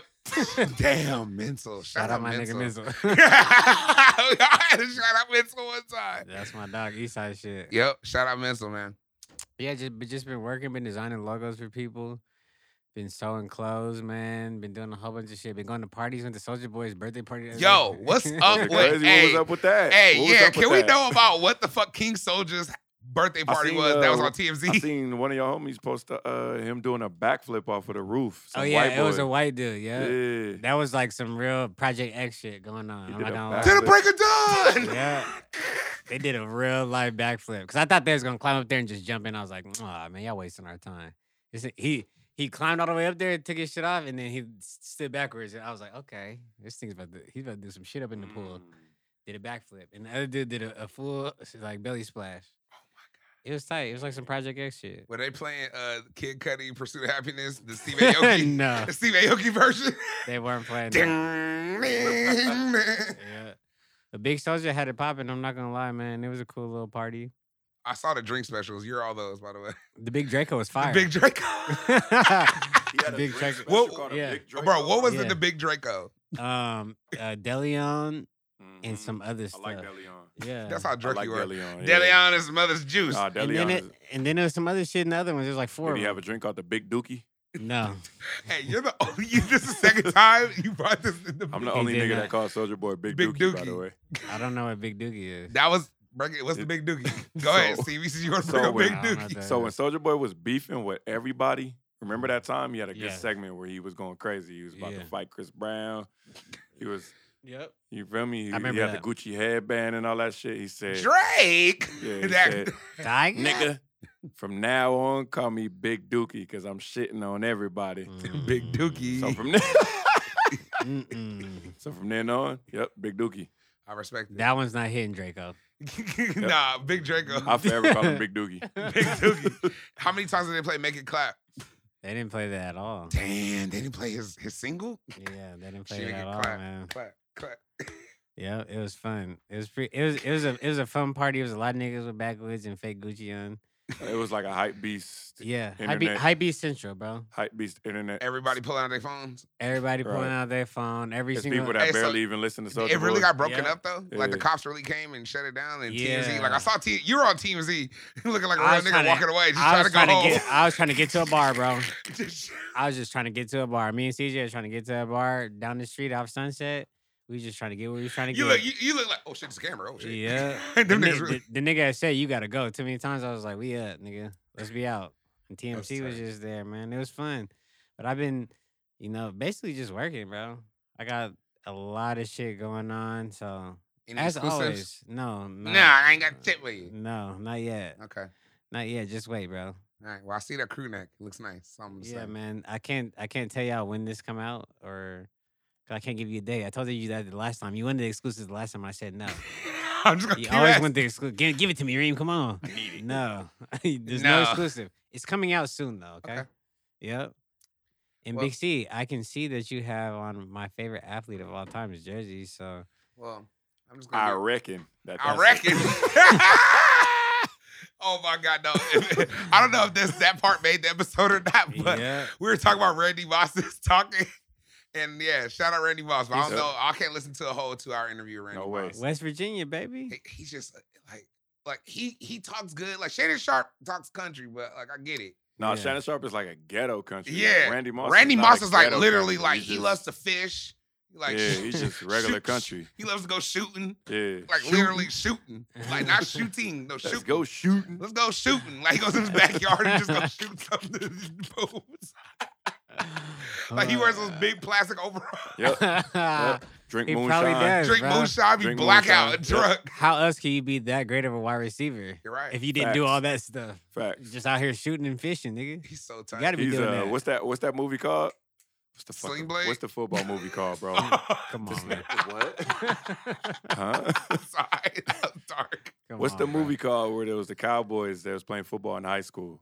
Speaker 2: Damn, mental. Shout,
Speaker 3: Shout out my nigga Mizzle.
Speaker 2: I had to shout out mental one time.
Speaker 3: That's my dog, Eastside shit.
Speaker 2: Yep. Shout out mental, man.
Speaker 3: Yeah, just but just been working, been designing logos for people, been sewing clothes, man, been doing a whole bunch of shit, been going to parties, went to Soldier Boy's birthday party. the other
Speaker 2: Yo,
Speaker 3: day.
Speaker 2: what's
Speaker 4: Was
Speaker 2: up with?
Speaker 4: it crazy?
Speaker 2: Oh, Hey,
Speaker 4: what was up with that?
Speaker 2: hey,
Speaker 4: Eh, What was
Speaker 2: yeah.
Speaker 4: up with
Speaker 2: Can we
Speaker 4: that?
Speaker 2: know about what the fuck King Soldier's birthday
Speaker 4: I
Speaker 2: party
Speaker 4: seen,
Speaker 2: was? that was
Speaker 4: uh,
Speaker 2: on
Speaker 4: I
Speaker 2: TMZ.
Speaker 4: seen one of your homies post uh, him doing a backflip off of the roof. Some
Speaker 3: Oh yeah,
Speaker 4: white boy.
Speaker 3: it was a white dude. Yeah.
Speaker 4: yeah.
Speaker 3: that was like some real Project X shit going on.
Speaker 4: He
Speaker 3: I'm
Speaker 4: did
Speaker 3: not
Speaker 4: a
Speaker 2: to
Speaker 3: gonna
Speaker 2: the
Speaker 4: backflip.
Speaker 3: lie.
Speaker 2: break of dawn.
Speaker 3: Yeah. They did a real life backflip because I thought they was gonna climb up there and just jump in. I was like, ah, man, y'all wasting our time. It's- he he climbed all the way up there, took his shit off, and then he s- stood backwards. And I was like, okay, this thing's about to he's about to do some shit up in the
Speaker 4: Mm.
Speaker 3: pool. did a backflip, and the other dude did a, a full like belly splash.
Speaker 2: Oh my
Speaker 3: It was tight. It was like some Project X shit.
Speaker 2: Were they playing uh, Kid Cudi Pursuit of Happiness, the Steve Aoki,
Speaker 3: no,
Speaker 2: the Steve Aoki version?
Speaker 3: they weren't playing. that.
Speaker 2: Ding, ding, ding.
Speaker 3: Yeah, the Big Soldier had it popping. I'm not gonna lie, man. It was a cool little party.
Speaker 2: I saw the drink specials. You're all those, by the way.
Speaker 3: The Big Draco was fire.
Speaker 2: The Big Draco.
Speaker 4: He had a
Speaker 3: Big
Speaker 4: drink
Speaker 3: check-
Speaker 4: special
Speaker 2: Well,
Speaker 4: called a
Speaker 3: yeah.
Speaker 4: Big Draco.
Speaker 2: Bro, what was it?
Speaker 3: Yeah.
Speaker 2: The Big Draco.
Speaker 3: um, uh, DeLeon and
Speaker 4: Mhm.
Speaker 3: some other stuff.
Speaker 4: I like Deleon.
Speaker 3: Yeah.
Speaker 2: That's how
Speaker 4: I
Speaker 2: drunk
Speaker 4: like
Speaker 2: you were.
Speaker 4: Deleon. yeah.
Speaker 2: Deleon is mother's juice.
Speaker 4: Nah,
Speaker 3: and then
Speaker 4: Deleon.
Speaker 3: it,
Speaker 4: is-
Speaker 3: and then there was some other shit in the other ones. There's like four.
Speaker 4: Did
Speaker 3: Of
Speaker 4: he have
Speaker 3: them.
Speaker 4: a drink called the Big Dookie?
Speaker 3: no,
Speaker 2: hey, you're the only. You, this is the second time you brought this. In the,
Speaker 4: I'm the
Speaker 3: He
Speaker 4: only
Speaker 3: did
Speaker 4: nigga
Speaker 3: not.
Speaker 4: that called Soldier Boy Big,
Speaker 2: Big
Speaker 4: Dookie, by the
Speaker 2: Dookie.
Speaker 4: way.
Speaker 3: I don't know what Big Doogie is.
Speaker 2: that was Break it. What's the
Speaker 4: It-
Speaker 2: big dookie? Go ahead,
Speaker 4: So-
Speaker 2: Stevie. Since you want to
Speaker 4: so
Speaker 2: bring up
Speaker 4: when-
Speaker 2: big
Speaker 3: I don't know
Speaker 2: dookie.
Speaker 3: that.
Speaker 4: So when Soldier Boy was beefing with everybody, remember that time he had a good
Speaker 3: Yeah.
Speaker 4: segment where he was going crazy. He was about
Speaker 3: Yeah.
Speaker 4: to fight Chris Brown. He was,
Speaker 3: Yep.
Speaker 4: you feel me? He,
Speaker 3: remember
Speaker 4: he had
Speaker 3: that.
Speaker 4: the Gucci headband and all that shit. He said,
Speaker 2: Drake.
Speaker 4: yeah, he
Speaker 2: That-
Speaker 4: said,
Speaker 3: Tiger.
Speaker 4: nigga, from now on, call me Big Dookie because I'm shitting on everybody.
Speaker 3: Mm. Mm-hmm.
Speaker 2: big dookie.
Speaker 4: So from then,
Speaker 3: Mm-mm.
Speaker 4: so from then on, yep, Big Dookie.
Speaker 2: I respect
Speaker 3: That one's not hitting Draco.
Speaker 2: that. nah, big Draco.
Speaker 4: I forever call him Big Dookie.
Speaker 2: Big Dookie. How many times did they play "Make It Clap"?
Speaker 3: They didn't play that at all.
Speaker 2: Damn, they didn't play his his single.
Speaker 3: Yeah, they didn't
Speaker 2: She
Speaker 3: play that
Speaker 2: make it
Speaker 3: at all,
Speaker 2: clap.
Speaker 3: man.
Speaker 2: Clap, clap.
Speaker 3: Yeah, it was fun. It was pretty. It was it was a it was a fun party. It was a lot of niggas with backwoods and fake Gucci on.
Speaker 4: It was like a hype beast,
Speaker 3: Yeah, high B,
Speaker 4: Internet.
Speaker 3: high B Central, bro.
Speaker 4: hype beast internet.
Speaker 2: Everybody pulling out their phones.
Speaker 3: Everybody pulling
Speaker 4: Right.
Speaker 3: out their phone. Every
Speaker 4: It's
Speaker 3: single
Speaker 4: people that
Speaker 2: Hey, so-
Speaker 4: barely even listen to Soldier
Speaker 2: it really
Speaker 4: Boy.
Speaker 2: got broken
Speaker 3: Yeah.
Speaker 2: up though. Like the
Speaker 4: Yeah.
Speaker 2: cops really came and shut it down. And TMZ, like
Speaker 3: Yeah.
Speaker 2: I saw T. You were on TMZ, looking like a real
Speaker 3: I was
Speaker 2: nigga
Speaker 3: tryna-
Speaker 2: walking away, just
Speaker 3: I
Speaker 2: trying
Speaker 3: was
Speaker 2: to go
Speaker 3: trying to
Speaker 2: home.
Speaker 3: get. I was trying to get to a bar, bro.
Speaker 2: Just-
Speaker 3: I was just trying to get to a bar. Me and CJ was trying to get to a bar down the street off Sunset. We was just trying to get where we was trying to
Speaker 2: you
Speaker 3: get.
Speaker 2: look, you, you look like oh shit, it's a camera. Oh shit,
Speaker 3: Yeah.
Speaker 2: Them
Speaker 3: the, ni-
Speaker 2: niggas really-
Speaker 3: the- the nigga had said you gotta go. Too many times I was like, we up, nigga. Let's be out. And
Speaker 2: was
Speaker 3: TMC was
Speaker 2: tight.
Speaker 3: just there, man. It was fun. But I've been, you know, basically just working, bro. I got a lot of shit going on. So
Speaker 2: Any
Speaker 3: as
Speaker 2: exclusives?
Speaker 3: always, Uh, mm. no, no.
Speaker 2: Nah, I ain't got shit with you.
Speaker 3: No, not yet.
Speaker 2: Okay, all
Speaker 3: Not yet. Just wait, bro.
Speaker 2: right. Well, I see that crew neck. It looks nice. So I'm just
Speaker 3: Yeah,
Speaker 2: like,
Speaker 3: man. I can't I can't tell y'all when this come out or 'cause I can't give you a day. I told you that the last time. You wanted the exclusives the last time I said no.
Speaker 2: I'm just gonna
Speaker 3: You
Speaker 2: keep
Speaker 3: always
Speaker 2: asking.
Speaker 3: want the exclusive. Give, give it to me, Reem. Come on. No, there's no.
Speaker 2: No.
Speaker 3: exclusive. It's coming out soon though. Okay.
Speaker 2: Okay.
Speaker 3: Yep. And
Speaker 2: Well-
Speaker 3: Big C, I can see that you have on my favorite athlete of all time is jersey. So
Speaker 2: Well, I'm just
Speaker 4: I
Speaker 2: gonna.
Speaker 4: reckon. That
Speaker 2: get- I
Speaker 4: that's-
Speaker 2: reckon. oh my god, no! I don't know if this that part made the episode or not, but
Speaker 3: yeah,
Speaker 2: we were talking about Randy Moss's talking. And yeah, shout out Randy Moss. But I
Speaker 4: He's
Speaker 2: don't
Speaker 4: a-
Speaker 2: know. I can't listen to a whole two hour interview. With Randy
Speaker 4: No way.
Speaker 2: Moss.
Speaker 3: West Virginia, baby.
Speaker 2: He- He's just uh, like, like he he talks good. Like Shannon Sharp talks country, but like I get it.
Speaker 4: No,
Speaker 3: Yeah.
Speaker 4: Shannon Sharp is like a ghetto country. like,
Speaker 2: Yeah.
Speaker 4: Randy Moss.
Speaker 2: Randy
Speaker 4: not
Speaker 2: Moss
Speaker 4: a
Speaker 2: is like
Speaker 4: ghetto
Speaker 2: literally
Speaker 4: country.
Speaker 2: like
Speaker 4: He's
Speaker 2: he
Speaker 4: just-
Speaker 2: loves to fish. Like
Speaker 4: yeah, he's just regular country.
Speaker 2: He loves to go shooting.
Speaker 4: Yeah.
Speaker 2: Like literally shooting. Like not shooting. No
Speaker 4: Let's
Speaker 2: shooting.
Speaker 4: go shooting.
Speaker 2: Let's go shooting. Like he goes in his backyard and just go shoot something. Boobs.
Speaker 3: Uh,
Speaker 2: Like he wears those big plastic overalls.
Speaker 4: Yep. yep. Drink
Speaker 3: He probably
Speaker 4: moonshine.
Speaker 3: does.
Speaker 2: Drink
Speaker 3: bruh.
Speaker 2: moonshine, be
Speaker 4: Drink
Speaker 2: blackout
Speaker 4: moonshine.
Speaker 2: and drunk.
Speaker 3: How else can you be that great of a wide receiver
Speaker 2: You're right.
Speaker 3: if you didn't do
Speaker 4: Facts.
Speaker 3: all that stuff?
Speaker 4: Facts.
Speaker 3: Just out here shooting and fishing, nigga.
Speaker 2: He's so tight.
Speaker 3: gotta be
Speaker 4: He's
Speaker 3: doing
Speaker 4: uh,
Speaker 3: that.
Speaker 4: what's that? What's that movie called? What's the
Speaker 2: Sling
Speaker 4: fucking,
Speaker 2: Blade?
Speaker 4: What's the football movie called, bro?
Speaker 3: Come
Speaker 4: This
Speaker 3: on, man.
Speaker 4: nigga- what? Huh?
Speaker 2: I'm sorry. That was dark.
Speaker 3: Come
Speaker 4: What's the
Speaker 3: on, bruh.
Speaker 4: movie called where there was the Cowboys that was playing football in high school?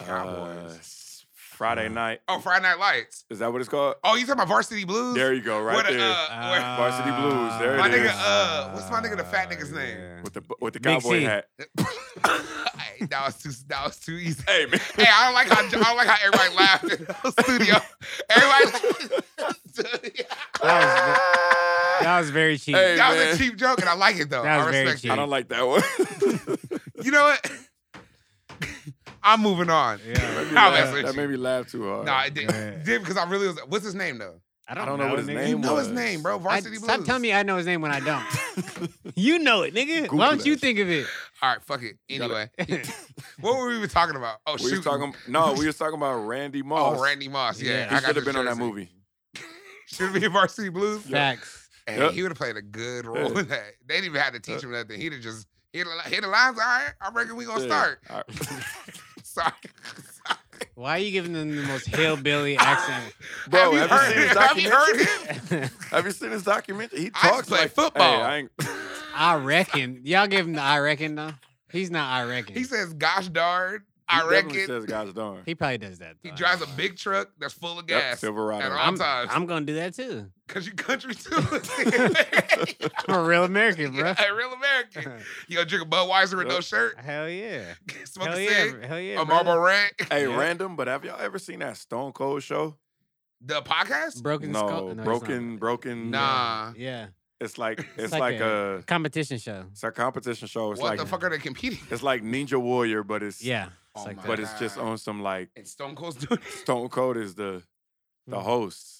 Speaker 2: Cowboys.
Speaker 4: Uh, s- Friday
Speaker 3: Uh,
Speaker 4: night.
Speaker 2: Oh, Friday Night Lights.
Speaker 4: Is that what it's called?
Speaker 2: Oh, you talking about Varsity Blues?
Speaker 4: There you go, right
Speaker 2: What,
Speaker 4: there.
Speaker 2: uh, where-
Speaker 4: Varsity Blues, there it
Speaker 2: My nigga,
Speaker 4: is.
Speaker 2: uh, what's my nigga the fat nigga's
Speaker 3: Ah,
Speaker 2: name?
Speaker 3: yeah.
Speaker 4: with the with the
Speaker 3: Big
Speaker 4: cowboy
Speaker 3: C.
Speaker 4: hat.
Speaker 2: Hey, that was too. That was too easy.
Speaker 4: Hey man.
Speaker 2: Hey, I don't like how I don't like how everybody laughed in the studio. Everybody laughed in the studio.
Speaker 3: That was, that was very cheap.
Speaker 4: Hey,
Speaker 2: That
Speaker 4: man.
Speaker 2: was a cheap joke, and I like it though.
Speaker 3: That was
Speaker 2: I
Speaker 3: very
Speaker 2: respect
Speaker 4: I
Speaker 2: it.
Speaker 3: cheap.
Speaker 4: don't like that one.
Speaker 2: You know what? I'm moving on.
Speaker 3: Yeah. That made me
Speaker 2: I'll
Speaker 3: laugh.
Speaker 2: mess with
Speaker 4: that
Speaker 2: you.
Speaker 4: made me laugh too hard.
Speaker 2: Nah, it did,
Speaker 3: Yeah.
Speaker 2: did because I really was. What's his name though?
Speaker 3: I
Speaker 4: I don't know what his
Speaker 3: nigga.
Speaker 2: You
Speaker 4: name
Speaker 2: know his
Speaker 4: was.
Speaker 2: name, bro.
Speaker 3: I,
Speaker 2: Varsity Blues.
Speaker 3: stop telling me I know his name when I don't. you know it, nigga.
Speaker 4: Google
Speaker 3: Why don't you
Speaker 4: that
Speaker 3: think of it?
Speaker 2: All right, fuck it.
Speaker 4: You gotta-
Speaker 2: Anyway, what were we even talking about? Oh,
Speaker 4: we
Speaker 2: shooting.
Speaker 4: was talking. No, we was talking about Randy Moss.
Speaker 2: oh, Randy Moss. Yeah,
Speaker 3: Yeah.
Speaker 2: I
Speaker 4: He
Speaker 2: got
Speaker 4: should have
Speaker 2: the
Speaker 4: been on that
Speaker 2: jersey.
Speaker 4: movie.
Speaker 2: Should be in Varsity Blues.
Speaker 3: Facts.
Speaker 2: Hey,
Speaker 4: Yep.
Speaker 2: he would have played a good role
Speaker 4: Yeah.
Speaker 2: in that. They didn't even have to teach him nothing. He'd have just hit the, hit the lines. All right, I reckon we gonna
Speaker 4: Uh. Yeah.
Speaker 2: start.
Speaker 4: All right.
Speaker 2: Sorry.
Speaker 3: Why are you giving them the most hillbilly accent?
Speaker 4: Bro,
Speaker 2: have you heard?
Speaker 4: have you seen his
Speaker 2: have you heard
Speaker 4: documentary?
Speaker 2: him?
Speaker 4: Have you seen his documentary? He
Speaker 2: I
Speaker 4: talks
Speaker 2: play
Speaker 4: like
Speaker 2: football.
Speaker 4: Hey, I ain't,
Speaker 3: I reckon. Y'all give him the I reckon though. He's not I reckon.
Speaker 2: He says, "Gosh darn,
Speaker 4: he
Speaker 2: I
Speaker 4: definitely
Speaker 2: reckon."
Speaker 4: Says guys darn.
Speaker 3: he probably does that.
Speaker 2: He
Speaker 3: though, I
Speaker 2: drives a
Speaker 3: ain't gonna
Speaker 2: big truck that's full of
Speaker 4: Yep,
Speaker 2: gas.
Speaker 4: Silverado.
Speaker 2: at all
Speaker 3: lie. I'm,
Speaker 2: times.
Speaker 3: I'm gonna do that too.
Speaker 2: Cause you country too. a
Speaker 3: I'm a real American, bro.
Speaker 2: real American. You gonna drink a Budweiser with no
Speaker 4: Yep.
Speaker 2: shirt?
Speaker 3: Hell yeah.
Speaker 2: Smoke
Speaker 3: Hell
Speaker 2: a
Speaker 3: yeah.
Speaker 2: cig?
Speaker 3: Hell yeah.
Speaker 2: A
Speaker 3: brother.
Speaker 2: Marlboro Red?
Speaker 4: Hey,
Speaker 3: Yeah.
Speaker 4: random, but have y'all ever seen that Stone Cold show?
Speaker 2: The podcast?
Speaker 3: Broken
Speaker 4: No,
Speaker 3: skull. it's not.
Speaker 4: broken, broken.
Speaker 2: Nah.
Speaker 3: Yeah.
Speaker 4: It's like it's,
Speaker 3: like
Speaker 4: like,
Speaker 3: a-
Speaker 4: a,
Speaker 3: Competition show.
Speaker 4: it's a competition show. It's
Speaker 2: what
Speaker 4: like
Speaker 2: the fuck are they competing?
Speaker 4: it's like Ninja Warrior, but it's
Speaker 3: Yeah.
Speaker 2: Oh
Speaker 3: It's like
Speaker 2: my
Speaker 3: that.
Speaker 4: but it's just on some like
Speaker 2: And Stone Cold's doing it.
Speaker 4: Stone Cold is the the
Speaker 3: Mm.
Speaker 4: host.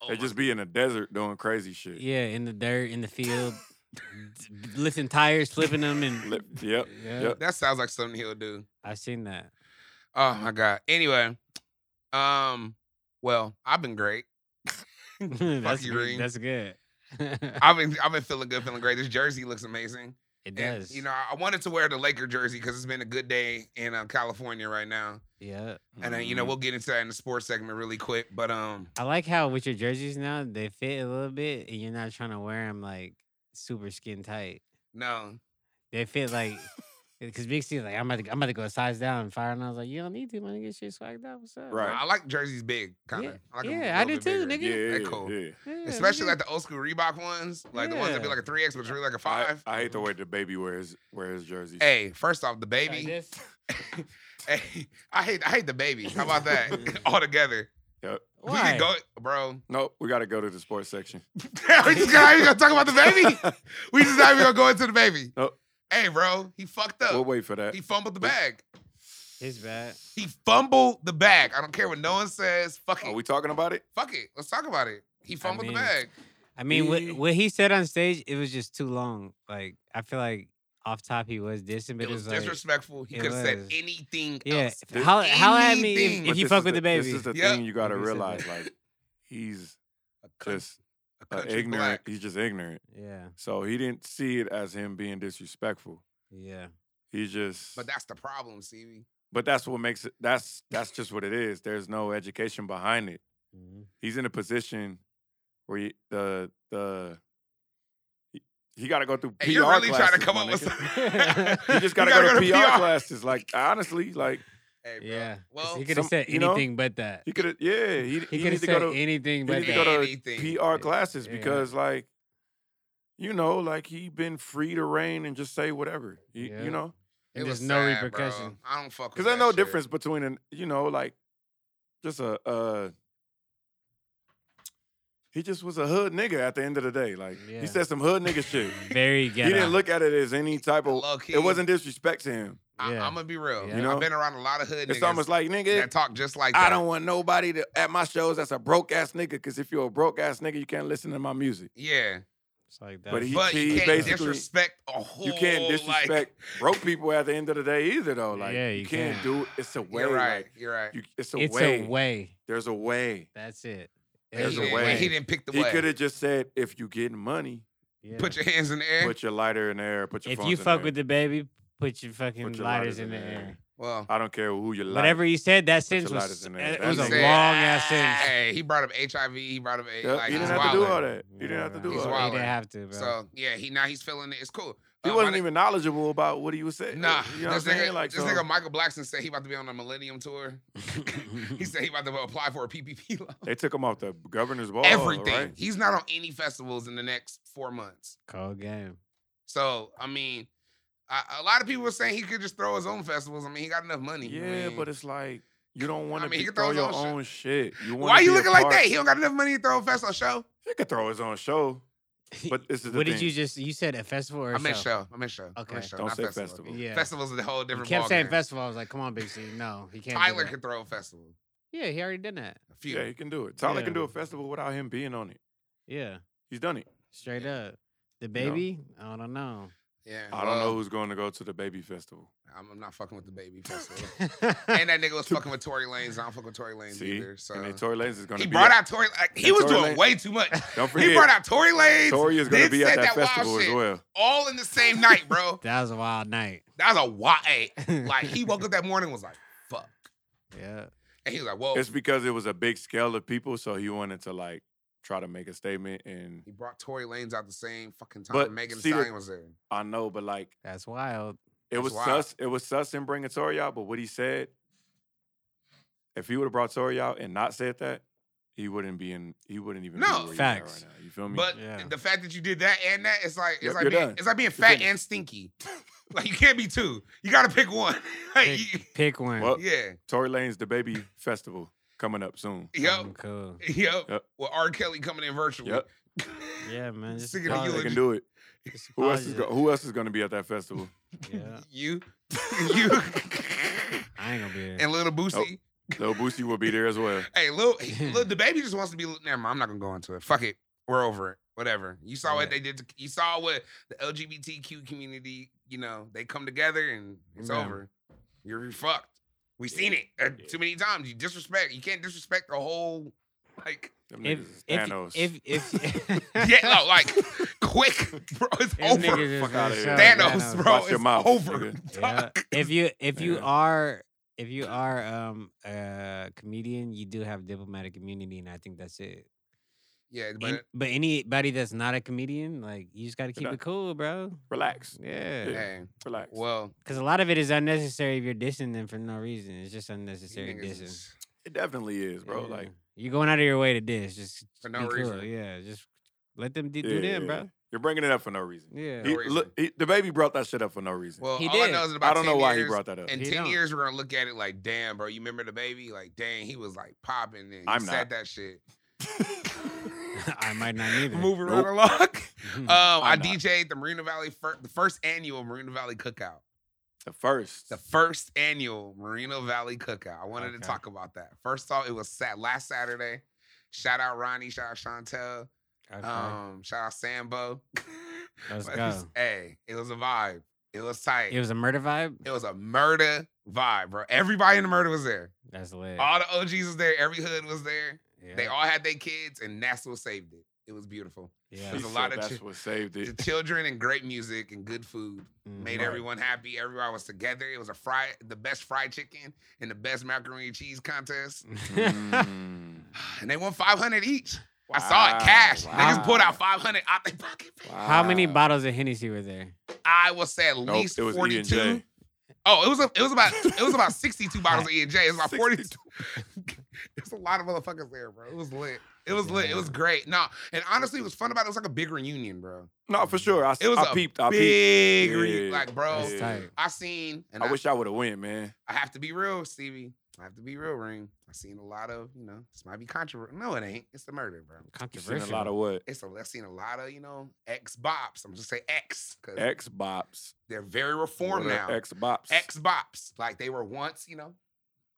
Speaker 2: Oh
Speaker 4: they
Speaker 2: my
Speaker 4: just be in the desert doing crazy shit.
Speaker 3: Yeah, in the dirt, in the field. lifting tires, flipping them, and
Speaker 4: Li- Yep.
Speaker 3: yeah,
Speaker 4: yep.
Speaker 2: That sounds like something he'll do.
Speaker 3: I've seen that.
Speaker 2: Oh my god. Anyway, um, well, I've been great.
Speaker 3: that's
Speaker 2: you,
Speaker 3: good.
Speaker 2: Reem.
Speaker 3: That's good.
Speaker 2: I've been I've been feeling good, feeling great. This jersey looks amazing.
Speaker 3: it
Speaker 2: And,
Speaker 3: does.
Speaker 2: you know, I I wanted to wear the Laker jersey because it's been a good day in uh, California right now.
Speaker 3: yeah.
Speaker 2: And uh, you
Speaker 4: Mm-hmm.
Speaker 3: Mm-hmm.
Speaker 2: know, we'll get into that in the sports segment really quick. But um,
Speaker 3: I like how with your jerseys now they fit a little bit, and you're not trying to wear them like super skin tight.
Speaker 2: no,
Speaker 3: They fit like because Big C's like I'm about to I'm about to go size down and fire, and I was like, you don't need to, man. Get shit swagged out. What's up?
Speaker 4: Right.
Speaker 2: I like jerseys big, kind of.
Speaker 3: Yeah,
Speaker 2: I like 'em a
Speaker 3: yeah, I
Speaker 2: little
Speaker 3: do
Speaker 2: bit
Speaker 3: too,
Speaker 4: yeah,
Speaker 2: bigger.
Speaker 3: nigga.
Speaker 4: yeah,
Speaker 2: That cool.
Speaker 4: yeah.
Speaker 3: Yeah,
Speaker 2: Especially
Speaker 3: nigga.
Speaker 2: like the old school Reebok ones, like the ones that be
Speaker 3: Yeah.
Speaker 2: like a three X, but it's really like a
Speaker 4: I,
Speaker 2: five.
Speaker 4: I hate the way the baby wears wears jerseys.
Speaker 2: hey, first off, the
Speaker 3: Like
Speaker 2: baby.
Speaker 3: this.
Speaker 2: hey, I hate I hate the baby. How about that? All together,
Speaker 4: Yep.
Speaker 2: we
Speaker 3: Why?
Speaker 2: can go, bro.
Speaker 4: Nope, we got to go to the sports section.
Speaker 2: we just not even gonna talk about the baby. We just not even gonna go into the baby.
Speaker 3: Oh.
Speaker 4: Nope.
Speaker 2: Hey, bro, he fucked up.
Speaker 4: we'll wait for that.
Speaker 2: He fumbled the bag.
Speaker 3: His bad.
Speaker 2: He fumbled the bag. I don't care what no one says. Fuck it.
Speaker 4: Are we talking about it?
Speaker 2: Fuck it. Let's talk about it. He fumbled
Speaker 3: Oh, mean,
Speaker 2: the bag.
Speaker 3: I mean,
Speaker 4: He-
Speaker 3: what what he said on stage, it was just too long. Like I feel like off top he was dissing, but
Speaker 2: It was
Speaker 3: like,
Speaker 2: disrespectful. He
Speaker 3: it
Speaker 2: could have said
Speaker 3: was.
Speaker 2: anything
Speaker 3: yeah,
Speaker 2: else.
Speaker 4: This-
Speaker 3: how how at me if,
Speaker 2: Anything.
Speaker 3: if
Speaker 4: But
Speaker 3: you
Speaker 4: this
Speaker 3: fuck
Speaker 4: is
Speaker 3: with
Speaker 4: the-
Speaker 3: the baby.
Speaker 4: This is the
Speaker 2: Yep.
Speaker 4: thing you got to
Speaker 3: Who said
Speaker 4: realize.
Speaker 3: that?
Speaker 4: Like, he's
Speaker 2: A coun-
Speaker 4: just
Speaker 2: a
Speaker 4: a
Speaker 2: country
Speaker 4: ignorant.
Speaker 2: black.
Speaker 4: He's just ignorant.
Speaker 3: yeah,
Speaker 4: So he didn't see it as him being disrespectful.
Speaker 3: yeah,
Speaker 4: He just.
Speaker 2: But that's the problem, CB.
Speaker 4: but that's what makes it. That's that's just what it is. There's no education behind it.
Speaker 3: Mhm.
Speaker 4: He's in a position where he, the the. He, he got to go through PR
Speaker 2: Hey, you're really
Speaker 4: classes.
Speaker 2: trying to come
Speaker 4: my
Speaker 2: up with
Speaker 4: nigga.
Speaker 2: something.
Speaker 4: You just gotta, go to PR, classes. Like honestly, like
Speaker 2: Hey, bro.
Speaker 3: yeah. 'Cause
Speaker 2: Well,
Speaker 3: he could have
Speaker 4: some-
Speaker 3: said
Speaker 4: you know,
Speaker 3: anything but that.
Speaker 4: he could have, yeah, he, he,
Speaker 3: He could
Speaker 4: needs
Speaker 3: have
Speaker 4: to
Speaker 3: said
Speaker 4: go to
Speaker 3: anything
Speaker 4: he
Speaker 3: but
Speaker 4: need to
Speaker 3: that.
Speaker 4: go to
Speaker 2: Anything.
Speaker 4: PR classes
Speaker 3: Yeah.
Speaker 4: because like, you know, like he been free to reign and just say whatever, you,
Speaker 3: Yeah.
Speaker 4: you know,
Speaker 2: It
Speaker 3: and
Speaker 2: was
Speaker 3: there's no
Speaker 2: sad, bro.
Speaker 3: repercussion.
Speaker 2: I don't fuck. with
Speaker 4: because there's no
Speaker 2: that shit.
Speaker 4: difference between an, you know, like just a, uh, he just was a hood nigga at the end of the day. Like
Speaker 3: Yeah.
Speaker 4: he said some hood nigga shit.
Speaker 3: Very
Speaker 4: he
Speaker 3: ghetto.
Speaker 4: didn't look at it as any type of.
Speaker 2: Low key.
Speaker 4: It wasn't disrespect to him.
Speaker 2: I,
Speaker 3: Yeah.
Speaker 2: I'm gonna be real.
Speaker 3: You
Speaker 4: know?
Speaker 2: I've been around a lot of hood
Speaker 4: It's
Speaker 2: niggas
Speaker 4: almost like nigga,
Speaker 2: that talk just like that.
Speaker 4: I don't want nobody to, at my shows that's a broke ass nigga. Because if you're a broke ass nigga, you can't listen to my music.
Speaker 2: Yeah,
Speaker 3: It's like that.
Speaker 4: But he-
Speaker 2: but you can't
Speaker 4: basically-
Speaker 2: disrespect a whole.
Speaker 4: You can't
Speaker 2: like-
Speaker 4: disrespect broke people at the end of the day either, though. Like
Speaker 3: Yeah,
Speaker 4: you,
Speaker 3: you
Speaker 4: can't
Speaker 3: can't.
Speaker 4: do it. It's a way.
Speaker 2: you're right.
Speaker 4: like,
Speaker 2: you're right.
Speaker 4: you, it's a
Speaker 3: it's
Speaker 4: way.
Speaker 3: a way.
Speaker 4: There's a way.
Speaker 3: That's it.
Speaker 2: And
Speaker 4: There's
Speaker 2: he
Speaker 4: a
Speaker 2: didn't-
Speaker 4: way.
Speaker 2: and He didn't pick the
Speaker 4: He
Speaker 2: way.
Speaker 4: could have just said, if you getting money,
Speaker 3: Yeah.
Speaker 2: Put your hands in the air.
Speaker 4: put your lighter in the air. Put your
Speaker 3: if
Speaker 4: phones
Speaker 3: you
Speaker 4: in
Speaker 3: fuck
Speaker 4: there.
Speaker 3: with the baby, put your fucking
Speaker 4: Put your
Speaker 3: lighters in the air.
Speaker 2: well,
Speaker 4: I don't care who you like.
Speaker 3: Whatever he said, that
Speaker 4: your
Speaker 3: sentence
Speaker 4: lighters
Speaker 3: was uh,
Speaker 4: in there.
Speaker 3: it
Speaker 4: That
Speaker 3: was a
Speaker 2: he
Speaker 3: long
Speaker 4: nigga-
Speaker 2: said,
Speaker 3: ass sentence.
Speaker 2: Hey, he brought up HIV. He brought up AIDS.
Speaker 4: Yep,
Speaker 2: like,
Speaker 4: he
Speaker 2: he's
Speaker 4: didn't have to do
Speaker 2: wilding.
Speaker 4: all that. He didn't have to do
Speaker 2: He's
Speaker 4: all
Speaker 3: He
Speaker 4: that.
Speaker 2: wilding.
Speaker 3: didn't have to, bro.
Speaker 2: So yeah, he now he's feeling it. It's cool.
Speaker 4: He
Speaker 2: Uh, my
Speaker 4: wasn't
Speaker 2: ni-
Speaker 4: even knowledgeable about what he was saying.
Speaker 2: Nah,
Speaker 4: you know what I'm
Speaker 2: this nigga,
Speaker 4: saying? Like
Speaker 2: this
Speaker 4: so-
Speaker 2: nigga Michael Blackson said he about to be on the Millennium Tour. he said he about to apply for a PPP loan.
Speaker 4: they took him off the governor's ball.
Speaker 2: Everything.
Speaker 4: Oh, right?
Speaker 2: He's not on any festivals in the next four months.
Speaker 3: Cold game.
Speaker 2: So I mean, I, a lot of people were saying he could just throw his own festivals. I mean, he got enough money. I
Speaker 4: Yeah,
Speaker 2: mean,
Speaker 4: but it's like you don't want
Speaker 2: I
Speaker 4: to
Speaker 2: mean, he can
Speaker 4: throw
Speaker 2: throw his
Speaker 4: your
Speaker 2: own
Speaker 4: own shit. You wanna
Speaker 2: why you
Speaker 4: be a
Speaker 2: looking like
Speaker 4: part-
Speaker 2: that? He don't got enough money to throw a festival show.
Speaker 4: He could throw his own show, but this is the
Speaker 3: what
Speaker 4: thing.
Speaker 3: did you just? You said a festival or a
Speaker 2: I meant
Speaker 3: show?
Speaker 2: show. I meant show. I
Speaker 3: Okay.
Speaker 2: meant show.
Speaker 4: Don't
Speaker 2: not
Speaker 4: say
Speaker 2: festival.
Speaker 4: festival.
Speaker 3: Yeah.
Speaker 2: Festivals is a whole
Speaker 3: You
Speaker 2: different.
Speaker 3: kept saying
Speaker 2: ballgame.
Speaker 3: festival. I was like, come on, Big C. No, he can't. do
Speaker 2: Tyler
Speaker 3: that.
Speaker 2: could throw a festival.
Speaker 3: Yeah, he already did that.
Speaker 2: A few.
Speaker 4: Yeah, he can do it. Tyler
Speaker 3: Yeah.
Speaker 4: can do a festival without him being on it.
Speaker 3: Yeah,
Speaker 4: He's done it.
Speaker 3: straight up. The
Speaker 4: know?
Speaker 3: baby, I don't know.
Speaker 2: Yeah.
Speaker 4: I don't know
Speaker 2: well,
Speaker 4: who's going to go to the baby festival.
Speaker 2: I'm, I'm not fucking with the baby festival. and that nigga was fucking with Tory Lanez. I don't fuck with Tory Lanez
Speaker 4: See,
Speaker 2: either. So
Speaker 4: and then Tory Lanez is going to
Speaker 2: he
Speaker 4: be.
Speaker 2: brought
Speaker 4: at-
Speaker 2: out Tory. Like, he
Speaker 4: And
Speaker 2: was
Speaker 4: Tory
Speaker 2: doing
Speaker 4: Lanez-
Speaker 2: way too much.
Speaker 4: Don't
Speaker 2: he
Speaker 4: forget,
Speaker 2: brought out Tory Lanez.
Speaker 4: Tory is going to
Speaker 2: then
Speaker 4: be at
Speaker 2: said
Speaker 4: that,
Speaker 2: that wild
Speaker 4: festival as
Speaker 2: shit.
Speaker 4: well.
Speaker 2: all in the same night, bro.
Speaker 3: that was a wild night.
Speaker 2: That was a wild. Hey, like he woke up that morning and was like, "Fuck,"
Speaker 3: yeah,
Speaker 2: and he was like, "Whoa."
Speaker 4: It's because it was a big scale of people, so he wanted to like try to make a statement. And
Speaker 2: he brought Tory Lanez out the same fucking time
Speaker 4: But
Speaker 2: Megan Thee
Speaker 4: see the-
Speaker 2: Stallion was there.
Speaker 4: I know, but like
Speaker 3: that's wild.
Speaker 4: It
Speaker 2: That's
Speaker 4: was
Speaker 2: wild.
Speaker 4: sus. It was sus in bringing Tori out, but what he said, if he would have brought Tori out and not said that, he wouldn't be in. He wouldn't even. be
Speaker 2: No.
Speaker 4: where he's at
Speaker 3: Facts.
Speaker 4: Right now. You feel me?
Speaker 2: But
Speaker 3: Yeah.
Speaker 2: the fact that you did that and that, it's like it's
Speaker 4: Yep,
Speaker 2: like
Speaker 4: you're
Speaker 2: being,
Speaker 4: done.
Speaker 2: it's like being fat
Speaker 4: finished.
Speaker 2: and stinky. like you can't be two. You gotta pick one. like,
Speaker 3: Pick,
Speaker 2: you-
Speaker 3: pick one.
Speaker 4: Well,
Speaker 2: yeah,
Speaker 4: Tory Lane's the baby festival coming up soon.
Speaker 3: Oh,
Speaker 2: yep,
Speaker 3: cool.
Speaker 2: yep.
Speaker 4: Yep.
Speaker 2: With R. Kelly coming in virtually.
Speaker 4: Yep.
Speaker 3: Yeah, man. Just
Speaker 2: Singing a
Speaker 4: They
Speaker 3: apologize.
Speaker 4: can
Speaker 2: eulogy.
Speaker 4: do it.
Speaker 3: Just
Speaker 4: Who else is go-
Speaker 3: apologize.
Speaker 4: Who else is going to be at that festival?
Speaker 3: Yeah,
Speaker 2: You, you,
Speaker 3: I ain't gonna be there.
Speaker 2: and Little Boosie.
Speaker 4: Nope. Lil Boosie will be there as well.
Speaker 2: Hey, Lil, Lil, the baby just wants to be. Never mind, I'm not gonna go into it. Fuck it, we're over it. whatever. You saw what
Speaker 3: Yeah.
Speaker 2: they did. To, you saw what the LGBTQ community. You know, they come together and it's
Speaker 3: Yeah.
Speaker 2: over. You're, you're fucked. We seen it uh,
Speaker 4: Yeah.
Speaker 2: too many times. You disrespect. You can't disrespect the whole like.
Speaker 4: Them
Speaker 3: If
Speaker 4: niggas is
Speaker 3: if
Speaker 4: Thanos.
Speaker 3: if if
Speaker 2: Yeah, no, like quick, bro. It's
Speaker 3: These
Speaker 2: over.
Speaker 3: niggas is
Speaker 4: Fuck outta
Speaker 3: just
Speaker 4: here.
Speaker 3: showing
Speaker 2: Thanos, bro.
Speaker 4: Watch
Speaker 2: it's
Speaker 4: your mouth,
Speaker 2: over.
Speaker 4: nigga.
Speaker 3: Yeah.
Speaker 2: dog.
Speaker 3: If you if you
Speaker 4: Yeah.
Speaker 3: are if you are um a comedian, you do have diplomatic immunity, and I think that's it.
Speaker 2: Yeah,
Speaker 3: An-
Speaker 2: but
Speaker 3: but anybody that's not a comedian, like you just got to keep
Speaker 4: not.
Speaker 3: it cool, bro.
Speaker 4: relax,
Speaker 3: Yeah,
Speaker 4: Yeah.
Speaker 2: hey,
Speaker 4: relax.
Speaker 2: well,
Speaker 3: because a lot of it is unnecessary if you're dissing them for no reason. It's just
Speaker 2: you
Speaker 3: unnecessary
Speaker 2: niggas
Speaker 3: dissing.
Speaker 2: is-
Speaker 4: It definitely is, bro.
Speaker 3: Yeah.
Speaker 4: Like
Speaker 3: you're going out of your way to diss, just
Speaker 2: For no
Speaker 3: be cool,
Speaker 2: reason.
Speaker 3: Yeah, just let them d-
Speaker 4: yeah,
Speaker 3: do them,
Speaker 4: yeah.
Speaker 3: bro.
Speaker 4: You're bringing it up for no reason.
Speaker 3: Yeah,
Speaker 4: He,
Speaker 2: No reason.
Speaker 4: look, he, the baby brought that shit up for no reason.
Speaker 2: well,
Speaker 3: He
Speaker 2: all I
Speaker 3: did.
Speaker 2: know is in about
Speaker 4: I don't know
Speaker 2: 10
Speaker 4: why
Speaker 2: years,
Speaker 4: he brought that up.
Speaker 2: In
Speaker 3: He
Speaker 2: 10
Speaker 3: don't.
Speaker 2: years, we're gonna look at it like, damn, bro, you remember the baby? Like, dang, he was like popping and he
Speaker 4: I'm
Speaker 2: said
Speaker 4: not.
Speaker 2: that shit.
Speaker 3: I might not either.
Speaker 2: Moving
Speaker 4: Nope.
Speaker 2: right along. Um, I
Speaker 4: not.
Speaker 2: DJ'd the Marina Valley fir- the first annual Marina Valley Cookout.
Speaker 4: the first.
Speaker 2: The first annual Marina Valley Cookout. I wanted to
Speaker 3: Okay.
Speaker 2: talk about that. First off, it was sat last Saturday. Shout out Ronnie. Shout out Chantel.
Speaker 3: Okay,
Speaker 2: Um, shout out Sambo.
Speaker 3: let's
Speaker 2: It was-
Speaker 3: go.
Speaker 2: Hey, it was a vibe. It was tight.
Speaker 3: It was a murder vibe.
Speaker 2: It was a murder vibe, bro. Everybody in the murder was there.
Speaker 3: That's lit.
Speaker 2: All the OGs was there. Every hood was there. They
Speaker 3: Yeah,
Speaker 2: all had their kids, and that's what saved it. It was beautiful.
Speaker 3: yeah.
Speaker 2: There's
Speaker 4: He
Speaker 2: a lot
Speaker 4: said
Speaker 2: of
Speaker 4: that's
Speaker 2: chi-
Speaker 4: what saved
Speaker 2: The
Speaker 4: it.
Speaker 2: children and great music and good food made
Speaker 4: Eh. Right.
Speaker 2: everyone happy. Everybody was together. It was a fry, the best fried chicken and the best macaroni and cheese contest,
Speaker 3: Mhm.
Speaker 4: Mm.
Speaker 2: and they won five hundred each. I saw it cash. They just pulled out
Speaker 4: wow,
Speaker 2: five hundred out their pocket.
Speaker 3: How many
Speaker 4: wow.
Speaker 3: bottles of Hennessy were there?
Speaker 2: I will say at
Speaker 4: Nope,
Speaker 2: least
Speaker 4: it was E
Speaker 2: forty
Speaker 4: and J.
Speaker 2: two. Oh, it was a, it was about it was about sixty two bottles of E and J. It was about forty two. There's a lot of motherfuckers there, bro. It was lit. It was lit. It was great. No, and honestly, it was fun about it. It was like a big reunion, bro.
Speaker 4: No, for sure. I, s-
Speaker 2: It was
Speaker 4: I
Speaker 2: a
Speaker 4: peeped. I peeped.
Speaker 2: big
Speaker 4: Yeah.
Speaker 2: reunion, like bro.
Speaker 3: That's
Speaker 4: Yeah.
Speaker 3: tight.
Speaker 2: I seen, and
Speaker 4: I wish I would have went, man.
Speaker 2: I have to be real, Stevie. I have to be real, Ring. I seen a lot of, you know, this might be controversial. No, it ain't. It's the murder, bro.
Speaker 4: You seen a
Speaker 3: Controversial.
Speaker 4: lot of what?
Speaker 2: It's a, I've seen a lot of, you know, ex bops. I'm just say X because
Speaker 4: X bops.
Speaker 2: they're very reformed now.
Speaker 4: X bops.
Speaker 2: Ex bops, like they were once, you know,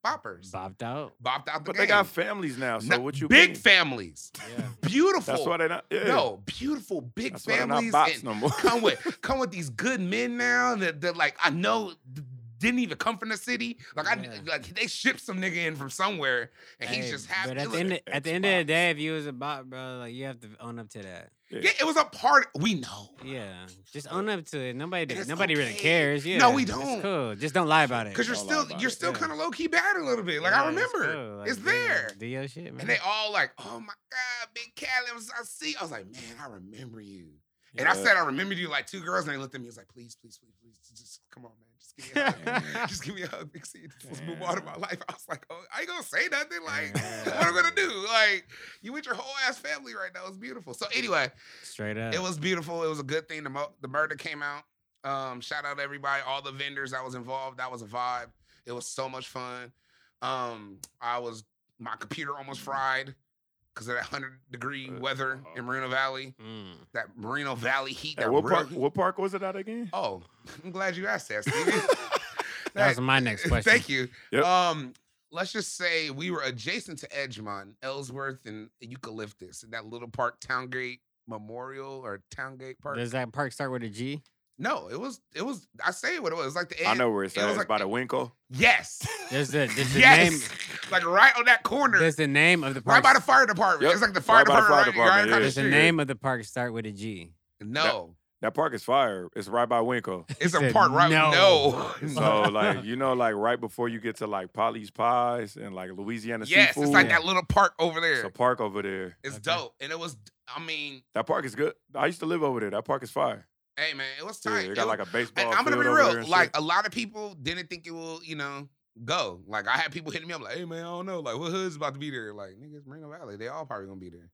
Speaker 2: boppers,
Speaker 3: bopped out.
Speaker 2: bopped out the game.
Speaker 4: But they got families now. So
Speaker 2: No-
Speaker 4: what you
Speaker 2: big
Speaker 4: mean?
Speaker 2: families,
Speaker 3: Yeah.
Speaker 2: beautiful.
Speaker 4: That's why they not. Yeah.
Speaker 2: No, beautiful big
Speaker 4: That's why they not
Speaker 2: families.
Speaker 4: bops
Speaker 2: and
Speaker 4: no more.
Speaker 2: come with come with these good men now that, that like I know d- didn't even come from the city. Like
Speaker 3: Yeah.
Speaker 2: I like they shipped some nigga in from somewhere, and he's
Speaker 3: Hey,
Speaker 2: just happy.
Speaker 3: But at the,
Speaker 2: Look,
Speaker 3: end
Speaker 4: look,
Speaker 3: of, at the end of the
Speaker 4: Xbox.
Speaker 3: day, if you was a bot, bro, like you have to own up to that.
Speaker 2: yeah, it was a part. We know.
Speaker 3: Yeah, just own up to it. Nobody,
Speaker 2: And it's
Speaker 3: nobody really
Speaker 2: okay.
Speaker 3: cares. Yeah,
Speaker 2: No, we don't.
Speaker 3: It's cool. Just don't lie about it.
Speaker 2: Cause you're
Speaker 4: All
Speaker 2: still
Speaker 4: about
Speaker 2: you're
Speaker 4: it,
Speaker 2: still
Speaker 3: yeah.
Speaker 2: kind of low key bad a little bit. Like I
Speaker 3: Yeah, it's
Speaker 2: remember,
Speaker 3: cool, like,
Speaker 2: it's
Speaker 3: yeah,
Speaker 2: there.
Speaker 3: Do your shit, man.
Speaker 2: And they all like, oh my God, Big Cali, I'm so- I see. I was like, man, I remember you. And I
Speaker 4: Yeah.
Speaker 2: said, I remembered you like two girls, and they looked at me. I was like, please, please, please, please, just, just come on, man. Just give me a hug. just give me a hug. Big C. Just Let's move on to my life. I was like, oh, I ain't gonna say nothing. Like, what I'm gonna do? Like, you with your whole ass family right now. It's beautiful. So anyway,
Speaker 3: straight up.
Speaker 2: it was beautiful. It was a good thing. The, mo- the murder came out. Um, shout out to everybody, all the vendors that was involved. That was a vibe. It was so much fun. Um, I was my computer almost fried because of that hundred degree
Speaker 4: Uh,
Speaker 2: weather in Moreno Valley.
Speaker 3: Mm.
Speaker 2: That Moreno Valley heat.
Speaker 4: Hey,
Speaker 2: that
Speaker 4: what
Speaker 2: real
Speaker 4: park?
Speaker 2: heat.
Speaker 4: What park was it at again?
Speaker 2: Oh, I'm glad you asked that. Stevie.
Speaker 3: That
Speaker 2: That-
Speaker 3: was my next question.
Speaker 2: Thank you.
Speaker 4: Yep.
Speaker 2: Um, let's just say we were adjacent to Edgemont, Ellsworth, and Eucalyptus, and that little park, Towngate Memorial or Towngate Park.
Speaker 3: Does that park start with a G?
Speaker 2: No, it was it was I say what it was. It was like the end.
Speaker 4: I know where it's
Speaker 2: it
Speaker 4: at.
Speaker 2: was
Speaker 4: It's
Speaker 2: like-
Speaker 4: by the Winkle.
Speaker 2: Yes.
Speaker 3: Does the does the
Speaker 2: yes.
Speaker 3: name
Speaker 2: Like right on that corner.
Speaker 3: does the name of the
Speaker 2: right
Speaker 3: park
Speaker 2: by the fire department.
Speaker 4: Yep,
Speaker 2: It's like the fire
Speaker 4: right by the
Speaker 2: department.
Speaker 4: fire
Speaker 2: right,
Speaker 4: department,
Speaker 2: right
Speaker 4: yeah.
Speaker 3: does the name of the park start with a G?
Speaker 2: No.
Speaker 4: That park is fire. It's right by Winko.
Speaker 2: It's
Speaker 3: He
Speaker 2: a
Speaker 3: said
Speaker 2: park right
Speaker 3: no.
Speaker 2: no.
Speaker 4: So like you know like right before you get to like Polly's Pies and like Louisiana
Speaker 2: yes,
Speaker 4: seafood.
Speaker 2: it's like
Speaker 3: Yeah.
Speaker 2: that little park over there.
Speaker 4: It's a park over there.
Speaker 2: It's
Speaker 3: Okay.
Speaker 2: dope. And it was I mean,
Speaker 4: That park is good. I used to live over there. That park is fire.
Speaker 2: hey man, it was
Speaker 4: Yeah,
Speaker 2: tight.
Speaker 4: it
Speaker 2: It
Speaker 4: got like
Speaker 2: was-
Speaker 4: a baseball.
Speaker 2: and I'm gonna
Speaker 4: field
Speaker 2: be
Speaker 4: over there
Speaker 2: real.
Speaker 4: and
Speaker 2: Like
Speaker 4: shit.
Speaker 2: a lot of people didn't think it will, you know, go. Like I had people hitting me up like, hey man, I don't know. Like what hood's about to be there? Like, niggas Marina Valley. They all probably gonna be there.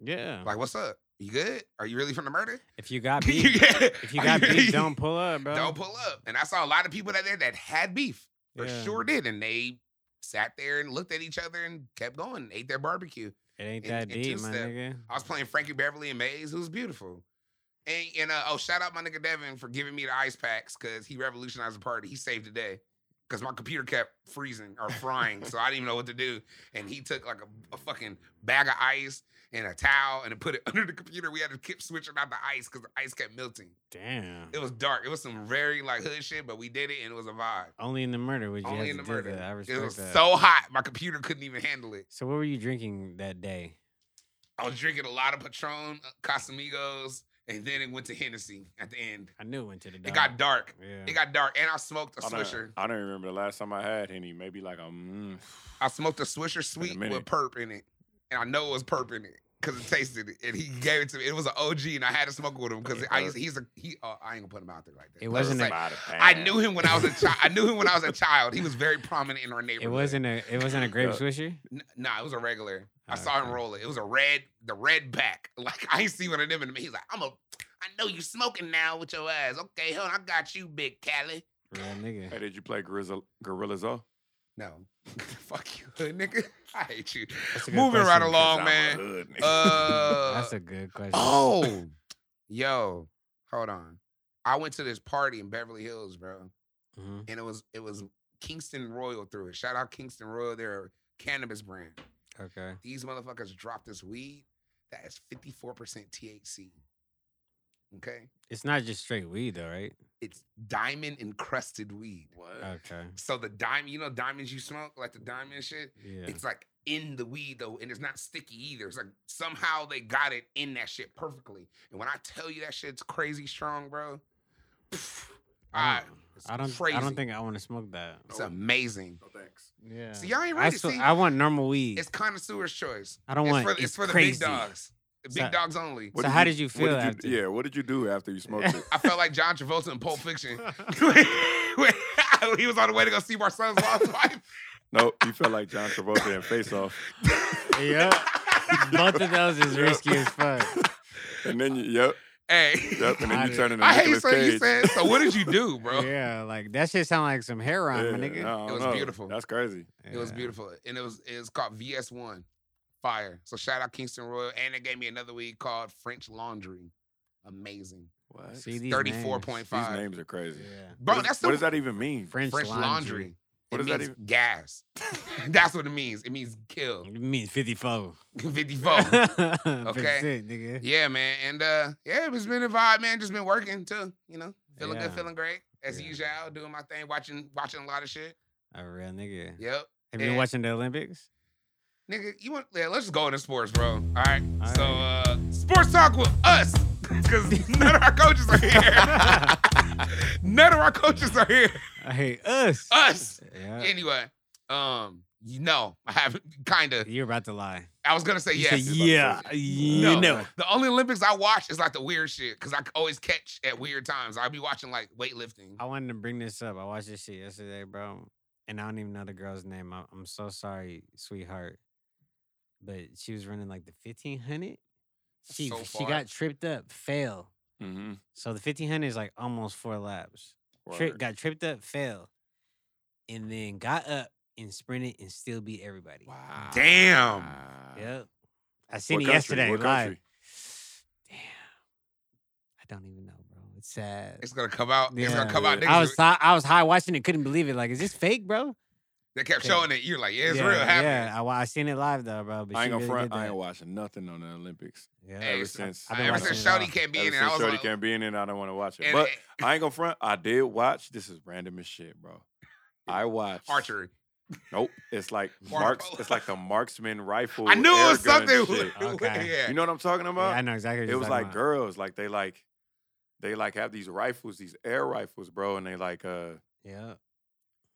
Speaker 4: Uh-huh.
Speaker 3: Yeah.
Speaker 2: Like, what's up? You good? Are you really from the murder?
Speaker 3: If you got
Speaker 2: You
Speaker 3: beef,
Speaker 2: get-
Speaker 3: if you got beef, don't pull up, bro.
Speaker 2: don't pull up. And I saw a lot of people out there that had beef. They
Speaker 3: Yeah.
Speaker 2: sure did, and they sat there and looked at each other and kept going, ate their barbecue.
Speaker 3: It ain't
Speaker 2: in-
Speaker 3: that
Speaker 2: in
Speaker 3: deep, my
Speaker 2: two-step.
Speaker 3: nigga.
Speaker 2: I was playing Frankie Beverly and Maze, who's beautiful. And, and uh, oh, shout out my nigga Devin for giving me the ice packs because he revolutionized the party. He saved the day because my computer kept freezing or frying, so I didn't even know what to do. And he took like a, a fucking bag of ice and a towel and put it under the computer. We had to keep switching out the ice because the ice kept melting.
Speaker 3: Damn.
Speaker 2: It was dark. It was some very like hood shit, but we did it and it was a vibe.
Speaker 3: Only in the murder would you
Speaker 2: Only in
Speaker 3: have to
Speaker 2: the
Speaker 3: do
Speaker 2: murder.
Speaker 3: that. I
Speaker 2: It
Speaker 3: respect
Speaker 2: was
Speaker 3: that.
Speaker 2: so hot, my computer couldn't even handle it.
Speaker 3: So what were you drinking that day?
Speaker 2: I was drinking a lot of Patron, uh, Casamigos, and then it went to Hennessy at the end.
Speaker 3: I knew it went to the dog.
Speaker 2: It got dark.
Speaker 3: Yeah.
Speaker 2: It got dark, and I smoked a
Speaker 4: I
Speaker 2: Swisher.
Speaker 4: don't, I don't remember the last time I had any. Maybe like a mm,
Speaker 2: I smoked a Swisher sweet with
Speaker 4: minute.
Speaker 2: perp in it, and I know it was perp in it because it tasted it, and he gave it to me. It was an OG, and I had to smoke with him because I used, he's a he. Uh, I ain't gonna put him out there like that.
Speaker 3: It
Speaker 2: but I was
Speaker 3: wasn't a-
Speaker 2: like,
Speaker 4: about a
Speaker 2: I
Speaker 4: pound.
Speaker 2: knew him when I was a child. I knew him when I was a child. He was very prominent in our
Speaker 3: it
Speaker 2: neighborhood.
Speaker 3: wasn't a it wasn't a grape
Speaker 4: Yeah.
Speaker 3: swisher.
Speaker 2: N- nah, it was a regular. I
Speaker 3: Okay.
Speaker 2: saw him roll it. It was a red, the red back. Like I ain't see one of them in me. He's like, I'm a, I know you smoking now with your ass. Okay, hold on, I got you, big Cali.
Speaker 3: Real nigga.
Speaker 4: Hey, did you play Gorilla Gorilla's O?
Speaker 2: No, fuck you, hood nigga. I hate you.
Speaker 3: That's a good
Speaker 2: Moving right
Speaker 3: question.
Speaker 2: along,
Speaker 4: 'Cause I'm a
Speaker 2: man.
Speaker 4: hood nigga.
Speaker 2: Uh,
Speaker 3: That's a good question.
Speaker 2: oh, yo, hold on. I went to this party in Beverly Hills, bro.
Speaker 3: Mhm.
Speaker 2: and it was it was Kingston Royal through it. Shout out Kingston Royal, their cannabis brand.
Speaker 3: Okay.
Speaker 2: These motherfuckers dropped this weed that is 54% THC. Okay?
Speaker 3: It's not just straight weed though, right?
Speaker 2: It's diamond encrusted weed.
Speaker 4: what?
Speaker 3: Okay.
Speaker 2: So the diamond, you know, diamonds you smoke, like the diamond shit,
Speaker 3: Yeah.
Speaker 2: it's like in the weed though, and it's not sticky either. It's like somehow they got it in that shit perfectly. And when I tell you that shit's crazy strong, bro, pff,
Speaker 3: I
Speaker 2: I,
Speaker 3: don't-
Speaker 2: it's
Speaker 3: I don't.
Speaker 2: crazy.
Speaker 3: I don't think I want to smoke that.
Speaker 2: it's amazing.
Speaker 4: No thanks.
Speaker 3: Yeah.
Speaker 2: See, y'all ain't
Speaker 3: I,
Speaker 2: ready.
Speaker 3: sw-
Speaker 2: See,
Speaker 3: I want normal weed.
Speaker 2: It's connoisseur's choice.
Speaker 3: I don't
Speaker 2: it's
Speaker 3: want.
Speaker 2: for, it's, for the
Speaker 3: crazy.
Speaker 2: big dogs. The big
Speaker 3: So-
Speaker 2: dogs only.
Speaker 4: What
Speaker 3: so
Speaker 4: did
Speaker 3: how
Speaker 4: you-
Speaker 3: did you
Speaker 4: what
Speaker 3: feel
Speaker 4: did you-
Speaker 3: after?
Speaker 4: Yeah, what did you do after you smoked it?
Speaker 2: I felt like John Travolta in Pulp Fiction. When he was on the way to go see Marcel's lost wife.
Speaker 4: no, you felt like John Travolta in Face Off,
Speaker 3: yeah. Both of those is risky as fuck.
Speaker 4: and then you, yep,
Speaker 2: Hey.
Speaker 4: yep, and
Speaker 3: I
Speaker 4: then
Speaker 3: did-
Speaker 4: you turn into
Speaker 2: I hate
Speaker 4: Nicolas
Speaker 2: so you
Speaker 4: Cage.
Speaker 2: said. So what did you do, bro?
Speaker 3: Yeah, like that shit sound like some heroin,
Speaker 4: Yeah,
Speaker 3: my nigga.
Speaker 4: no, I
Speaker 2: It was
Speaker 4: know.
Speaker 2: beautiful.
Speaker 4: That's crazy.
Speaker 2: It was
Speaker 3: Yeah.
Speaker 2: beautiful. And it was it was called VS1 Fire. So shout out Kingston Royal. And they gave me another weed called French Laundry. Amazing.
Speaker 4: What?
Speaker 3: See
Speaker 4: These
Speaker 3: these names.
Speaker 2: 34.5.
Speaker 4: names are crazy.
Speaker 3: Yeah.
Speaker 2: Bro,
Speaker 4: what, is-
Speaker 2: that's the
Speaker 4: what does that even mean?
Speaker 3: French,
Speaker 2: French laundry.
Speaker 4: What
Speaker 2: it
Speaker 4: does that
Speaker 2: means
Speaker 4: even-
Speaker 2: gas. That's what it means. It means kill.
Speaker 3: You mean 54.
Speaker 2: 54.
Speaker 3: Percent, nigga.
Speaker 2: yeah, man. And uh yeah, it's been a vibe, man. Just been working too, you know. Feeling good,
Speaker 3: Yeah.
Speaker 2: feeling great. As
Speaker 3: Yeah.
Speaker 2: usual, doing my thing, watching watching a lot of shit.
Speaker 3: A real nigga.
Speaker 2: Yep.
Speaker 3: Have you been
Speaker 2: Yeah.
Speaker 3: watching the Olympics?
Speaker 2: Nigga, you want yeah, let's just go into sports, bro. All right.
Speaker 3: All
Speaker 2: so uh sports talk with us. Cause none of our coaches are here. none of our coaches are here.
Speaker 3: I hate us.
Speaker 2: Us.
Speaker 3: Yeah.
Speaker 2: Anyway. Um, you know, I haven't kinda.
Speaker 3: You're about to lie.
Speaker 2: I was gonna say
Speaker 3: You
Speaker 2: yes.
Speaker 3: said yeah.
Speaker 2: No,
Speaker 3: You know.
Speaker 2: the only Olympics I watch is like the weird shit because I c- always catch at weird times. I'll be watching like weightlifting.
Speaker 3: I wanted to bring this up. I watched this shit yesterday, bro, and I don't even know the girl's name. I, I'm so sorry, sweetheart. But she was running like the 1500. She
Speaker 2: So
Speaker 3: she
Speaker 2: far.
Speaker 3: got tripped up, fail.
Speaker 4: Mm-hmm.
Speaker 3: So the 1500 is like almost four laps. Tri- got tripped up, fell, and then got up and sprinted and still beat everybody.
Speaker 4: Wow.
Speaker 2: Damn.
Speaker 3: Yep. I seen
Speaker 4: What
Speaker 3: it
Speaker 4: country?
Speaker 3: yesterday
Speaker 4: What
Speaker 3: live.
Speaker 4: country?
Speaker 3: Damn. I don't even know, bro. It's sad.
Speaker 2: It's gonna come out. It's gonna
Speaker 3: Yeah.
Speaker 2: come out. Niggas,
Speaker 3: I was high, I was high watching it, couldn't believe it. Like, is this fake, bro?
Speaker 2: they kept showing it. You're like, yeah, it's
Speaker 3: yeah,
Speaker 2: real.
Speaker 3: Yeah,
Speaker 2: Happening.
Speaker 3: I, wa- I seen it live though, bro. But
Speaker 4: I
Speaker 3: she
Speaker 4: ain't gonna
Speaker 3: really
Speaker 4: front.
Speaker 3: did
Speaker 4: I
Speaker 3: that.
Speaker 4: ain't watching nothing on the Olympics.
Speaker 3: Yeah.
Speaker 2: Hey,
Speaker 4: ever
Speaker 2: so-
Speaker 4: since
Speaker 3: I've been
Speaker 2: Ever
Speaker 3: watching
Speaker 2: since
Speaker 3: it live.
Speaker 2: Shawty can't be in
Speaker 4: ever
Speaker 2: it, I
Speaker 4: since
Speaker 2: was
Speaker 4: Shorty
Speaker 2: like,
Speaker 4: can't be in it, I don't want to watch it.
Speaker 2: and-
Speaker 4: But
Speaker 2: and-
Speaker 4: I ain't gonna front. I did watch. This is random as shit, bro. I watched
Speaker 2: archery.
Speaker 4: Nope. It's like
Speaker 2: Marco.
Speaker 4: marks. It's like the marksman rifle.
Speaker 2: I knew it
Speaker 4: air
Speaker 2: was
Speaker 4: gun
Speaker 2: something.
Speaker 4: shit.
Speaker 3: Okay.
Speaker 2: yeah.
Speaker 4: You know what I'm talking
Speaker 3: Yeah,
Speaker 4: about?
Speaker 3: I know exactly. What
Speaker 4: it
Speaker 3: you're
Speaker 4: was
Speaker 3: talking
Speaker 4: like
Speaker 3: about.
Speaker 4: girls. Like they like, they like have these rifles, these air rifles, bro, and they like uh
Speaker 3: Yeah.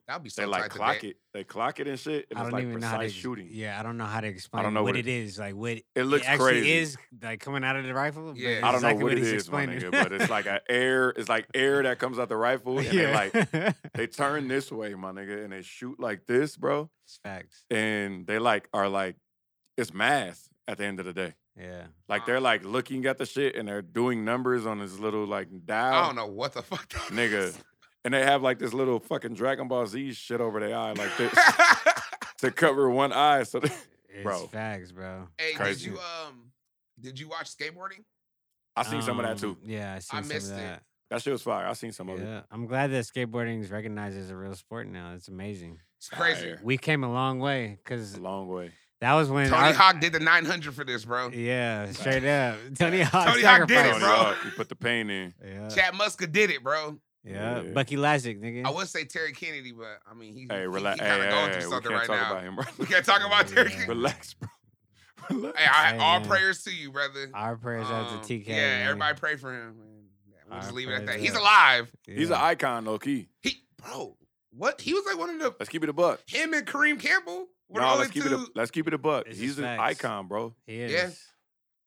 Speaker 2: That'd be so
Speaker 4: they like
Speaker 2: tight
Speaker 4: clock
Speaker 2: today.
Speaker 4: it. They clock it and shit. It
Speaker 3: I
Speaker 4: was
Speaker 3: don't
Speaker 4: like
Speaker 3: even know how to
Speaker 4: precise
Speaker 3: ex-
Speaker 4: shooting.
Speaker 3: Yeah, I don't know how to explain
Speaker 4: know
Speaker 3: what
Speaker 4: what
Speaker 3: it is. Like what
Speaker 4: It looks
Speaker 3: actually
Speaker 4: crazy.
Speaker 3: is like coming out of the rifle. but it's
Speaker 2: Yeah.
Speaker 4: I don't
Speaker 3: exactly
Speaker 4: know what, it
Speaker 3: he's
Speaker 4: is, my
Speaker 3: explaining.
Speaker 4: nigga, but it's like an air. It's like air that comes out the rifle, and they like they turn this way, my nigga, and they shoot like this, bro.
Speaker 3: It's facts.
Speaker 4: And they like are like, it's math at the end of the day.
Speaker 3: Yeah.
Speaker 4: Like they're like looking at the shit and they're doing numbers on this little like dial.
Speaker 2: I don't know what the fuck. That
Speaker 4: Nigga.
Speaker 2: is.
Speaker 4: And they have like this little fucking Dragon Ball Z shit over their eye like this to cover one eye. So they-
Speaker 3: It's
Speaker 4: Bro.
Speaker 3: facts, bro.
Speaker 2: hey, did
Speaker 4: Crazy.
Speaker 2: you um, did you watch skateboarding?
Speaker 4: I seen some of that
Speaker 3: Um,
Speaker 4: too.
Speaker 3: Yeah, I seen some
Speaker 2: missed
Speaker 3: of
Speaker 2: it.
Speaker 3: that.
Speaker 4: That shit was fire. I seen some of it.
Speaker 3: Yeah, I'm glad that skateboarding is recognized as a real sport now. It's amazing.
Speaker 2: It's crazy.
Speaker 4: Fire.
Speaker 3: We came a long way because
Speaker 4: It's a long way.
Speaker 3: That was when
Speaker 2: Tony
Speaker 3: our-
Speaker 2: Hawk did the 900 for this, bro.
Speaker 3: Yeah, straight up. Tony Hawk.
Speaker 2: Tony Hawk did it,
Speaker 3: sacrificed.
Speaker 4: Tony
Speaker 2: bro.
Speaker 4: Hawk, You put the pain in.
Speaker 3: Yeah.
Speaker 2: Chad Muska did it, bro.
Speaker 3: yeah.
Speaker 4: Yeah.
Speaker 3: Bucky Lazic, nigga.
Speaker 2: I would say Terry Kennedy, but I mean, he,
Speaker 4: Hey,
Speaker 2: he,
Speaker 4: relax.
Speaker 2: he
Speaker 4: hey,
Speaker 2: kind of
Speaker 4: hey,
Speaker 2: going
Speaker 4: hey,
Speaker 2: through
Speaker 4: we
Speaker 2: something
Speaker 4: can't
Speaker 2: right
Speaker 4: talk
Speaker 2: now.
Speaker 4: about him, bro.
Speaker 2: We can't talk about Terry
Speaker 3: Yeah.
Speaker 2: Kennedy.
Speaker 4: Relax, bro. Relax.
Speaker 2: Hey, I,
Speaker 3: Hey,
Speaker 2: all
Speaker 3: man.
Speaker 2: prayers to you, brother.
Speaker 3: Our prayers out
Speaker 2: Um,
Speaker 3: to TK.
Speaker 2: Yeah,
Speaker 3: man.
Speaker 2: everybody pray for him. man. We'll just
Speaker 3: Our
Speaker 2: leave it at
Speaker 3: prayers
Speaker 2: that. He's
Speaker 3: up.
Speaker 2: alive.
Speaker 4: He's an
Speaker 3: Yeah.
Speaker 4: icon, low key.
Speaker 2: He, bro, what? He was like one of the
Speaker 4: Let's keep it a buck.
Speaker 2: him and Kareem Campbell were the
Speaker 4: No,
Speaker 2: only
Speaker 4: let's keep it a,
Speaker 2: two.
Speaker 4: let's keep it a buck.
Speaker 3: It's
Speaker 4: He's
Speaker 3: just
Speaker 4: an
Speaker 3: facts.
Speaker 4: icon, bro.
Speaker 3: He
Speaker 2: Yeah.
Speaker 3: is.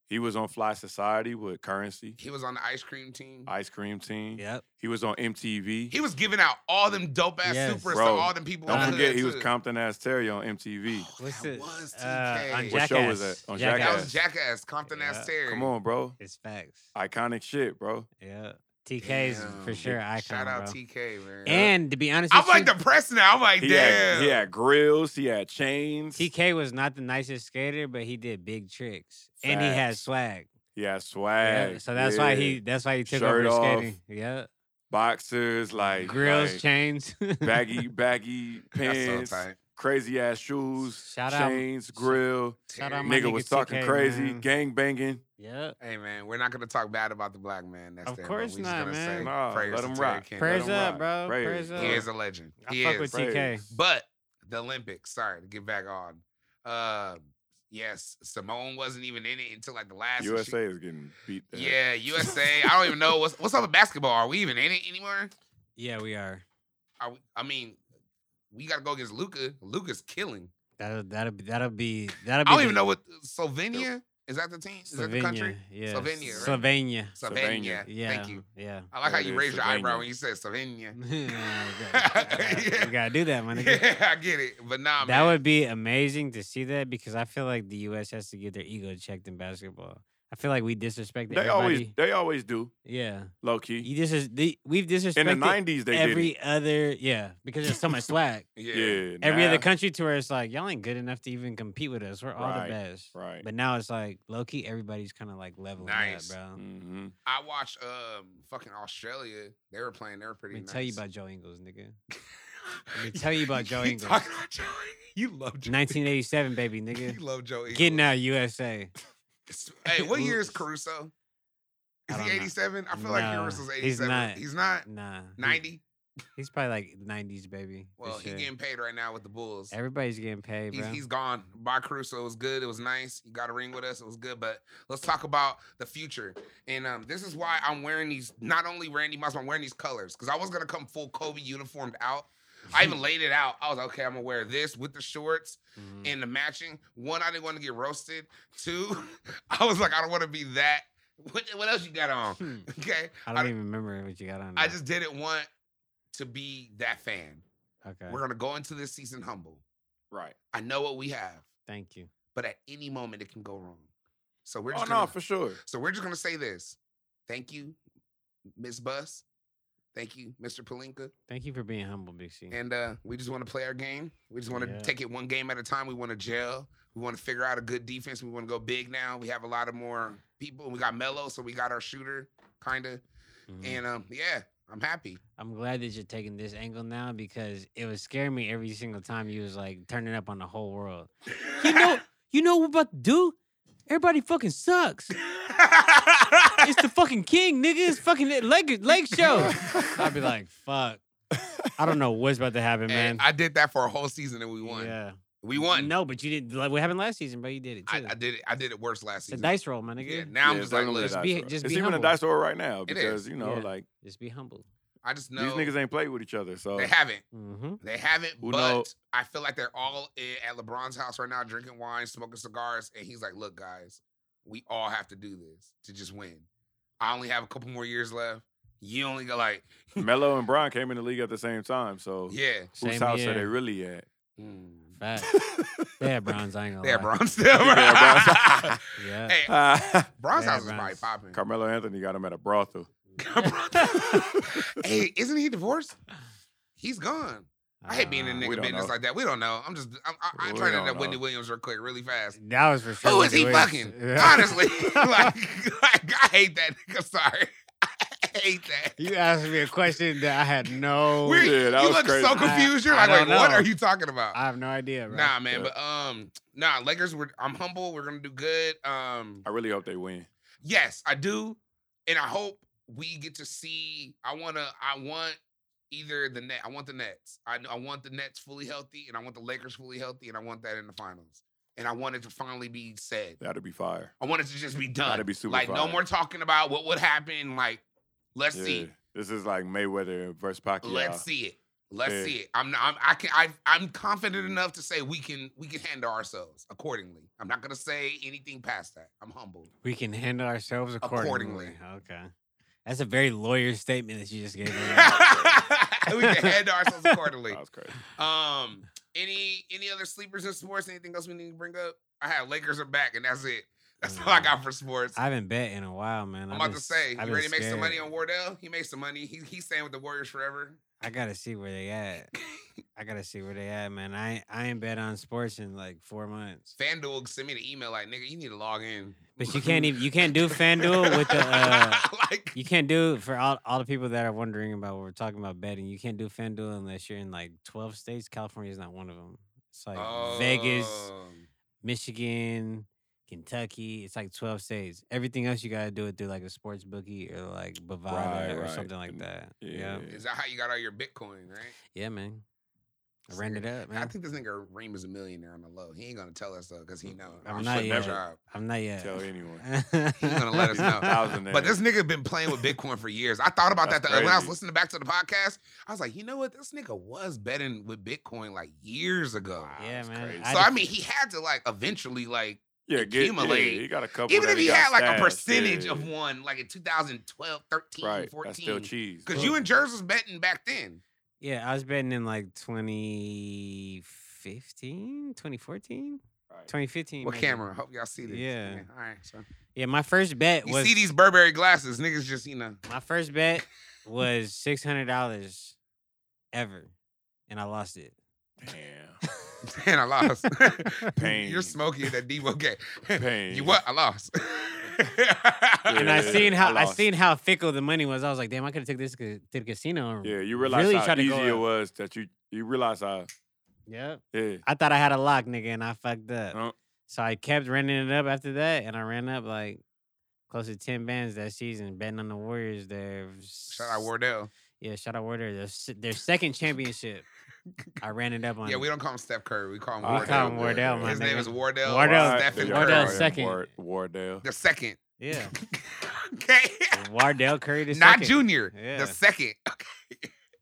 Speaker 4: He was on Fly Society with Currency,
Speaker 2: He was on the ice cream team.
Speaker 4: Ice Cream Team.
Speaker 3: Yep.
Speaker 4: He was on MTV.
Speaker 2: He was giving out all them dope ass
Speaker 3: Yes.
Speaker 2: supers
Speaker 4: Bro,
Speaker 2: to all them people.
Speaker 4: Don't
Speaker 2: in the
Speaker 4: forget,
Speaker 2: hood,
Speaker 4: he was
Speaker 2: too. Oh,
Speaker 4: Compton Ass Terry on MTV.
Speaker 3: Oh, What's
Speaker 2: that
Speaker 3: it?
Speaker 2: was
Speaker 3: Uh, on
Speaker 2: TK.
Speaker 4: What
Speaker 3: Jackass.
Speaker 4: show was that? On
Speaker 2: That was
Speaker 4: Jackass.
Speaker 2: Jackass, Compton
Speaker 3: Yeah.
Speaker 2: ass Terry.
Speaker 4: Come on, bro.
Speaker 3: It's facts.
Speaker 4: Iconic shit, bro.
Speaker 3: Yeah. TK's for
Speaker 2: Damn.
Speaker 3: sure icon.
Speaker 2: Shout out
Speaker 3: bro.
Speaker 2: TK, man.
Speaker 3: And to be honest,
Speaker 2: I'm
Speaker 3: with
Speaker 2: like
Speaker 3: you,
Speaker 2: depressed now. I'm like,
Speaker 4: He
Speaker 2: damn.
Speaker 4: had, he had grills. He had chains.
Speaker 3: TK was not the nicest skater, but he did big tricks, and he had
Speaker 4: Facts.
Speaker 3: swag.
Speaker 4: He had
Speaker 3: Yeah,
Speaker 4: swag.
Speaker 3: So that's why
Speaker 4: yeah.
Speaker 3: he that's why he took
Speaker 4: Shirt
Speaker 3: over
Speaker 4: off,
Speaker 3: skating. Yeah,
Speaker 4: boxers like
Speaker 3: grills,
Speaker 4: like,
Speaker 3: chains.
Speaker 4: baggy baggy
Speaker 2: That's
Speaker 4: pants,
Speaker 2: so tight.
Speaker 4: crazy ass shoes,
Speaker 3: Shout out-
Speaker 4: chains, grill.
Speaker 3: Shout out my
Speaker 4: Nigga was talking
Speaker 3: 2K,
Speaker 4: crazy,
Speaker 3: man.
Speaker 4: gang banging.
Speaker 3: Yeah.
Speaker 2: Hey man, we're not gonna talk bad about the black man. That's
Speaker 3: Of
Speaker 2: there,
Speaker 3: course
Speaker 2: but we
Speaker 3: not,
Speaker 2: just gonna
Speaker 3: man.
Speaker 2: Say
Speaker 4: Nah,
Speaker 2: prayers
Speaker 4: let
Speaker 2: to
Speaker 4: him
Speaker 2: Terry
Speaker 4: rock.
Speaker 2: Kennedy.
Speaker 3: Prayers
Speaker 4: him
Speaker 3: up,
Speaker 4: rock.
Speaker 3: bro.
Speaker 4: Praise.
Speaker 3: Praise,
Speaker 2: He
Speaker 3: up.
Speaker 2: is a legend.
Speaker 3: I
Speaker 2: He
Speaker 3: fuck
Speaker 2: is.
Speaker 3: with TK.
Speaker 4: Praise.
Speaker 2: But the Olympics. Sorry to get back on. Uh, yes, Simone wasn't even in it until like the last. and she-
Speaker 4: USA is getting beat. the heck.
Speaker 2: Yeah, USA. I don't even know what's what's up with basketball. Are we even in it anymore?
Speaker 3: Yeah, we are.
Speaker 2: Are we, I mean, we got to go against Luca. Luca's killing.
Speaker 3: That'll that'll be that'll be that'll be.
Speaker 2: I don't even
Speaker 3: the-
Speaker 2: know what uh, Slovenia is that the team? Is that the country?
Speaker 3: Slovenia,
Speaker 2: Slovenia,
Speaker 3: Yeah.
Speaker 2: right?
Speaker 3: Slovenia.
Speaker 2: Slovenia.
Speaker 4: Slovenia.
Speaker 3: Yeah.
Speaker 2: Thank you.
Speaker 3: Yeah.
Speaker 2: I like how
Speaker 4: It
Speaker 2: you
Speaker 4: is
Speaker 2: raised your eyebrow
Speaker 4: Slovenia.
Speaker 2: when you said Slovenia.
Speaker 3: yeah. We gotta do that, my nigga.
Speaker 2: Yeah, I get it. But nah,
Speaker 3: That
Speaker 2: man.
Speaker 3: would be amazing to see that because I feel like the U.S. has to get their ego checked in basketball. I feel like we disrespect
Speaker 4: They
Speaker 3: everybody.
Speaker 4: always they always do,
Speaker 3: yeah,
Speaker 4: low key.
Speaker 3: you dis- the, we've disrespected
Speaker 4: In the nineties they
Speaker 3: every other yeah because there's so much swag.
Speaker 2: yeah.
Speaker 4: did it. Yeah.
Speaker 3: Every
Speaker 4: nah,
Speaker 3: other country to where it's like y'all ain't good enough to even compete with us. We're all
Speaker 4: Right,
Speaker 3: the best.
Speaker 4: Right.
Speaker 3: But now it's like low key, everybody's kind of like leveling
Speaker 2: Nice. Mm,
Speaker 3: up, bro.
Speaker 4: Mhm.
Speaker 2: I watched um fucking Australia. They were playing. They were
Speaker 3: Let
Speaker 2: pretty.
Speaker 3: me
Speaker 2: nice.
Speaker 3: tell you about Joe Ingles, nigga. let me tell you about Joe
Speaker 2: You
Speaker 3: Ingles.
Speaker 2: talking about Joe Ingles? You love Joe.
Speaker 3: 1987, baby,
Speaker 2: You
Speaker 3: nigga.
Speaker 2: love Joe Ingles.
Speaker 3: Getting out USA.
Speaker 2: It's- Hey, what year is
Speaker 3: Oops.
Speaker 2: Caruso?
Speaker 3: I
Speaker 2: Is he
Speaker 3: don't know.
Speaker 2: 87? I feel like
Speaker 3: No,
Speaker 2: Caruso's
Speaker 3: he's
Speaker 2: 87.
Speaker 3: not.
Speaker 2: He's not
Speaker 3: Nah. he-
Speaker 2: 90.
Speaker 3: He's probably like '90s baby. for
Speaker 2: Well, he's
Speaker 3: sure.
Speaker 2: getting paid right now with the Bulls.
Speaker 3: everybody's getting paid,
Speaker 2: He's,
Speaker 3: bro.
Speaker 2: he's gone. Bye, Caruso. It was good. It was nice. You got a ring with us. It was good. But let's talk about the future. And um, this is why I'm wearing these, not only Randy Moss, but I'm wearing these colors. Because I was going to come full Kobe uniformed out. I even laid it out. I was like, okay, I'm going to wear this with the shorts
Speaker 3: Mhm.
Speaker 2: and the matching. One, I didn't want to get roasted. Two, I was like, I don't want to be that. What, what else you got on?
Speaker 3: Hmm.
Speaker 2: Okay.
Speaker 3: I
Speaker 2: I
Speaker 3: don't
Speaker 2: don't-
Speaker 3: even remember what you got on.
Speaker 2: I
Speaker 3: there.
Speaker 2: just didn't want to be that fan.
Speaker 3: okay.
Speaker 2: We're going to go into this season humble.
Speaker 4: Right.
Speaker 2: I know what we have,
Speaker 3: Thank you.
Speaker 2: but at any moment it can go wrong. So we're
Speaker 4: Oh
Speaker 2: just
Speaker 4: no,
Speaker 2: gonna,
Speaker 4: for sure.
Speaker 2: so we're just going to say this. Thank you, Miss Bus. Thank you, Mr. Palinka.
Speaker 3: Thank you for being humble, Big C.
Speaker 2: And uh, we just want to play our game. We just want to
Speaker 3: Mm. Yeah.
Speaker 2: take it one game at a time. We want to gel. We want to figure out a good defense. We want to go big now. We have a lot of more people. We got Melo, so we got our shooter, kind of.
Speaker 3: Mhm.
Speaker 2: And um, yeah, I'm happy.
Speaker 3: I'm glad that you're taking this angle now because it was scaring me every single time you was like turning up on the whole world. You know, you know what we're about to do? Everybody fucking sucks. It's the fucking king, nigga. It's fucking the leg leg show. I'd be like, fuck. I don't know what's about to happen, man.
Speaker 2: And I did that for a whole season and we won.
Speaker 3: Yeah.
Speaker 2: We won.
Speaker 3: No, but you didn't. Like, what happened last season, bro? You did it
Speaker 2: I,
Speaker 3: too.
Speaker 2: I did it. I did it worse last
Speaker 3: it's a
Speaker 2: season.
Speaker 3: dice roll, my nigga.
Speaker 2: yeah, now I'm
Speaker 4: Yeah,
Speaker 2: just like,
Speaker 4: definitely a
Speaker 2: look,
Speaker 3: Just
Speaker 4: dice
Speaker 3: be-
Speaker 4: roll.
Speaker 3: just
Speaker 4: it's
Speaker 3: be
Speaker 4: even a
Speaker 3: humble.
Speaker 4: dice roll right now
Speaker 2: It
Speaker 4: because
Speaker 2: is.
Speaker 4: you know,
Speaker 3: Yeah.
Speaker 4: like
Speaker 3: Just be humble.
Speaker 2: I just know
Speaker 4: these niggas ain't played with each other. So
Speaker 2: they haven't.
Speaker 3: Mm-hmm.
Speaker 2: They haven't.
Speaker 4: Who
Speaker 2: but
Speaker 4: know-
Speaker 2: I feel like they're all i- at LeBron's house right now, drinking wine, smoking cigars, and he's like, "Look, guys, we all have to do this to just win. I only have a couple more years left. You only got like,
Speaker 4: Melo and Bron came in the league at the same time. So
Speaker 2: yeah,
Speaker 4: whose
Speaker 3: Same
Speaker 4: house
Speaker 3: here.
Speaker 4: are they really at?
Speaker 2: mm.
Speaker 3: Facts. they had bronze. I ain't gonna
Speaker 2: they at
Speaker 3: lie.
Speaker 2: Bron's still. Bro.
Speaker 4: Yeah, Bron's-
Speaker 3: Yeah.
Speaker 2: hey,
Speaker 4: Ah,
Speaker 2: Bron's
Speaker 3: They at
Speaker 2: house is probably
Speaker 3: Bron's.
Speaker 2: popping.
Speaker 4: Carmelo Anthony got him at a brothel.
Speaker 2: hey, isn't he divorced? He's gone. I hate being in
Speaker 3: Uh,
Speaker 4: we
Speaker 2: nigga
Speaker 4: don't
Speaker 2: business
Speaker 4: know.
Speaker 2: like that. We don't know. I'm just I'm, I, I'm
Speaker 4: We
Speaker 2: trying to
Speaker 4: don't
Speaker 2: end up
Speaker 4: know.
Speaker 2: Wendy Williams real quick, really fast.
Speaker 3: That was for sure.
Speaker 2: Who is he
Speaker 3: Wendy Williams.
Speaker 2: fucking?
Speaker 3: Yeah.
Speaker 2: Honestly, like, like I hate that nigga. Sorry. hate that.
Speaker 3: You asked me a question that I had no.
Speaker 2: We're-
Speaker 4: Yeah, that
Speaker 2: you
Speaker 4: was
Speaker 2: look
Speaker 4: crazy.
Speaker 2: so
Speaker 4: I-
Speaker 2: confused. You're
Speaker 3: I
Speaker 2: like, wait,
Speaker 3: don't
Speaker 2: what
Speaker 3: know.
Speaker 2: are you talking about?
Speaker 3: I have no idea, bro.
Speaker 2: Nah, man,
Speaker 4: Yeah.
Speaker 2: but um, nah, Lakers. We're, I'm humble. We're gonna do good. Um,
Speaker 4: I really hope they win.
Speaker 2: yes, I do, and I hope we get to see. I wanna. I want either the net. I want the Nets. I I want the Nets fully healthy, and I want the Lakers fully healthy, and I want that in the finals. And I want it to finally be said.
Speaker 4: That'd be fire.
Speaker 2: I want it to just be done.
Speaker 4: That'd be super
Speaker 2: Like no
Speaker 4: fire.
Speaker 2: more talking about what would happen. Like let's see.
Speaker 4: Yeah. This is like Mayweather versus Pacquiao.
Speaker 2: Let's see it. Let's
Speaker 4: Yeah.
Speaker 2: see it. I'm, I'm I can I I'm confident enough to say we can we can handle ourselves accordingly. I'm not gonna say anything past that. I'm humbled.
Speaker 3: We can handle ourselves accordingly.
Speaker 2: Accordingly.
Speaker 3: Okay. That's a very lawyer statement that you just gave.
Speaker 2: we
Speaker 3: me.
Speaker 2: can handle ourselves accordingly.
Speaker 4: That was crazy.
Speaker 2: Um, any any other sleepers in sports? Anything else we need to bring up? I have Lakers are back, and that's it. That's all I got for sports.
Speaker 3: I haven't bet in a while, man.
Speaker 2: I'm
Speaker 3: I've
Speaker 2: about
Speaker 3: been
Speaker 2: to
Speaker 3: s-
Speaker 2: say,
Speaker 3: I've
Speaker 2: you
Speaker 3: been
Speaker 2: ready to make some money
Speaker 3: scared.
Speaker 2: on Wardell? He made some money. He he's staying with the Warriors forever.
Speaker 3: I gotta see where they at. I gotta see where they at, man. I ain't- I ain't bet on sports in like four months.
Speaker 2: FanDuel sent me the email like, nigga, you need to log in.
Speaker 3: But you can't even you can't do FanDuel with the uh,
Speaker 2: like
Speaker 3: you can't do for all, all the people that are wondering about what we're talking about betting. You can't do FanDuel unless you're in like twelve states. California is not one of them. It's like
Speaker 2: oh.
Speaker 3: Vegas,
Speaker 2: Um,
Speaker 3: Michigan, Kentucky. It's like twelve states. Everything else you gotta do it through like a sports bookie or like Bovada
Speaker 4: Right,
Speaker 3: or
Speaker 4: right.
Speaker 3: something like
Speaker 4: And-
Speaker 3: that. Yeah,
Speaker 4: Yeah.
Speaker 2: Is that how you got all your Bitcoin, right?
Speaker 3: yeah, man. I ran it up,
Speaker 2: I
Speaker 3: man.
Speaker 2: think this nigga Reem is a millionaire on the low. He ain't gonna tell us though, because he know.
Speaker 3: Mm, I'm
Speaker 2: I'm
Speaker 3: not
Speaker 2: sure he
Speaker 3: yet.
Speaker 2: tried.
Speaker 3: I'm not yet.
Speaker 4: Tell anyone.
Speaker 2: He's gonna let us know.
Speaker 4: Thousand
Speaker 2: But this nigga been playing with Bitcoin for years. I thought about
Speaker 4: That's
Speaker 2: that the, when I was
Speaker 4: crazy.
Speaker 2: listening back to the podcast. I was like, you know what? This nigga was betting with Bitcoin like years ago.
Speaker 4: Wow.
Speaker 3: Yeah,
Speaker 4: That's
Speaker 3: man.
Speaker 4: crazy.
Speaker 2: So I
Speaker 3: def-
Speaker 2: mean, he had to like eventually like
Speaker 4: yeah, get, yeah,
Speaker 2: accumulate.
Speaker 4: you got a couple.
Speaker 2: even
Speaker 4: that
Speaker 2: if he
Speaker 4: got
Speaker 2: had like a
Speaker 4: stashed,
Speaker 2: percentage
Speaker 4: yeah.
Speaker 2: of one like in 2012, 13,
Speaker 4: right, that's still
Speaker 2: 14.
Speaker 4: cheese.
Speaker 2: Because
Speaker 4: bro.
Speaker 2: you and Jersey was betting back then.
Speaker 3: Yeah, I was betting in like 2015, 2014,
Speaker 4: Right.
Speaker 3: 2015.
Speaker 2: What
Speaker 3: maybe.
Speaker 2: camera? I hope y'all see this.
Speaker 3: Yeah.
Speaker 2: All right. So
Speaker 3: Yeah, my first bet
Speaker 2: you
Speaker 3: was
Speaker 2: see these Burberry glasses, niggas just you know.
Speaker 3: my first bet was six hundred dollars ever, and I lost it.
Speaker 4: Damn,
Speaker 2: Man, I lost.
Speaker 4: Pain.
Speaker 2: You're smoky at that Devo game.
Speaker 4: pain.
Speaker 2: You what? I lost.
Speaker 3: And I
Speaker 4: Yeah,
Speaker 3: seen how
Speaker 4: I
Speaker 3: I,
Speaker 4: lost.
Speaker 3: seen how fickle the money was. I was like, damn, I could have took this ca- to the casino. and
Speaker 4: Yeah, you realize
Speaker 3: really
Speaker 4: how
Speaker 3: tried to
Speaker 4: easy
Speaker 3: go
Speaker 4: it
Speaker 3: up.
Speaker 4: was that you you realize how
Speaker 3: Yep.
Speaker 4: yeah.
Speaker 3: I thought I had a lock, nigga, and I fucked up.
Speaker 4: Uh.
Speaker 3: So I kept running it up after that, and I ran up like close to ten bands that season, betting on the Warriors. Their
Speaker 2: Shout out Wardell.
Speaker 3: Yeah, shout out Warrior. Their, s- their second championship. I ran it up on.
Speaker 2: Yeah, we don't call him Steph Curry. We call him
Speaker 4: I
Speaker 2: Wardell.
Speaker 3: We call him Wardell, my
Speaker 2: His name
Speaker 3: nigga.
Speaker 2: is Wardell.
Speaker 3: Wardell-
Speaker 4: Why-
Speaker 2: Stephen
Speaker 4: yeah,
Speaker 3: Wardell
Speaker 4: Curry,
Speaker 2: Curry.
Speaker 3: second.
Speaker 4: Ward- Wardell.
Speaker 2: The second.
Speaker 3: Yeah,
Speaker 2: okay.
Speaker 3: Wardell Curry. The
Speaker 2: Not
Speaker 3: second.
Speaker 2: junior.
Speaker 3: Yeah.
Speaker 2: The second.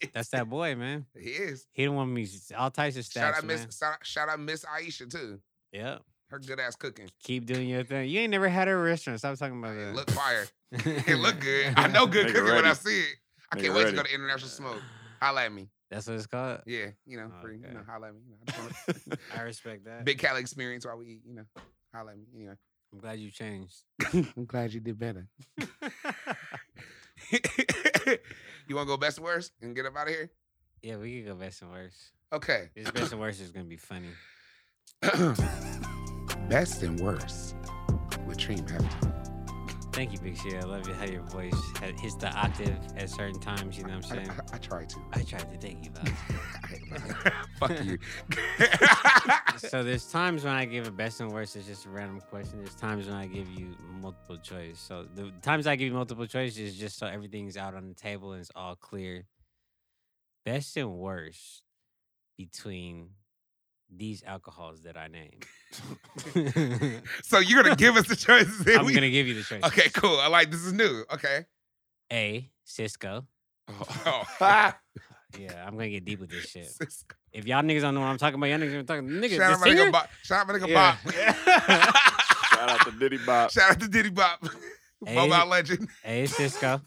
Speaker 2: Okay.
Speaker 3: That's that boy, man.
Speaker 2: He is.
Speaker 3: He didn't want me s- all types of stats,
Speaker 2: Shout out
Speaker 3: man.
Speaker 2: Miss shout, shout out Miss Aisha too.
Speaker 3: Yeah,
Speaker 2: Her good ass cooking.
Speaker 3: keep doing your thing. You ain't never had a restaurant. Stop talking about
Speaker 2: It
Speaker 3: that.
Speaker 2: looked fire. It looked good. I know good
Speaker 4: Nigga
Speaker 2: cooking when I
Speaker 4: ready.
Speaker 2: see it. I
Speaker 4: Nigga
Speaker 2: can't wait to
Speaker 4: ready.
Speaker 2: go to International Smoke. Holla at me.
Speaker 3: That's what it's called.
Speaker 2: Yeah, you know, free. You know,
Speaker 3: Okay.
Speaker 2: holla at me. You know, I just wanna-
Speaker 3: I respect that.
Speaker 2: Big Cali experience while we eat, you know. Holla at me. Anyway.
Speaker 3: I'm glad you changed.
Speaker 2: I'm glad you did better. you wanna go best worst and get up out of here?
Speaker 3: Yeah, we could go best and worst.
Speaker 2: Okay.
Speaker 3: This best and worst is gonna be funny.
Speaker 2: best and worst with Dream Hefty.
Speaker 3: Thank you, Big Shea. I love you how your voice ha- hits the octave at certain times. You know what I'm
Speaker 2: I,
Speaker 3: saying?
Speaker 2: I, I try to.
Speaker 3: I tried to thank you, though.
Speaker 2: Fuck you.
Speaker 3: so there's times when I give a best and worst is just a random question. There's times when I give you multiple choice. So the times I give you multiple choice is just so everything's out on the table and it's all clear. Best and worst between these alcohols that I named.
Speaker 2: so you're gonna give us the choices. that
Speaker 3: I'm
Speaker 2: we-
Speaker 3: gonna give you the choice.
Speaker 2: Okay, cool. I like this is new. Okay.
Speaker 3: A Cisco.
Speaker 2: Oh.
Speaker 3: Yeah, I'm gonna get deep with this shit.
Speaker 2: Sis-
Speaker 3: If y'all niggas don't know what I'm talking about, y'all niggas even talking
Speaker 2: Shout
Speaker 3: niggas. the
Speaker 2: out my nigga
Speaker 3: singer?
Speaker 2: Bop. Shout out my nigga
Speaker 3: Yeah.
Speaker 2: Bop.
Speaker 4: Shout out to Diddy Bop.
Speaker 2: Shout out to Diddy Bop.
Speaker 3: Hey.
Speaker 2: Mobile legend.
Speaker 3: A
Speaker 2: Uh-huh.
Speaker 3: Cisco.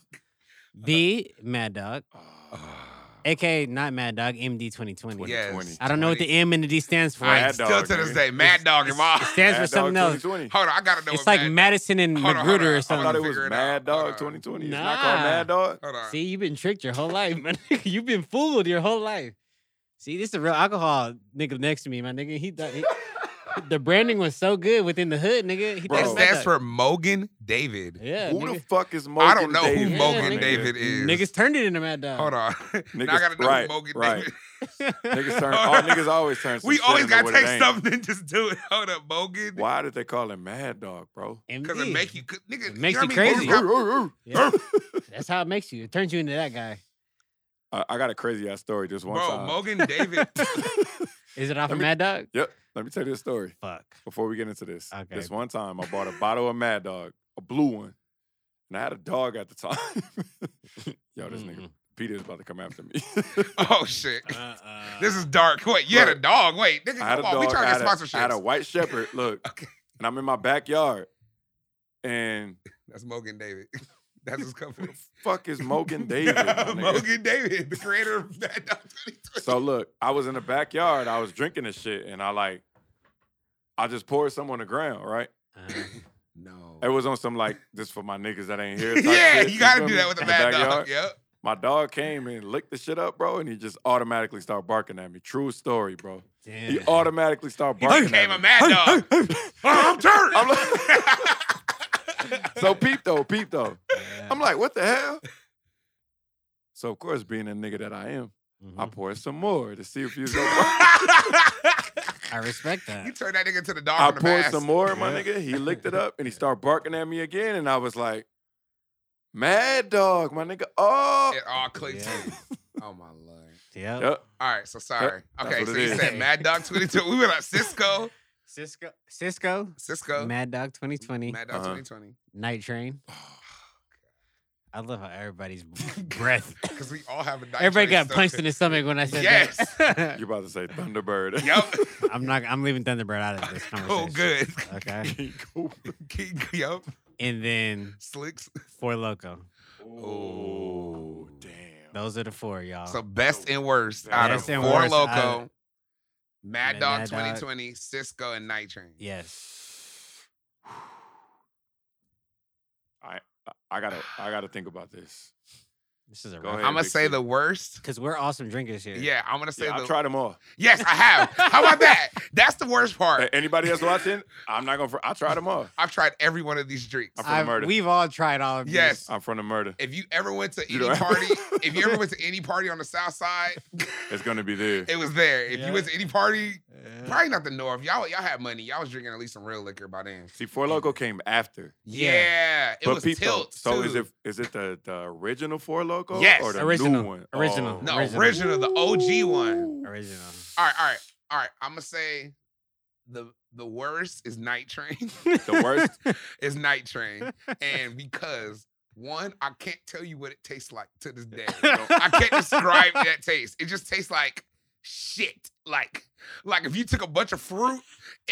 Speaker 3: B Mad Dog.
Speaker 4: Ah,
Speaker 3: AKA not Mad Dog, MD 2020.
Speaker 2: Yes.
Speaker 3: I don't know what the M and the D stands for.
Speaker 2: I
Speaker 4: Mad
Speaker 3: It
Speaker 2: still
Speaker 4: Dog,
Speaker 2: to this
Speaker 4: nigga.
Speaker 2: day, Mad Dog and Ma. Hold
Speaker 3: stands for something else.
Speaker 2: on, I gotta know.
Speaker 3: It's
Speaker 2: what
Speaker 3: like
Speaker 2: Mad-
Speaker 3: Madison and
Speaker 2: Hold on, hold on.
Speaker 3: Magruder
Speaker 2: I
Speaker 3: or
Speaker 4: I thought
Speaker 2: wanna
Speaker 4: it
Speaker 3: something.
Speaker 4: was
Speaker 2: figure it out.
Speaker 4: Mad
Speaker 2: Hold
Speaker 4: Dog
Speaker 2: on.
Speaker 4: 2020. It's not called
Speaker 3: Nah.
Speaker 4: Mad Dog.
Speaker 2: Hold on.
Speaker 3: See, you've been tricked your whole life, man. you've been fooled your whole life. See, this is a real alcohol nigga next to me, my nigga. He thought he, the branding was so good within the hood, nigga. He
Speaker 4: Bro.
Speaker 2: It
Speaker 3: just
Speaker 4: Bro.
Speaker 2: stands
Speaker 3: made
Speaker 2: for Mogan David.
Speaker 3: that- yeah.
Speaker 4: who
Speaker 3: nigga.
Speaker 4: the fuck is Mogan
Speaker 2: I don't know
Speaker 4: David?
Speaker 2: who
Speaker 3: Yeah,
Speaker 2: Mogan
Speaker 3: nigga.
Speaker 2: David is.
Speaker 3: Niggas turned it into Mad Dog.
Speaker 2: Hold on. now I
Speaker 4: Niggas-
Speaker 2: gotta know
Speaker 4: right,
Speaker 2: who Mogan
Speaker 4: right.
Speaker 2: David
Speaker 4: Niggas turn. All niggas always turn. some
Speaker 2: We
Speaker 4: shit
Speaker 2: always
Speaker 4: into
Speaker 2: gotta
Speaker 4: what it
Speaker 2: take
Speaker 4: ain't.
Speaker 2: something and just do it. Hold up, Mogan.
Speaker 4: Why did they call him Mad Dog, bro?
Speaker 2: Because it
Speaker 3: MD.
Speaker 2: make you c- nigga.
Speaker 3: It makes
Speaker 2: know
Speaker 3: you
Speaker 2: what I mean?
Speaker 3: crazy.
Speaker 2: Mogan got-
Speaker 3: Yeah. That's how it makes you. It turns you into that guy.
Speaker 4: I, I got a crazy ass story just one
Speaker 2: Bro,
Speaker 4: time.
Speaker 2: Mogan David.
Speaker 3: Is it off
Speaker 4: Let
Speaker 3: of
Speaker 4: me-
Speaker 3: Mad Dog?
Speaker 4: yep. Let me tell you this story
Speaker 3: Fuck.
Speaker 4: before we get into this.
Speaker 3: Okay.
Speaker 4: This one time I bought a bottle of Mad Dog, a blue one, and I had a dog at the time. Yo, this
Speaker 2: Mm-hmm.
Speaker 4: nigga Peter is about to come after me.
Speaker 2: oh shit.
Speaker 3: Uh-uh.
Speaker 2: This is dark. Wait, you had a
Speaker 4: Bro.
Speaker 2: dog. Wait, nigga,
Speaker 4: I had a
Speaker 2: come on.
Speaker 4: dog.
Speaker 2: We
Speaker 4: I,
Speaker 2: trying
Speaker 4: had
Speaker 2: to
Speaker 4: a-
Speaker 2: get
Speaker 4: I had a
Speaker 2: sponsorships.
Speaker 4: white shepherd. Look,
Speaker 2: Okay.
Speaker 4: and I'm in my backyard, and
Speaker 2: That's Mogan David. That's his company.
Speaker 4: fuck is Mogan David? my nigga?
Speaker 2: Mogan David, the creator of Mad Dog 2020.
Speaker 4: So look, I was in the backyard, I was drinking this shit, and I like, I just poured some on the ground, right?
Speaker 3: Uh,
Speaker 2: no.
Speaker 4: It was on some like this for my niggas that ain't here. Type
Speaker 2: yeah,
Speaker 4: shit,
Speaker 2: you gotta
Speaker 4: feel
Speaker 2: do
Speaker 4: me?
Speaker 2: that with a
Speaker 4: In
Speaker 2: Mad Dog.
Speaker 4: backyard.
Speaker 2: Yep.
Speaker 4: My dog came and licked the shit up, bro, and he just automatically started barking at me. True story, bro.
Speaker 3: damn.
Speaker 4: He automatically started
Speaker 2: He
Speaker 4: barking.
Speaker 2: became
Speaker 4: at
Speaker 2: a
Speaker 4: me.
Speaker 2: Mad Dog. I'm turned.
Speaker 4: I'm So peep though, peep though.
Speaker 3: Yeah.
Speaker 4: I'm like, what the hell? So of course, being a nigga that I am, I
Speaker 3: Mhm.
Speaker 4: poured some more to see if you.
Speaker 3: I respect that.
Speaker 2: you turned that nigga to the dog.
Speaker 4: I
Speaker 2: from the
Speaker 4: poured
Speaker 2: past.
Speaker 4: some more, my
Speaker 3: Yeah.
Speaker 4: nigga. He licked it up and he started barking at me again, and I was like, "Mad dog, my nigga." Oh,
Speaker 2: It all clicked.
Speaker 3: Yeah.
Speaker 2: in. Oh my lord.
Speaker 3: Yep.
Speaker 4: Yup.
Speaker 2: All right, so sorry.
Speaker 4: that's
Speaker 2: okay,
Speaker 4: what
Speaker 2: so
Speaker 4: it
Speaker 2: you
Speaker 4: is.
Speaker 2: said Mad Dog 22. We were like Cisco,
Speaker 3: Cisco. Cisco.
Speaker 2: Cisco,
Speaker 3: Mad Dog 2020.
Speaker 2: Mad Dog
Speaker 4: Uh-huh.
Speaker 2: 2020.
Speaker 3: Night Train. I love how everybody's breath.
Speaker 2: Because we all have a night
Speaker 3: Everybody
Speaker 2: train
Speaker 3: got punched in
Speaker 2: stuff.
Speaker 3: the stomach when I said
Speaker 2: Yes.
Speaker 3: that.
Speaker 4: you about to say Thunderbird?
Speaker 2: Yup.
Speaker 3: I'm not. I'm leaving Thunderbird out of this
Speaker 2: Oh,
Speaker 3: conversation.
Speaker 2: good.
Speaker 3: Okay.
Speaker 4: Cool.
Speaker 2: King, yup.
Speaker 3: And then
Speaker 2: Slicks.
Speaker 3: Four Loco.
Speaker 4: Oh, damn.
Speaker 3: Those are the four, y'all.
Speaker 2: So best and worst out
Speaker 4: Best
Speaker 2: of
Speaker 4: and
Speaker 2: Four
Speaker 3: worst out
Speaker 2: Loco,
Speaker 3: of-
Speaker 2: Mad
Speaker 3: Mad
Speaker 2: Dog
Speaker 3: Dog.
Speaker 2: 2020, Cisco, and Night Train.
Speaker 3: yes.
Speaker 4: I gotta, I gotta think about this.
Speaker 3: This is a
Speaker 4: Go
Speaker 3: rough.
Speaker 4: ahead.
Speaker 2: I'm gonna
Speaker 4: Big
Speaker 2: say
Speaker 4: Sid.
Speaker 2: the worst.
Speaker 3: Because we're awesome drinkers here.
Speaker 2: Yeah, I'm gonna say
Speaker 4: Yeah,
Speaker 2: the
Speaker 4: I tried them all.
Speaker 2: yes, I have. How about that? That's the worst
Speaker 4: Hey,
Speaker 2: part.
Speaker 4: anybody else watching? I'm not gonna. fr- I tried them all.
Speaker 2: I've tried every one of these drinks.
Speaker 4: I'm from
Speaker 3: I've-
Speaker 4: murder.
Speaker 3: we've all tried all of these.
Speaker 2: Yes.
Speaker 4: I'm from the murder.
Speaker 2: If you ever went to
Speaker 4: You
Speaker 2: any
Speaker 4: don't-
Speaker 2: party, if you ever went to any party on the South Side,
Speaker 4: It's gonna be there.
Speaker 2: it was there. If you went to any party,
Speaker 3: Yeah.
Speaker 2: probably not the North. Y'all, y'all had money. Y'all was drinking at least some real liquor by then.
Speaker 4: See, Four Loco came after.
Speaker 2: Yeah,
Speaker 3: Yeah.
Speaker 2: it
Speaker 4: but
Speaker 2: was
Speaker 4: peep though,
Speaker 2: tilt.
Speaker 4: So
Speaker 2: too.
Speaker 4: is it is it the the original Four Loco?
Speaker 2: Yes.
Speaker 4: or the
Speaker 3: Original.
Speaker 4: new one? Oh.
Speaker 3: Original.
Speaker 2: no
Speaker 3: original.
Speaker 2: original, the OG one?
Speaker 3: Original.
Speaker 2: All right, all right, all right. I'm gonna say the the worst is Night Train.
Speaker 4: The worst.
Speaker 2: is Night Train, and because one, I can't tell you what it tastes like to this day. I can't describe that taste. It just tastes like shit. Like like if you took a bunch of fruit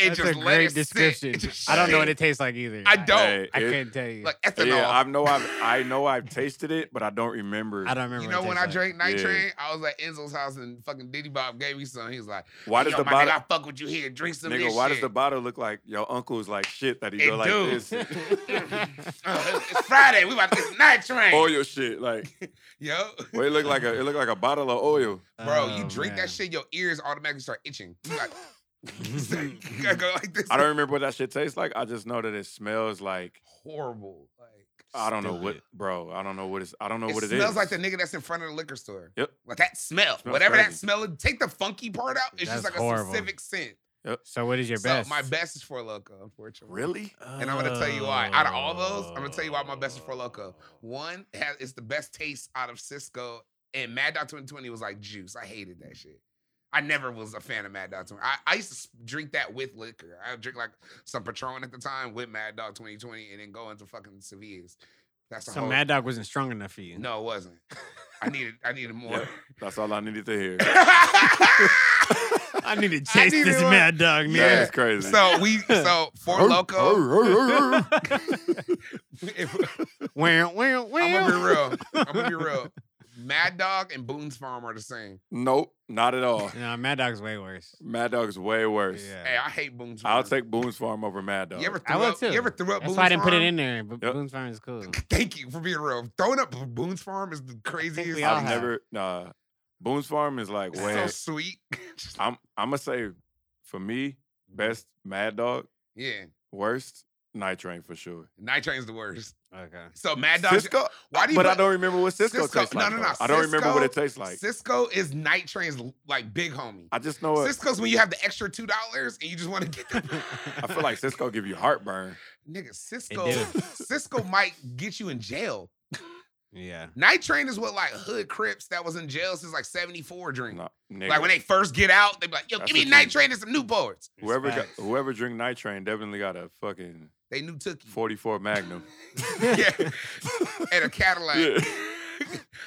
Speaker 2: and
Speaker 3: That's
Speaker 2: just
Speaker 3: a
Speaker 2: let
Speaker 3: great
Speaker 2: it sit,
Speaker 3: description.
Speaker 2: it's just
Speaker 3: I don't know what
Speaker 2: shit.
Speaker 3: it tastes like either.
Speaker 2: I don't.
Speaker 4: Hey,
Speaker 3: I
Speaker 4: it-
Speaker 3: couldn't tell you.
Speaker 2: like ethanol.
Speaker 4: Yeah, I know I've I know I've tasted it, but I don't remember.
Speaker 3: I don't remember.
Speaker 2: you
Speaker 3: what
Speaker 2: know
Speaker 3: it
Speaker 2: when I
Speaker 3: tastes like.
Speaker 2: drank Night
Speaker 4: Yeah.
Speaker 2: Train, I was at Enzo's house and fucking Diddy Bob gave me some. He was like,
Speaker 4: why does
Speaker 2: "Yo,
Speaker 4: the
Speaker 2: my
Speaker 4: bottle
Speaker 2: nigga, I fuck with you here. Drink some of
Speaker 4: nigga,
Speaker 2: this
Speaker 4: why
Speaker 2: shit.
Speaker 4: does the bottle look like your uncle's like shit that he
Speaker 2: It
Speaker 4: go like
Speaker 2: do.
Speaker 4: this? and-
Speaker 2: Uh, it's Friday. We about to get Night Train.
Speaker 4: Oil shit, like
Speaker 2: Yo,
Speaker 4: well, it looked like a it looked like a bottle of oil.
Speaker 2: bro, you
Speaker 3: Oh,
Speaker 2: drink
Speaker 3: man.
Speaker 2: that shit, your ears automatically start itching. You like, you gotta go like this.
Speaker 4: I don't remember what that shit tastes like. I just know that it smells like
Speaker 2: horrible. Like
Speaker 4: I don't know what,
Speaker 3: Stupid.
Speaker 4: bro. I don't know what it's. I don't know
Speaker 2: it
Speaker 4: what it is.
Speaker 2: smells like the nigga that's in front of the liquor store.
Speaker 4: Yep.
Speaker 2: Like that smell.
Speaker 4: Smells
Speaker 2: Whatever that
Speaker 4: crazy.
Speaker 2: smell is, take the funky part out. It's just
Speaker 3: That's
Speaker 2: like a
Speaker 3: horrible.
Speaker 2: specific scent.
Speaker 3: So what is your
Speaker 2: so
Speaker 3: best?
Speaker 2: my best is for loco, unfortunately.
Speaker 4: really.
Speaker 2: And I'm gonna tell you why. Out of all those, I'm gonna tell you why
Speaker 1: Oh.
Speaker 2: my best is for loco. One it has it's the best taste out of Cisco and Mad Dog 2020 was like juice. I hated that shit. I never was a fan of Mad Dog 20. I, I used to s- drink that with liquor. I would drink like some Patron at the time with Mad Dog 2020 and then go into fucking Sevilla's. That's a
Speaker 3: So
Speaker 2: whole
Speaker 3: Mad Dog wasn't strong enough for you.
Speaker 2: Oh. No, it wasn't. I needed I needed more.
Speaker 4: Yep. That's all I needed to hear.
Speaker 3: I need to
Speaker 2: I
Speaker 3: chase
Speaker 2: need
Speaker 3: this
Speaker 2: it one.
Speaker 3: Mad Dog,
Speaker 2: Yeah.
Speaker 4: That
Speaker 3: man.
Speaker 4: is crazy.
Speaker 2: so we so for loco. if-
Speaker 3: Wow, wow,
Speaker 2: I'm gonna be
Speaker 3: wow.
Speaker 2: real. I'm gonna be real. Mad Dog and Boone's Farm are the same.
Speaker 4: nope, not at all.
Speaker 3: No, Mad Dog's way worse.
Speaker 4: Mad Dog's way worse.
Speaker 2: Hey,
Speaker 3: Yeah.
Speaker 2: I hate Boone's Farm.
Speaker 4: I'll take Boone's Farm over Mad Dog.
Speaker 2: You ever
Speaker 3: I
Speaker 2: threw
Speaker 3: would
Speaker 2: up? You
Speaker 3: too.
Speaker 2: ever threw up?
Speaker 3: That's
Speaker 2: Boone's
Speaker 3: why I didn't put it
Speaker 2: Farm?
Speaker 3: in there. But
Speaker 4: Yep.
Speaker 3: Boone's Farm is cool.
Speaker 2: Thank you for being real. Throwing up Boone's Farm is the craziest.
Speaker 3: we all
Speaker 4: I've
Speaker 3: have.
Speaker 4: never nah. Boone's Farm is like
Speaker 2: uh, It's
Speaker 4: way.
Speaker 2: so sweet. Just-
Speaker 4: I'm I'm gonna say for me, Best Mad Dog.
Speaker 2: Yeah,
Speaker 4: Worst Night Train for sure.
Speaker 2: Night Train's the worst.
Speaker 3: Okay.
Speaker 2: So Mad Dog.
Speaker 4: Cisco,
Speaker 2: Why do you?
Speaker 4: but I
Speaker 2: put-
Speaker 4: don't remember what Cisco,
Speaker 2: Cisco-
Speaker 4: tastes
Speaker 2: no,
Speaker 4: like.
Speaker 2: no,
Speaker 4: though.
Speaker 2: no,
Speaker 4: I don't remember what it
Speaker 2: Cisco-
Speaker 4: tastes like.
Speaker 2: Cisco is Night Train's like big homie.
Speaker 4: I just know it.
Speaker 2: Cisco's when you have the extra two dollars and you just want to get the
Speaker 4: I feel like Cisco give you heartburn.
Speaker 2: nigga Cisco.
Speaker 3: do.
Speaker 2: Cisco might get you in jail.
Speaker 3: Yeah.
Speaker 2: Night Train is what like hood crips that was in jail since like '74 drink.
Speaker 4: Nah,
Speaker 2: Like when they first get out, they be like, "Yo,
Speaker 4: That's
Speaker 2: give me
Speaker 4: what
Speaker 2: Night
Speaker 4: you-
Speaker 2: Train and some new boards."
Speaker 4: whoever got,
Speaker 3: Facts.
Speaker 4: whoever drink Night Train definitely got a fucking
Speaker 2: They knew Tookie.
Speaker 4: 44 Magnum.
Speaker 2: yeah, and a Cadillac.
Speaker 4: Yeah.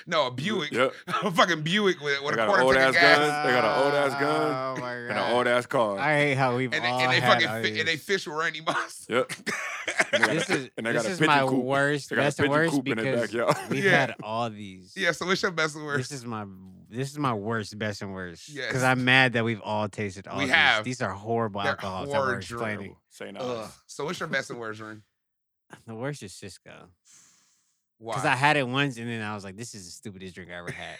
Speaker 2: No, a Buick.
Speaker 4: Yep.
Speaker 2: a fucking Buick with, with
Speaker 4: They
Speaker 2: a
Speaker 4: got
Speaker 2: quarter
Speaker 4: an old
Speaker 2: tank
Speaker 4: ass
Speaker 2: of gas.
Speaker 4: gun. They got an old ass gun
Speaker 3: Oh my god.
Speaker 4: and an old ass car.
Speaker 3: I hate how we've
Speaker 2: And they,
Speaker 3: all
Speaker 2: and they
Speaker 3: had
Speaker 2: fucking
Speaker 3: all
Speaker 2: fi- and they
Speaker 3: these-
Speaker 2: fish with Randy Moss.
Speaker 4: Yep. And they got a
Speaker 3: This
Speaker 4: pit-
Speaker 3: is
Speaker 4: and they got
Speaker 3: this
Speaker 4: a
Speaker 3: is
Speaker 4: pigeon
Speaker 3: my
Speaker 4: coop.
Speaker 3: worst,
Speaker 4: They got a
Speaker 3: best and
Speaker 4: pigeon
Speaker 3: worst
Speaker 4: coop in their
Speaker 3: because
Speaker 4: backyard.
Speaker 3: we've
Speaker 2: Yeah.
Speaker 3: had all these.
Speaker 2: Yeah, so what's your best and worst?
Speaker 3: This is my this is my worst, best and worst.
Speaker 2: Yes.
Speaker 3: Because I'm mad that we've all tasted all
Speaker 2: We
Speaker 3: these.
Speaker 2: have.
Speaker 3: These are horrible
Speaker 2: They're
Speaker 3: alcohols that we're explaining.
Speaker 2: horrible.
Speaker 4: Say no.
Speaker 2: Ugh. So what's your best and worst, Ring?
Speaker 3: The worst is Cisco.
Speaker 2: Why?
Speaker 3: Because I had it once and then I was like, this is the stupidest drink I ever had.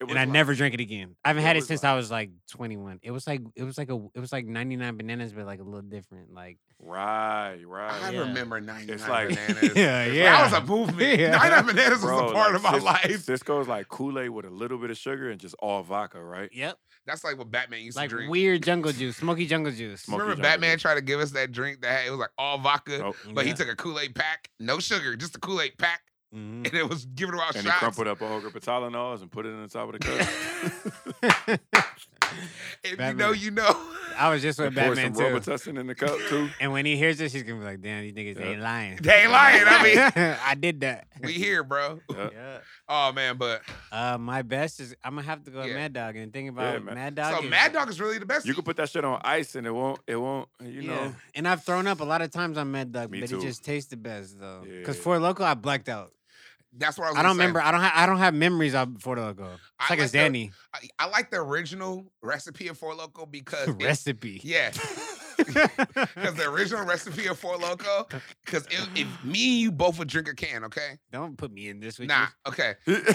Speaker 4: It was
Speaker 3: and I
Speaker 4: like-
Speaker 3: never drank it again. I haven't
Speaker 4: It
Speaker 3: had it
Speaker 4: was
Speaker 3: since
Speaker 4: like-
Speaker 3: I was like 21. It was like it was like a it was like 99 bananas, but like a little different. Like
Speaker 4: Right,
Speaker 2: I
Speaker 4: right.
Speaker 3: Yeah.
Speaker 2: remember 99
Speaker 4: Uh, It's like-
Speaker 2: bananas.
Speaker 3: Yeah,
Speaker 2: It's like,
Speaker 3: yeah.
Speaker 2: That was a movement.
Speaker 3: Yeah.
Speaker 2: 99 bananas was
Speaker 4: Bro,
Speaker 2: a part
Speaker 4: like,
Speaker 2: of my
Speaker 4: Cis-
Speaker 2: life.
Speaker 4: Cisco's like Kool Aid with a little bit of sugar and just all vodka, right?
Speaker 3: yep,
Speaker 2: That's like what Batman used
Speaker 3: like
Speaker 2: to drink.
Speaker 3: weird jungle juice, smoky jungle juice.
Speaker 4: Smoky
Speaker 2: Remember
Speaker 4: Jungle
Speaker 2: Batman
Speaker 4: Juice.
Speaker 2: tried to give us that drink that had, it was like all vodka,
Speaker 4: Nope.
Speaker 2: but he took a Kool Aid pack, no sugar, just a Kool Aid pack,
Speaker 3: hmm
Speaker 2: and it was giving out
Speaker 4: Mm. And he
Speaker 2: shots.
Speaker 4: crumpled up a whole group of Tylenols and put it in the top of the cup.
Speaker 2: if
Speaker 3: Batman.
Speaker 2: you know, you know.
Speaker 3: I was just with
Speaker 4: and pour
Speaker 3: Batman
Speaker 4: some
Speaker 3: too.
Speaker 4: Robitussin in the cup too.
Speaker 3: and when he hears this, he's gonna be like, "Damn, these niggas
Speaker 4: Yeah.
Speaker 3: ain't lying.
Speaker 2: They ain't lying, I
Speaker 3: I did that.
Speaker 2: we here, bro.
Speaker 4: Yeah.
Speaker 3: Yeah.
Speaker 2: Oh man, but
Speaker 3: Uh, my best is I'm gonna have to go with
Speaker 2: Yeah.
Speaker 3: Mad Dog and think about
Speaker 4: man.
Speaker 3: Mad Dog.
Speaker 2: so
Speaker 3: is-
Speaker 2: Mad Dog is really the best.
Speaker 4: You can put that shit on ice and it won't, it won't, you know.
Speaker 3: And I've thrown up a lot of times on Mad Dog,
Speaker 4: Me
Speaker 3: but
Speaker 4: too.
Speaker 3: it just tastes the best though. Because
Speaker 4: Yeah.
Speaker 3: for local, I blacked out.
Speaker 2: That's what I was.
Speaker 3: I
Speaker 2: gonna
Speaker 3: don't
Speaker 2: say.
Speaker 3: remember. I don't. Ha- I don't have memories of Four Loco.
Speaker 2: I
Speaker 3: It's like
Speaker 2: like
Speaker 3: it's
Speaker 2: the
Speaker 3: Danny
Speaker 2: I, I like the original recipe of Four Loco because it-
Speaker 3: recipe.
Speaker 2: yeah, because the original recipe of Four Loco, because if, if me and you both would drink a can, okay?
Speaker 3: don't put me in this with
Speaker 2: nah,
Speaker 3: you.
Speaker 2: okay.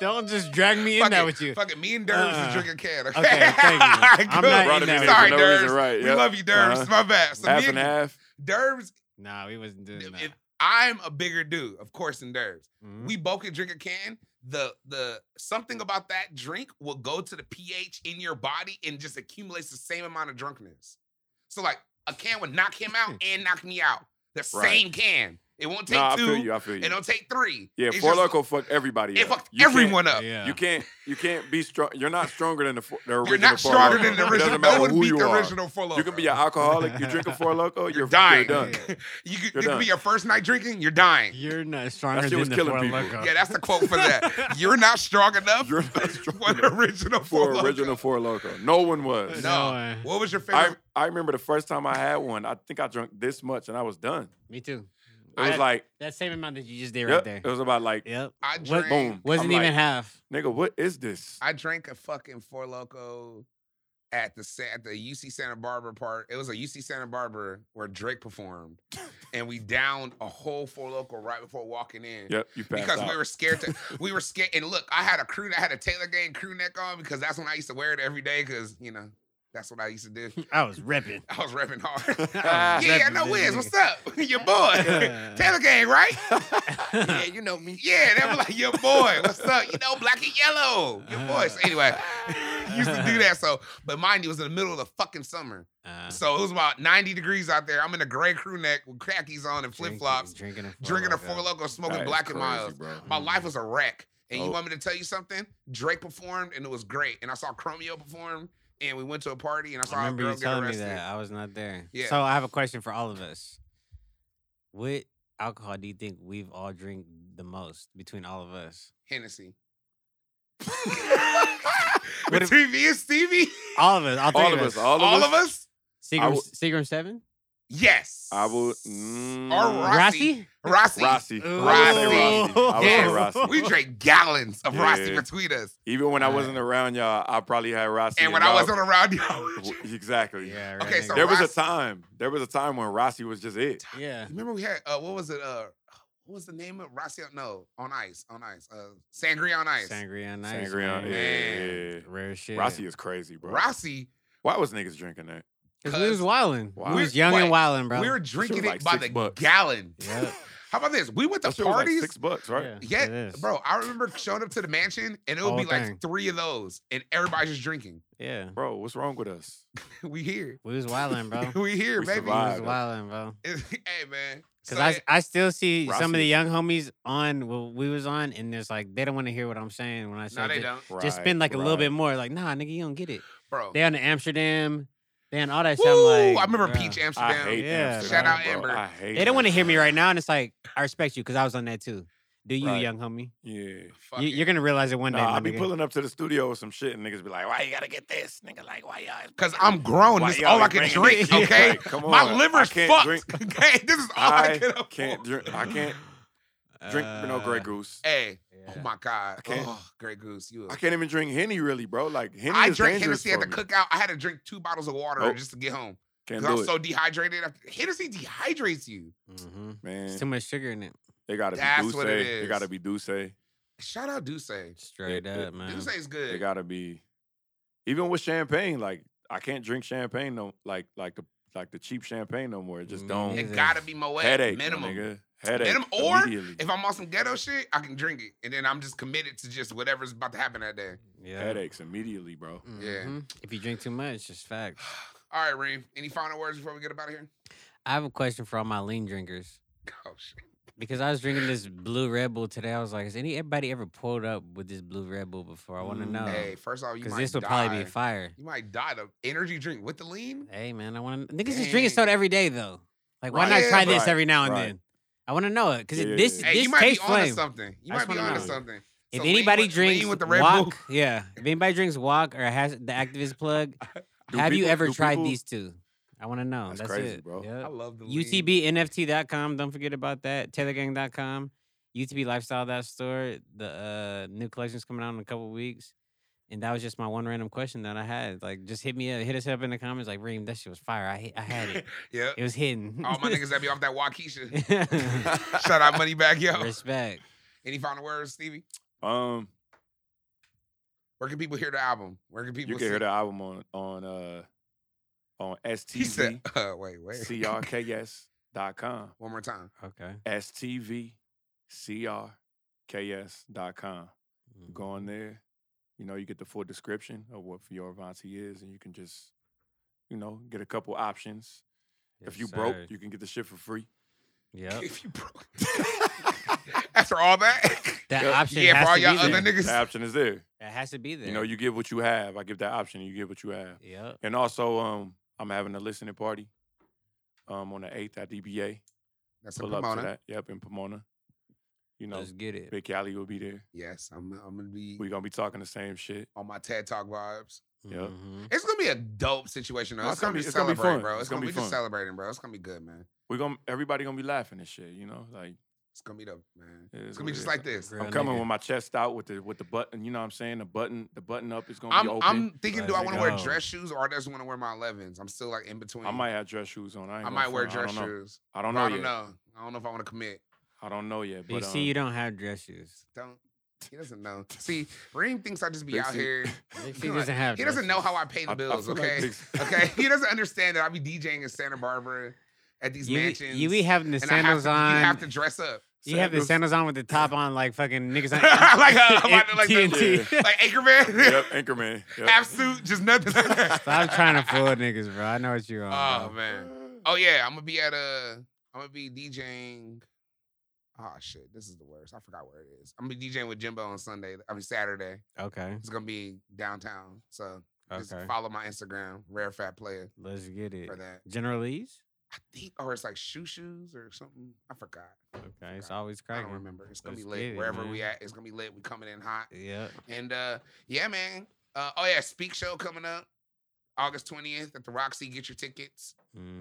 Speaker 3: Don't just drag me in
Speaker 2: Fuck
Speaker 3: that
Speaker 2: it,
Speaker 3: with you.
Speaker 2: Fuck it. Me and Derbs
Speaker 3: Uh-uh.
Speaker 2: would drink a can, okay?
Speaker 3: Okay, thank you. I'm
Speaker 2: Good.
Speaker 3: not
Speaker 4: Brought
Speaker 3: in
Speaker 4: him
Speaker 3: that.
Speaker 4: in for
Speaker 2: Sorry,
Speaker 4: no
Speaker 2: Durs.
Speaker 4: reason, right?
Speaker 2: We
Speaker 4: yep.
Speaker 2: love you, Derbs.
Speaker 4: Uh-huh.
Speaker 2: My bad. So
Speaker 4: half
Speaker 2: me
Speaker 4: and
Speaker 2: and
Speaker 4: half.
Speaker 2: Derbs,
Speaker 3: Nah, we wasn't doing that.
Speaker 2: if I'm a bigger dude, of course, than Derbs.
Speaker 3: Mhm.
Speaker 2: We both can drink a can. The the something about that drink will go to the pH in your body and just accumulates the same amount of drunkenness. So like a can would knock him out and knock me out. The
Speaker 4: Right.
Speaker 2: same can. It won't take
Speaker 4: Nah, I feel
Speaker 2: two.
Speaker 4: you. I feel
Speaker 2: It
Speaker 4: you.
Speaker 2: don't take three.
Speaker 4: Yeah,
Speaker 2: It's
Speaker 4: Four
Speaker 2: just-
Speaker 4: Loco fucked everybody.
Speaker 2: It
Speaker 4: up.
Speaker 2: fucked
Speaker 4: You can't-
Speaker 2: everyone up.
Speaker 3: yeah.
Speaker 4: You can't, you can't be strong. You're not stronger than the, Four- the original.
Speaker 2: You're not
Speaker 4: Four
Speaker 2: stronger
Speaker 4: Loko.
Speaker 2: than the
Speaker 4: It
Speaker 2: original.
Speaker 4: doesn't
Speaker 2: No
Speaker 4: matter
Speaker 2: one
Speaker 4: who
Speaker 2: beat
Speaker 4: you
Speaker 2: the
Speaker 4: are.
Speaker 2: original Four Loco.
Speaker 4: You can be an alcoholic. You drink a Four Loco. You're,
Speaker 2: dying.
Speaker 4: You're done.
Speaker 2: You could,
Speaker 4: You're
Speaker 2: it could
Speaker 4: done.
Speaker 2: be your first night drinking. You're dying.
Speaker 3: You're not stronger
Speaker 4: shit
Speaker 3: than
Speaker 4: was
Speaker 3: the
Speaker 4: killing
Speaker 3: Four
Speaker 4: people.
Speaker 3: Loco.
Speaker 2: Yeah, that's the quote for that. You're not strong enough.
Speaker 4: You're not strong
Speaker 2: for the
Speaker 4: enough
Speaker 2: original Four
Speaker 4: For
Speaker 2: Loko.
Speaker 4: original Four Loco. No one was.
Speaker 3: No. uh,
Speaker 2: No.
Speaker 3: way.
Speaker 2: What was your
Speaker 4: I,
Speaker 2: favorite?
Speaker 4: I remember the first time I had one. I think I drank this much and I was done.
Speaker 3: Me too.
Speaker 4: It was
Speaker 3: I-
Speaker 4: like,
Speaker 3: That same amount that you just did
Speaker 4: yep,
Speaker 3: right
Speaker 4: it
Speaker 3: there.
Speaker 4: was about like,
Speaker 3: Yep.
Speaker 2: I,
Speaker 3: What-
Speaker 2: drank.
Speaker 4: boom.
Speaker 3: Wasn't
Speaker 4: I'm
Speaker 3: even
Speaker 4: like,
Speaker 3: half.
Speaker 4: Nigga, what is this?
Speaker 2: I drank a fucking Four Loco at the Sa- at the UC Santa Barbara part. It was a UC Santa Barbara where Drake performed, and we downed a whole Four Loco right before walking in.
Speaker 4: Yep, you passed
Speaker 2: Because
Speaker 4: out.
Speaker 2: we were scared to, we were scared. And look, I had a crew that had a Taylor Gang crew neck on because that's when I used to wear it every day. Because you know, that's what I used to do.
Speaker 3: I was repping.
Speaker 2: I was repping hard.
Speaker 4: Ah.
Speaker 2: yeah, no Wiz, what's up? Your boy, Taylor Gang, right? yeah, you know me. Yeah, they were like, your boy, what's up? You know, black and yellow, your voice. Anyway, used to do that. So, but mind you, it was in the middle of the fucking summer.
Speaker 3: Uh,
Speaker 2: So it was about 90 degrees out there. I'm in a gray crew neck with khakis on and flip
Speaker 3: drinking-
Speaker 2: flops,
Speaker 3: Drinking a Four
Speaker 2: drinking a
Speaker 3: Loko.
Speaker 2: Four Loco,
Speaker 4: That
Speaker 2: smoking
Speaker 4: is
Speaker 2: Black and
Speaker 4: crazy,
Speaker 2: Miles.
Speaker 4: bro.
Speaker 2: My life was a wreck. And you
Speaker 4: Oh.
Speaker 2: want me to tell you something? Drake performed and it was great. And I saw Chromeo perform and we went to a party and I saw
Speaker 3: I
Speaker 2: a
Speaker 3: remember
Speaker 2: girl
Speaker 3: you
Speaker 2: get
Speaker 3: telling me
Speaker 2: arrested.
Speaker 3: that. I was not there.
Speaker 2: Yeah.
Speaker 3: So I have a question for all of us. What alcohol do you think we've all drink the most between all of us?
Speaker 2: Hennessy.
Speaker 3: What if-
Speaker 2: Between me and Stevie?
Speaker 3: All of us. All, three
Speaker 4: All of us, all of
Speaker 2: All
Speaker 4: us.
Speaker 2: of us?
Speaker 3: Seagram,
Speaker 4: would-
Speaker 3: Seagram Seven.
Speaker 2: Yes.
Speaker 4: I would.
Speaker 2: Or
Speaker 4: Mm,
Speaker 2: Rossi. Rossi.
Speaker 4: Rossi.
Speaker 3: Ooh.
Speaker 4: I would say
Speaker 2: Rossi.
Speaker 4: Rossi. I would say
Speaker 2: Yes.
Speaker 4: Rossi.
Speaker 2: We drank gallons of Rossi
Speaker 4: Yeah.
Speaker 2: between us.
Speaker 4: Even when I wasn't around y'all, I probably had Rossi.
Speaker 2: And when I
Speaker 4: y'all-
Speaker 2: wasn't around y'all, we drank-
Speaker 4: exactly.
Speaker 3: Yeah.
Speaker 2: Okay, so
Speaker 4: There was a
Speaker 2: Rossi-
Speaker 4: time. There was a time when Rossi was just it.
Speaker 3: yeah.
Speaker 2: remember we had uh, what was it? Uh, what was the name of Rossi? No, on ice, on ice. Uh, sangria on ice.
Speaker 3: Sangria, nice.
Speaker 4: Sangria,
Speaker 3: man.
Speaker 4: yeah, yeah, yeah.
Speaker 3: Rare shit.
Speaker 4: Rossi is crazy, bro.
Speaker 2: Rossi
Speaker 4: Why was niggas drinking that?
Speaker 3: 'Cause we was
Speaker 2: Cuz
Speaker 3: wilding.
Speaker 4: Wow.
Speaker 3: We was young and
Speaker 2: Wait,
Speaker 3: wilding, bro.
Speaker 2: We were drinking
Speaker 4: was
Speaker 2: it
Speaker 4: like
Speaker 2: by
Speaker 4: six
Speaker 2: the
Speaker 4: bucks.
Speaker 2: gallon.
Speaker 3: Yeah.
Speaker 2: How about this? We went to
Speaker 4: That shit was like
Speaker 2: parties.
Speaker 4: six bucks, right?
Speaker 3: it
Speaker 2: yeah,
Speaker 3: is.
Speaker 2: bro. I remember showing up to the mansion and it would
Speaker 3: Whole
Speaker 2: be like
Speaker 3: thing.
Speaker 2: three of those, and everybody's just drinking.
Speaker 3: Yeah,
Speaker 4: Bro, what's wrong with us?
Speaker 2: we here.
Speaker 3: we was wilding, bro. we
Speaker 2: we here,
Speaker 4: We
Speaker 2: baby.
Speaker 4: survived.
Speaker 3: was
Speaker 4: Wild.
Speaker 3: wilding, bro.
Speaker 2: hey, man. So
Speaker 3: Cause
Speaker 2: eh,
Speaker 3: I,
Speaker 2: that-
Speaker 3: I still see some of
Speaker 4: Rossi.
Speaker 3: the young homies on what we was on, and it's like they don't want to hear what I'm saying when I say
Speaker 2: no, they
Speaker 3: ju-
Speaker 2: don't,
Speaker 3: just spend like a little bit more. Like, nah, nigga, you don't get it.
Speaker 2: bro.
Speaker 3: They on to Amsterdam, they on all that shit. I'm
Speaker 2: Woo!
Speaker 3: like,
Speaker 2: I remember
Speaker 3: bruh.
Speaker 2: Peach
Speaker 4: I
Speaker 2: Amsterdam.
Speaker 4: hate
Speaker 3: Yeah,
Speaker 4: Amsterdam,
Speaker 2: Shout out
Speaker 4: bro.
Speaker 2: Amber.
Speaker 4: I hate
Speaker 3: They don't want to hear me right
Speaker 4: Amsterdam.
Speaker 3: now, and it's like I respect you because I was on that too. Do you,
Speaker 4: Right.
Speaker 3: young homie?
Speaker 4: Yeah.
Speaker 2: Fuck
Speaker 3: You,
Speaker 2: it.
Speaker 3: you're gonna realize it one day.
Speaker 4: Nah,
Speaker 3: my
Speaker 4: I'll be
Speaker 3: nigga.
Speaker 4: pulling up to the studio with some shit and niggas be like, why you gotta get this? Nigga, like, why y'all?
Speaker 2: Cause I'm grown.
Speaker 4: why
Speaker 2: This is
Speaker 4: y'all
Speaker 2: all I
Speaker 4: ain't
Speaker 2: can
Speaker 4: bringing this
Speaker 2: drink.
Speaker 4: shit?
Speaker 2: Okay,
Speaker 4: Like, come on.
Speaker 2: my
Speaker 4: I
Speaker 2: liver's
Speaker 4: can't
Speaker 2: fucked.
Speaker 4: Drink,
Speaker 2: Okay, this is all I,
Speaker 4: I
Speaker 2: can afford.
Speaker 4: can't drink. I can't drink no Grey
Speaker 3: Uh.
Speaker 4: Goose.
Speaker 2: Hey,
Speaker 3: Ah, Yeah.
Speaker 2: oh my god.
Speaker 4: can't-
Speaker 2: Oh, Grey Goose, you. a-
Speaker 4: I can't even drink Henny really, bro. Like Henny
Speaker 2: I
Speaker 4: is
Speaker 2: drank
Speaker 4: dangerous
Speaker 2: Hennessy at
Speaker 4: for
Speaker 2: the
Speaker 4: me. Oh.
Speaker 2: cookout. I had to drink two bottles of water
Speaker 4: Nope.
Speaker 2: just to get home
Speaker 4: Can't
Speaker 2: because I'm
Speaker 4: do it,
Speaker 2: so dehydrated. I- Hennessy dehydrates you.
Speaker 3: Mm-hmm. It's
Speaker 4: man.
Speaker 2: Mm.
Speaker 3: too much sugar in it.
Speaker 4: It gotta be
Speaker 2: That's
Speaker 4: Douce.
Speaker 2: what it
Speaker 4: It
Speaker 2: is.
Speaker 4: gotta be Douce. It
Speaker 2: Shout out Duce.
Speaker 3: Straight
Speaker 4: it-
Speaker 3: up, man.
Speaker 2: Duce is good.
Speaker 4: gotta be. Even with champagne, like I can't drink champagne no, like like the like the cheap champagne no more. It just
Speaker 3: Mm,
Speaker 4: don't.
Speaker 2: it
Speaker 3: Jesus.
Speaker 2: gotta be Moet
Speaker 4: headache, my
Speaker 2: minimum.
Speaker 4: nigga. Headache.
Speaker 2: Minimum- or
Speaker 4: immediately.
Speaker 2: If I'm on some ghetto shit, I can drink it, and then I'm just committed to just whatever's about to happen that day.
Speaker 3: Yeah.
Speaker 4: headaches immediately, bro.
Speaker 2: Yeah.
Speaker 3: Mhm. If you drink too much, it's facts.
Speaker 2: All right, Reem. Any final words before we get up out of here?
Speaker 3: I have a question for all my lean drinkers
Speaker 2: Oh shit.
Speaker 3: because I was drinking this blue Red Bull today. I was like, has anybody ever pulled up with this blue Red Bull before? I want to
Speaker 4: Mm.
Speaker 3: know
Speaker 2: Hey, first off, you
Speaker 3: because
Speaker 2: might
Speaker 3: this would
Speaker 2: die.
Speaker 3: probably be fire.
Speaker 2: You might die. The energy drink with the lean.
Speaker 3: Hey, man, I want to. Niggas is drinking
Speaker 2: Dang.
Speaker 3: soda every day though. Like, why
Speaker 4: Right.
Speaker 3: not
Speaker 2: Yeah,
Speaker 3: try this
Speaker 4: right,
Speaker 3: every now and
Speaker 4: right.
Speaker 3: then? I want to know it because
Speaker 4: Yeah, yeah,
Speaker 3: this
Speaker 4: yeah.
Speaker 2: Hey,
Speaker 3: this
Speaker 2: you might be
Speaker 3: tastes
Speaker 2: onto
Speaker 3: flame.
Speaker 2: something. You
Speaker 3: I just
Speaker 2: might be
Speaker 3: wanna
Speaker 2: onto
Speaker 3: know.
Speaker 2: something.
Speaker 3: If
Speaker 2: So lean
Speaker 3: anybody
Speaker 2: with- lean
Speaker 3: drinks
Speaker 2: with the Red
Speaker 3: walk,
Speaker 2: Bull.
Speaker 3: yeah. If anybody drinks walk or has the activist plug,
Speaker 4: Do
Speaker 3: have you
Speaker 4: people-
Speaker 3: ever
Speaker 4: do
Speaker 3: tried
Speaker 4: people-
Speaker 3: these two? I want to know.
Speaker 4: That's
Speaker 3: That's,
Speaker 4: crazy,
Speaker 3: it,
Speaker 4: bro.
Speaker 3: Yep.
Speaker 2: I love the lean.
Speaker 3: UTBNFT.com. Don't forget about that. Taylorgang.com. UTB Lifestyle that store. The uh, new collection's coming out in a couple weeks. And that was just my one random question that I had. Like, just hit me up, hit us up in the comments. Like, Reem, that shit was fire. I hit- I had it.
Speaker 2: yeah.
Speaker 3: It was hidden.
Speaker 2: All my niggas that be off that Waukesha.
Speaker 3: niggas.
Speaker 2: Shout out money back, yo.
Speaker 3: Respect.
Speaker 2: Any final words, Stevie?
Speaker 4: Um,
Speaker 2: Where can people hear the album? Where can people
Speaker 4: you can hear
Speaker 2: see-
Speaker 4: the album on on uh on
Speaker 2: He said,
Speaker 4: STV
Speaker 2: uh, wait, wait.
Speaker 4: CRKS dot com.
Speaker 2: One more time.
Speaker 3: Okay.
Speaker 4: STV CRKS dot com. Go
Speaker 3: Mm.
Speaker 4: on there. You know, you get the full description of what Fior Avanti is, and you can just, you know, get a couple options. if
Speaker 3: Yes,
Speaker 4: you broke,
Speaker 3: sir.
Speaker 4: you can get the shit for free.
Speaker 3: Yep.
Speaker 2: If you broke. After all that,
Speaker 3: That
Speaker 4: Yeah,
Speaker 3: option
Speaker 2: yeah, for
Speaker 3: has
Speaker 2: all
Speaker 3: to
Speaker 2: y'all
Speaker 3: be
Speaker 2: other
Speaker 3: there.
Speaker 2: niggas-
Speaker 4: The option is there.
Speaker 3: It has to be there.
Speaker 4: You know, you give what you have. I give that option, and you give what you have.
Speaker 3: Yep.
Speaker 4: And also, um, I'm having a listening party um, on the eighth at DBA.
Speaker 2: that's a
Speaker 4: Pull up to
Speaker 2: Pomona.
Speaker 4: that. Yep, in Pomona. You know,
Speaker 3: Let's get it.
Speaker 4: Big Cali will be there.
Speaker 2: Yes, I'm, I'm going to be
Speaker 4: We gonna be talking the same shit.
Speaker 2: on my TED Talk vibes.
Speaker 4: Yeah.
Speaker 3: Mhm.
Speaker 2: It's going to be a dope situation, though.
Speaker 4: No,
Speaker 2: It's,
Speaker 4: it's
Speaker 2: going to
Speaker 4: gonna be-
Speaker 2: be
Speaker 4: it's gonna be
Speaker 2: celebrating,
Speaker 4: fun.
Speaker 2: bro. It's, going to be just
Speaker 4: fun.
Speaker 2: celebrating, bro. It's going to be good, man.
Speaker 4: We gonna everybody gonna be laughing and shit. You know, like
Speaker 2: It's going to be dope, man.
Speaker 4: It
Speaker 2: It's
Speaker 4: is
Speaker 2: going to
Speaker 4: what it
Speaker 2: be just
Speaker 4: is.
Speaker 2: like this.
Speaker 3: Real
Speaker 4: I'm coming
Speaker 3: nigga.
Speaker 4: with my chest out with the with the button. You know what I'm saying? The button, the button up is gonna
Speaker 2: I'm,
Speaker 4: be open.
Speaker 2: I'm thinking, do I
Speaker 3: Let's
Speaker 2: want to wear
Speaker 3: go.
Speaker 2: dress shoes or I just want to wear my 11s? I'm still like in between.
Speaker 4: I might have dress shoes on. I, ain't
Speaker 2: I
Speaker 4: gonna
Speaker 2: might wear
Speaker 4: front. I
Speaker 2: dress
Speaker 4: don't know.
Speaker 2: shoes.
Speaker 4: I don't
Speaker 2: But
Speaker 4: know
Speaker 2: Oh, I don't
Speaker 4: yet.
Speaker 2: know. I don't know if I want to commit.
Speaker 4: I don't know yet.
Speaker 3: Big
Speaker 4: But
Speaker 3: C,
Speaker 4: um,
Speaker 3: you don't have dress shoes.
Speaker 2: Don't. He doesn't know. See, Reem thinks I just be
Speaker 4: Big
Speaker 2: out
Speaker 4: C-
Speaker 2: here.
Speaker 3: Big C
Speaker 2: He
Speaker 3: doesn't have. dress
Speaker 2: doesn't know
Speaker 3: shoes.
Speaker 2: how I pay
Speaker 4: I-
Speaker 2: the
Speaker 4: I
Speaker 2: bills.
Speaker 4: feel like
Speaker 2: Okay,
Speaker 4: Big C-
Speaker 2: okay. He doesn't understand that I be DJing in Santa Barbara at these
Speaker 3: You be,
Speaker 2: mansions.
Speaker 3: you be having the
Speaker 2: and I have
Speaker 3: sandals
Speaker 2: to,
Speaker 3: on.
Speaker 2: You have to dress up
Speaker 3: you have the sandals on with the top on, like fucking niggas on
Speaker 2: Like, uh, I'm about to, like,
Speaker 3: TNT.
Speaker 4: yeah.
Speaker 2: like Anchorman,
Speaker 4: yep, Anchorman. Yep.
Speaker 2: half suit, just nothing.
Speaker 3: Stop trying to fool niggas, bro. I know what you are.
Speaker 2: Oh
Speaker 3: bro.
Speaker 2: man. Oh yeah, I'm gonna be at a. I'm gonna be DJing. Oh shit, this is the worst. I forgot where it is. I'm gonna be DJing with Jimbo on Sunday. I mean Saturday.
Speaker 3: Okay,
Speaker 2: It's gonna be downtown. So just
Speaker 3: okay.
Speaker 2: follow my Instagram, Rare Fat Player,
Speaker 3: Let's get it.
Speaker 2: for that.
Speaker 3: General Lee's.
Speaker 2: I think, or it's like Shoe Shoes or something. I forgot.
Speaker 3: Okay, it's
Speaker 2: forgot.
Speaker 3: always
Speaker 2: I
Speaker 3: cracking.
Speaker 2: don't remember. It's gonna
Speaker 3: Let's
Speaker 2: be lit.
Speaker 3: get it,
Speaker 2: Wherever we
Speaker 3: man.
Speaker 2: at, it's gonna be lit. We coming in hot.
Speaker 3: Yeah.
Speaker 2: And uh yeah, man. Uh, oh yeah, Speak Show coming up August 20th at the Roxy. Get your tickets.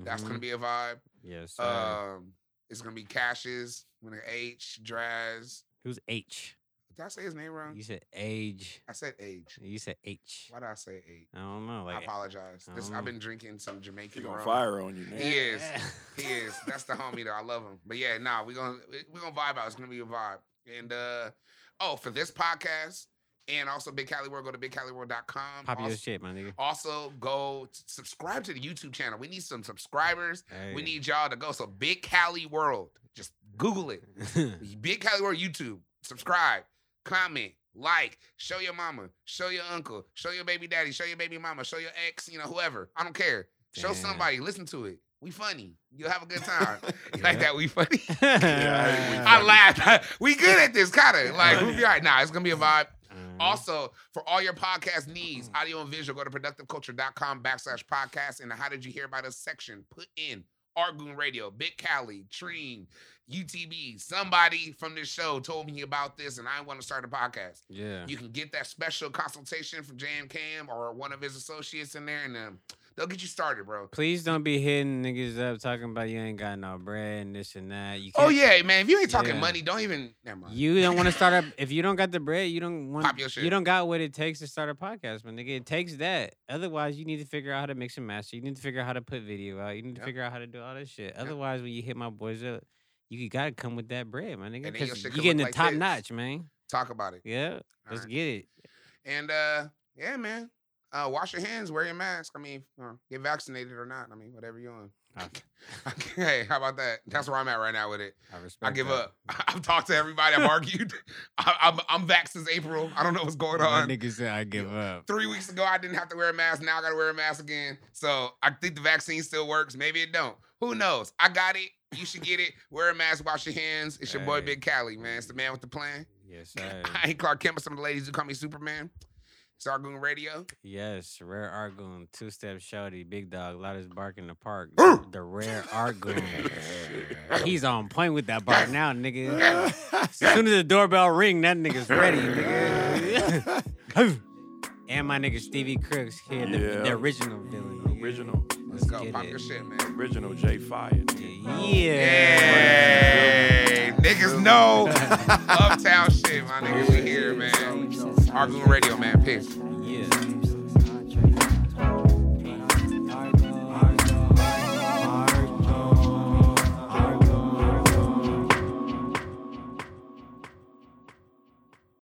Speaker 2: That's gonna be a vibe.
Speaker 3: Mm-hmm. Yes. sir.
Speaker 2: Um, it's gonna be Cashes, gonna H, Draz.
Speaker 3: Who's H?
Speaker 2: Did I say his name wrong?
Speaker 3: You said age.
Speaker 2: I said H.
Speaker 3: You said H.
Speaker 2: Why did I say eight?
Speaker 3: I don't know.
Speaker 2: I
Speaker 3: Like
Speaker 2: apologize. This, I've
Speaker 3: um,
Speaker 2: been drinking some Jamaican
Speaker 4: He gonna
Speaker 2: rum.
Speaker 4: fire on
Speaker 3: eh,
Speaker 4: you, man.
Speaker 2: He is. He is. That's the homie though. I love him. But yeah, nah, we're gonna we're gonna vibe out. It's gonna be a vibe. And uh oh, for this podcast, And also Big Cali World, go to bigcaliworld.com.
Speaker 3: Pop your
Speaker 2: Also,
Speaker 3: shit, my nigga.
Speaker 2: also go t- subscribe to the YouTube channel. We need some subscribers.
Speaker 3: Hey.
Speaker 2: We need y'all to go. So Big Cali World. Just Google it. Big Cali World YouTube. Subscribe, comment, like, show your mama, show your uncle, show your baby daddy, show your baby mama, show your ex, you know, whoever. I don't care. Show
Speaker 3: Damn.
Speaker 2: somebody, listen to it. We funny. You'll have a good time. You
Speaker 3: Yeah.
Speaker 2: Like that, we funny.
Speaker 4: I
Speaker 2: I laughed. we good at this, kind of. Like, we'll be all right. Nah, it's going to be a vibe.
Speaker 3: Mhm.
Speaker 2: Also, for all your podcast needs,
Speaker 3: Mm-hmm.
Speaker 2: audio and visual, go to productiveculture.com backslash podcast in the How Did You Hear About Us section. Put in Argoon Radio, Big Cali, Treen, UTB. Somebody from this show told me about this and I want to start a podcast.
Speaker 3: yeah.
Speaker 2: You can get that special consultation from Jam Cam or one of his associates in there and um, they'll get you started, bro.
Speaker 3: Please don't be hitting niggas up talking about you ain't got no bread and this and that. You
Speaker 2: Oh,
Speaker 3: can't-
Speaker 2: yeah, man. If you ain't talking
Speaker 3: Yeah.
Speaker 2: money, don't even. Never mind.
Speaker 3: You don't want to start up if you don't got the bread. You don't want
Speaker 2: Pop your shit.
Speaker 3: you don't got what it takes to start a podcast, man. Nigga, it takes that. Otherwise, you need to figure out how to mix and master. You need to figure out how to put video out. You need to
Speaker 2: Yep.
Speaker 3: figure out how to do all this shit. Otherwise, when you hit my boys up, you gotta come with that bread, my nigga.
Speaker 2: And then your
Speaker 3: 'cause
Speaker 2: shit
Speaker 3: you
Speaker 2: could
Speaker 3: getting the
Speaker 2: look like
Speaker 3: top
Speaker 2: this.
Speaker 3: notch, man.
Speaker 2: Talk about it.
Speaker 3: Yeah,
Speaker 2: All
Speaker 3: let's
Speaker 2: right.
Speaker 3: get it.
Speaker 2: And uh, yeah, man. Uh, wash your hands, wear your mask. I mean, uh, get vaccinated or not. I mean, whatever you're on.
Speaker 3: I,
Speaker 2: hey, how about that? That's where I'm at right now with it.
Speaker 3: I
Speaker 2: I
Speaker 3: respect.
Speaker 2: give
Speaker 3: that.
Speaker 2: up. I've talked to everybody. I've argued. I, I'm I'm vaxxed since April. I don't know what's going
Speaker 3: My
Speaker 2: on.
Speaker 3: nigga said I give up.
Speaker 2: Three weeks ago, I didn't have to wear a mask. Now I got to wear a mask again. So I think the vaccine still works. Maybe it don't. Who knows? I got it. You should get it. Wear a mask. Wash your hands. It's your boy
Speaker 3: Hey.
Speaker 2: Big Cali, man. It's the man with the plan.
Speaker 3: Yes, sir.
Speaker 2: I ain't Clark Kent, but some of the ladies who call me Superman. It's Argoon Radio.
Speaker 3: Yes, rare Argoon, two step shouty, big dog, loudest bark in the park.
Speaker 2: Arr!
Speaker 3: the rare Argoon. He's on point with that bark now, nigga. As soon as the doorbell ring, that nigga's ready, nigga. and my nigga Stevie Crooks here, the, the
Speaker 4: Yeah.
Speaker 3: original villain. nigga.
Speaker 4: Original,
Speaker 2: Let's go.
Speaker 3: get
Speaker 2: Pop
Speaker 3: it.
Speaker 2: your shit, man.
Speaker 4: original J Fire.
Speaker 3: Yeah.
Speaker 2: Hey, niggas know uptown shit, my nigga. We here, man. Argoon Radio, man. Peace.
Speaker 3: Yeah.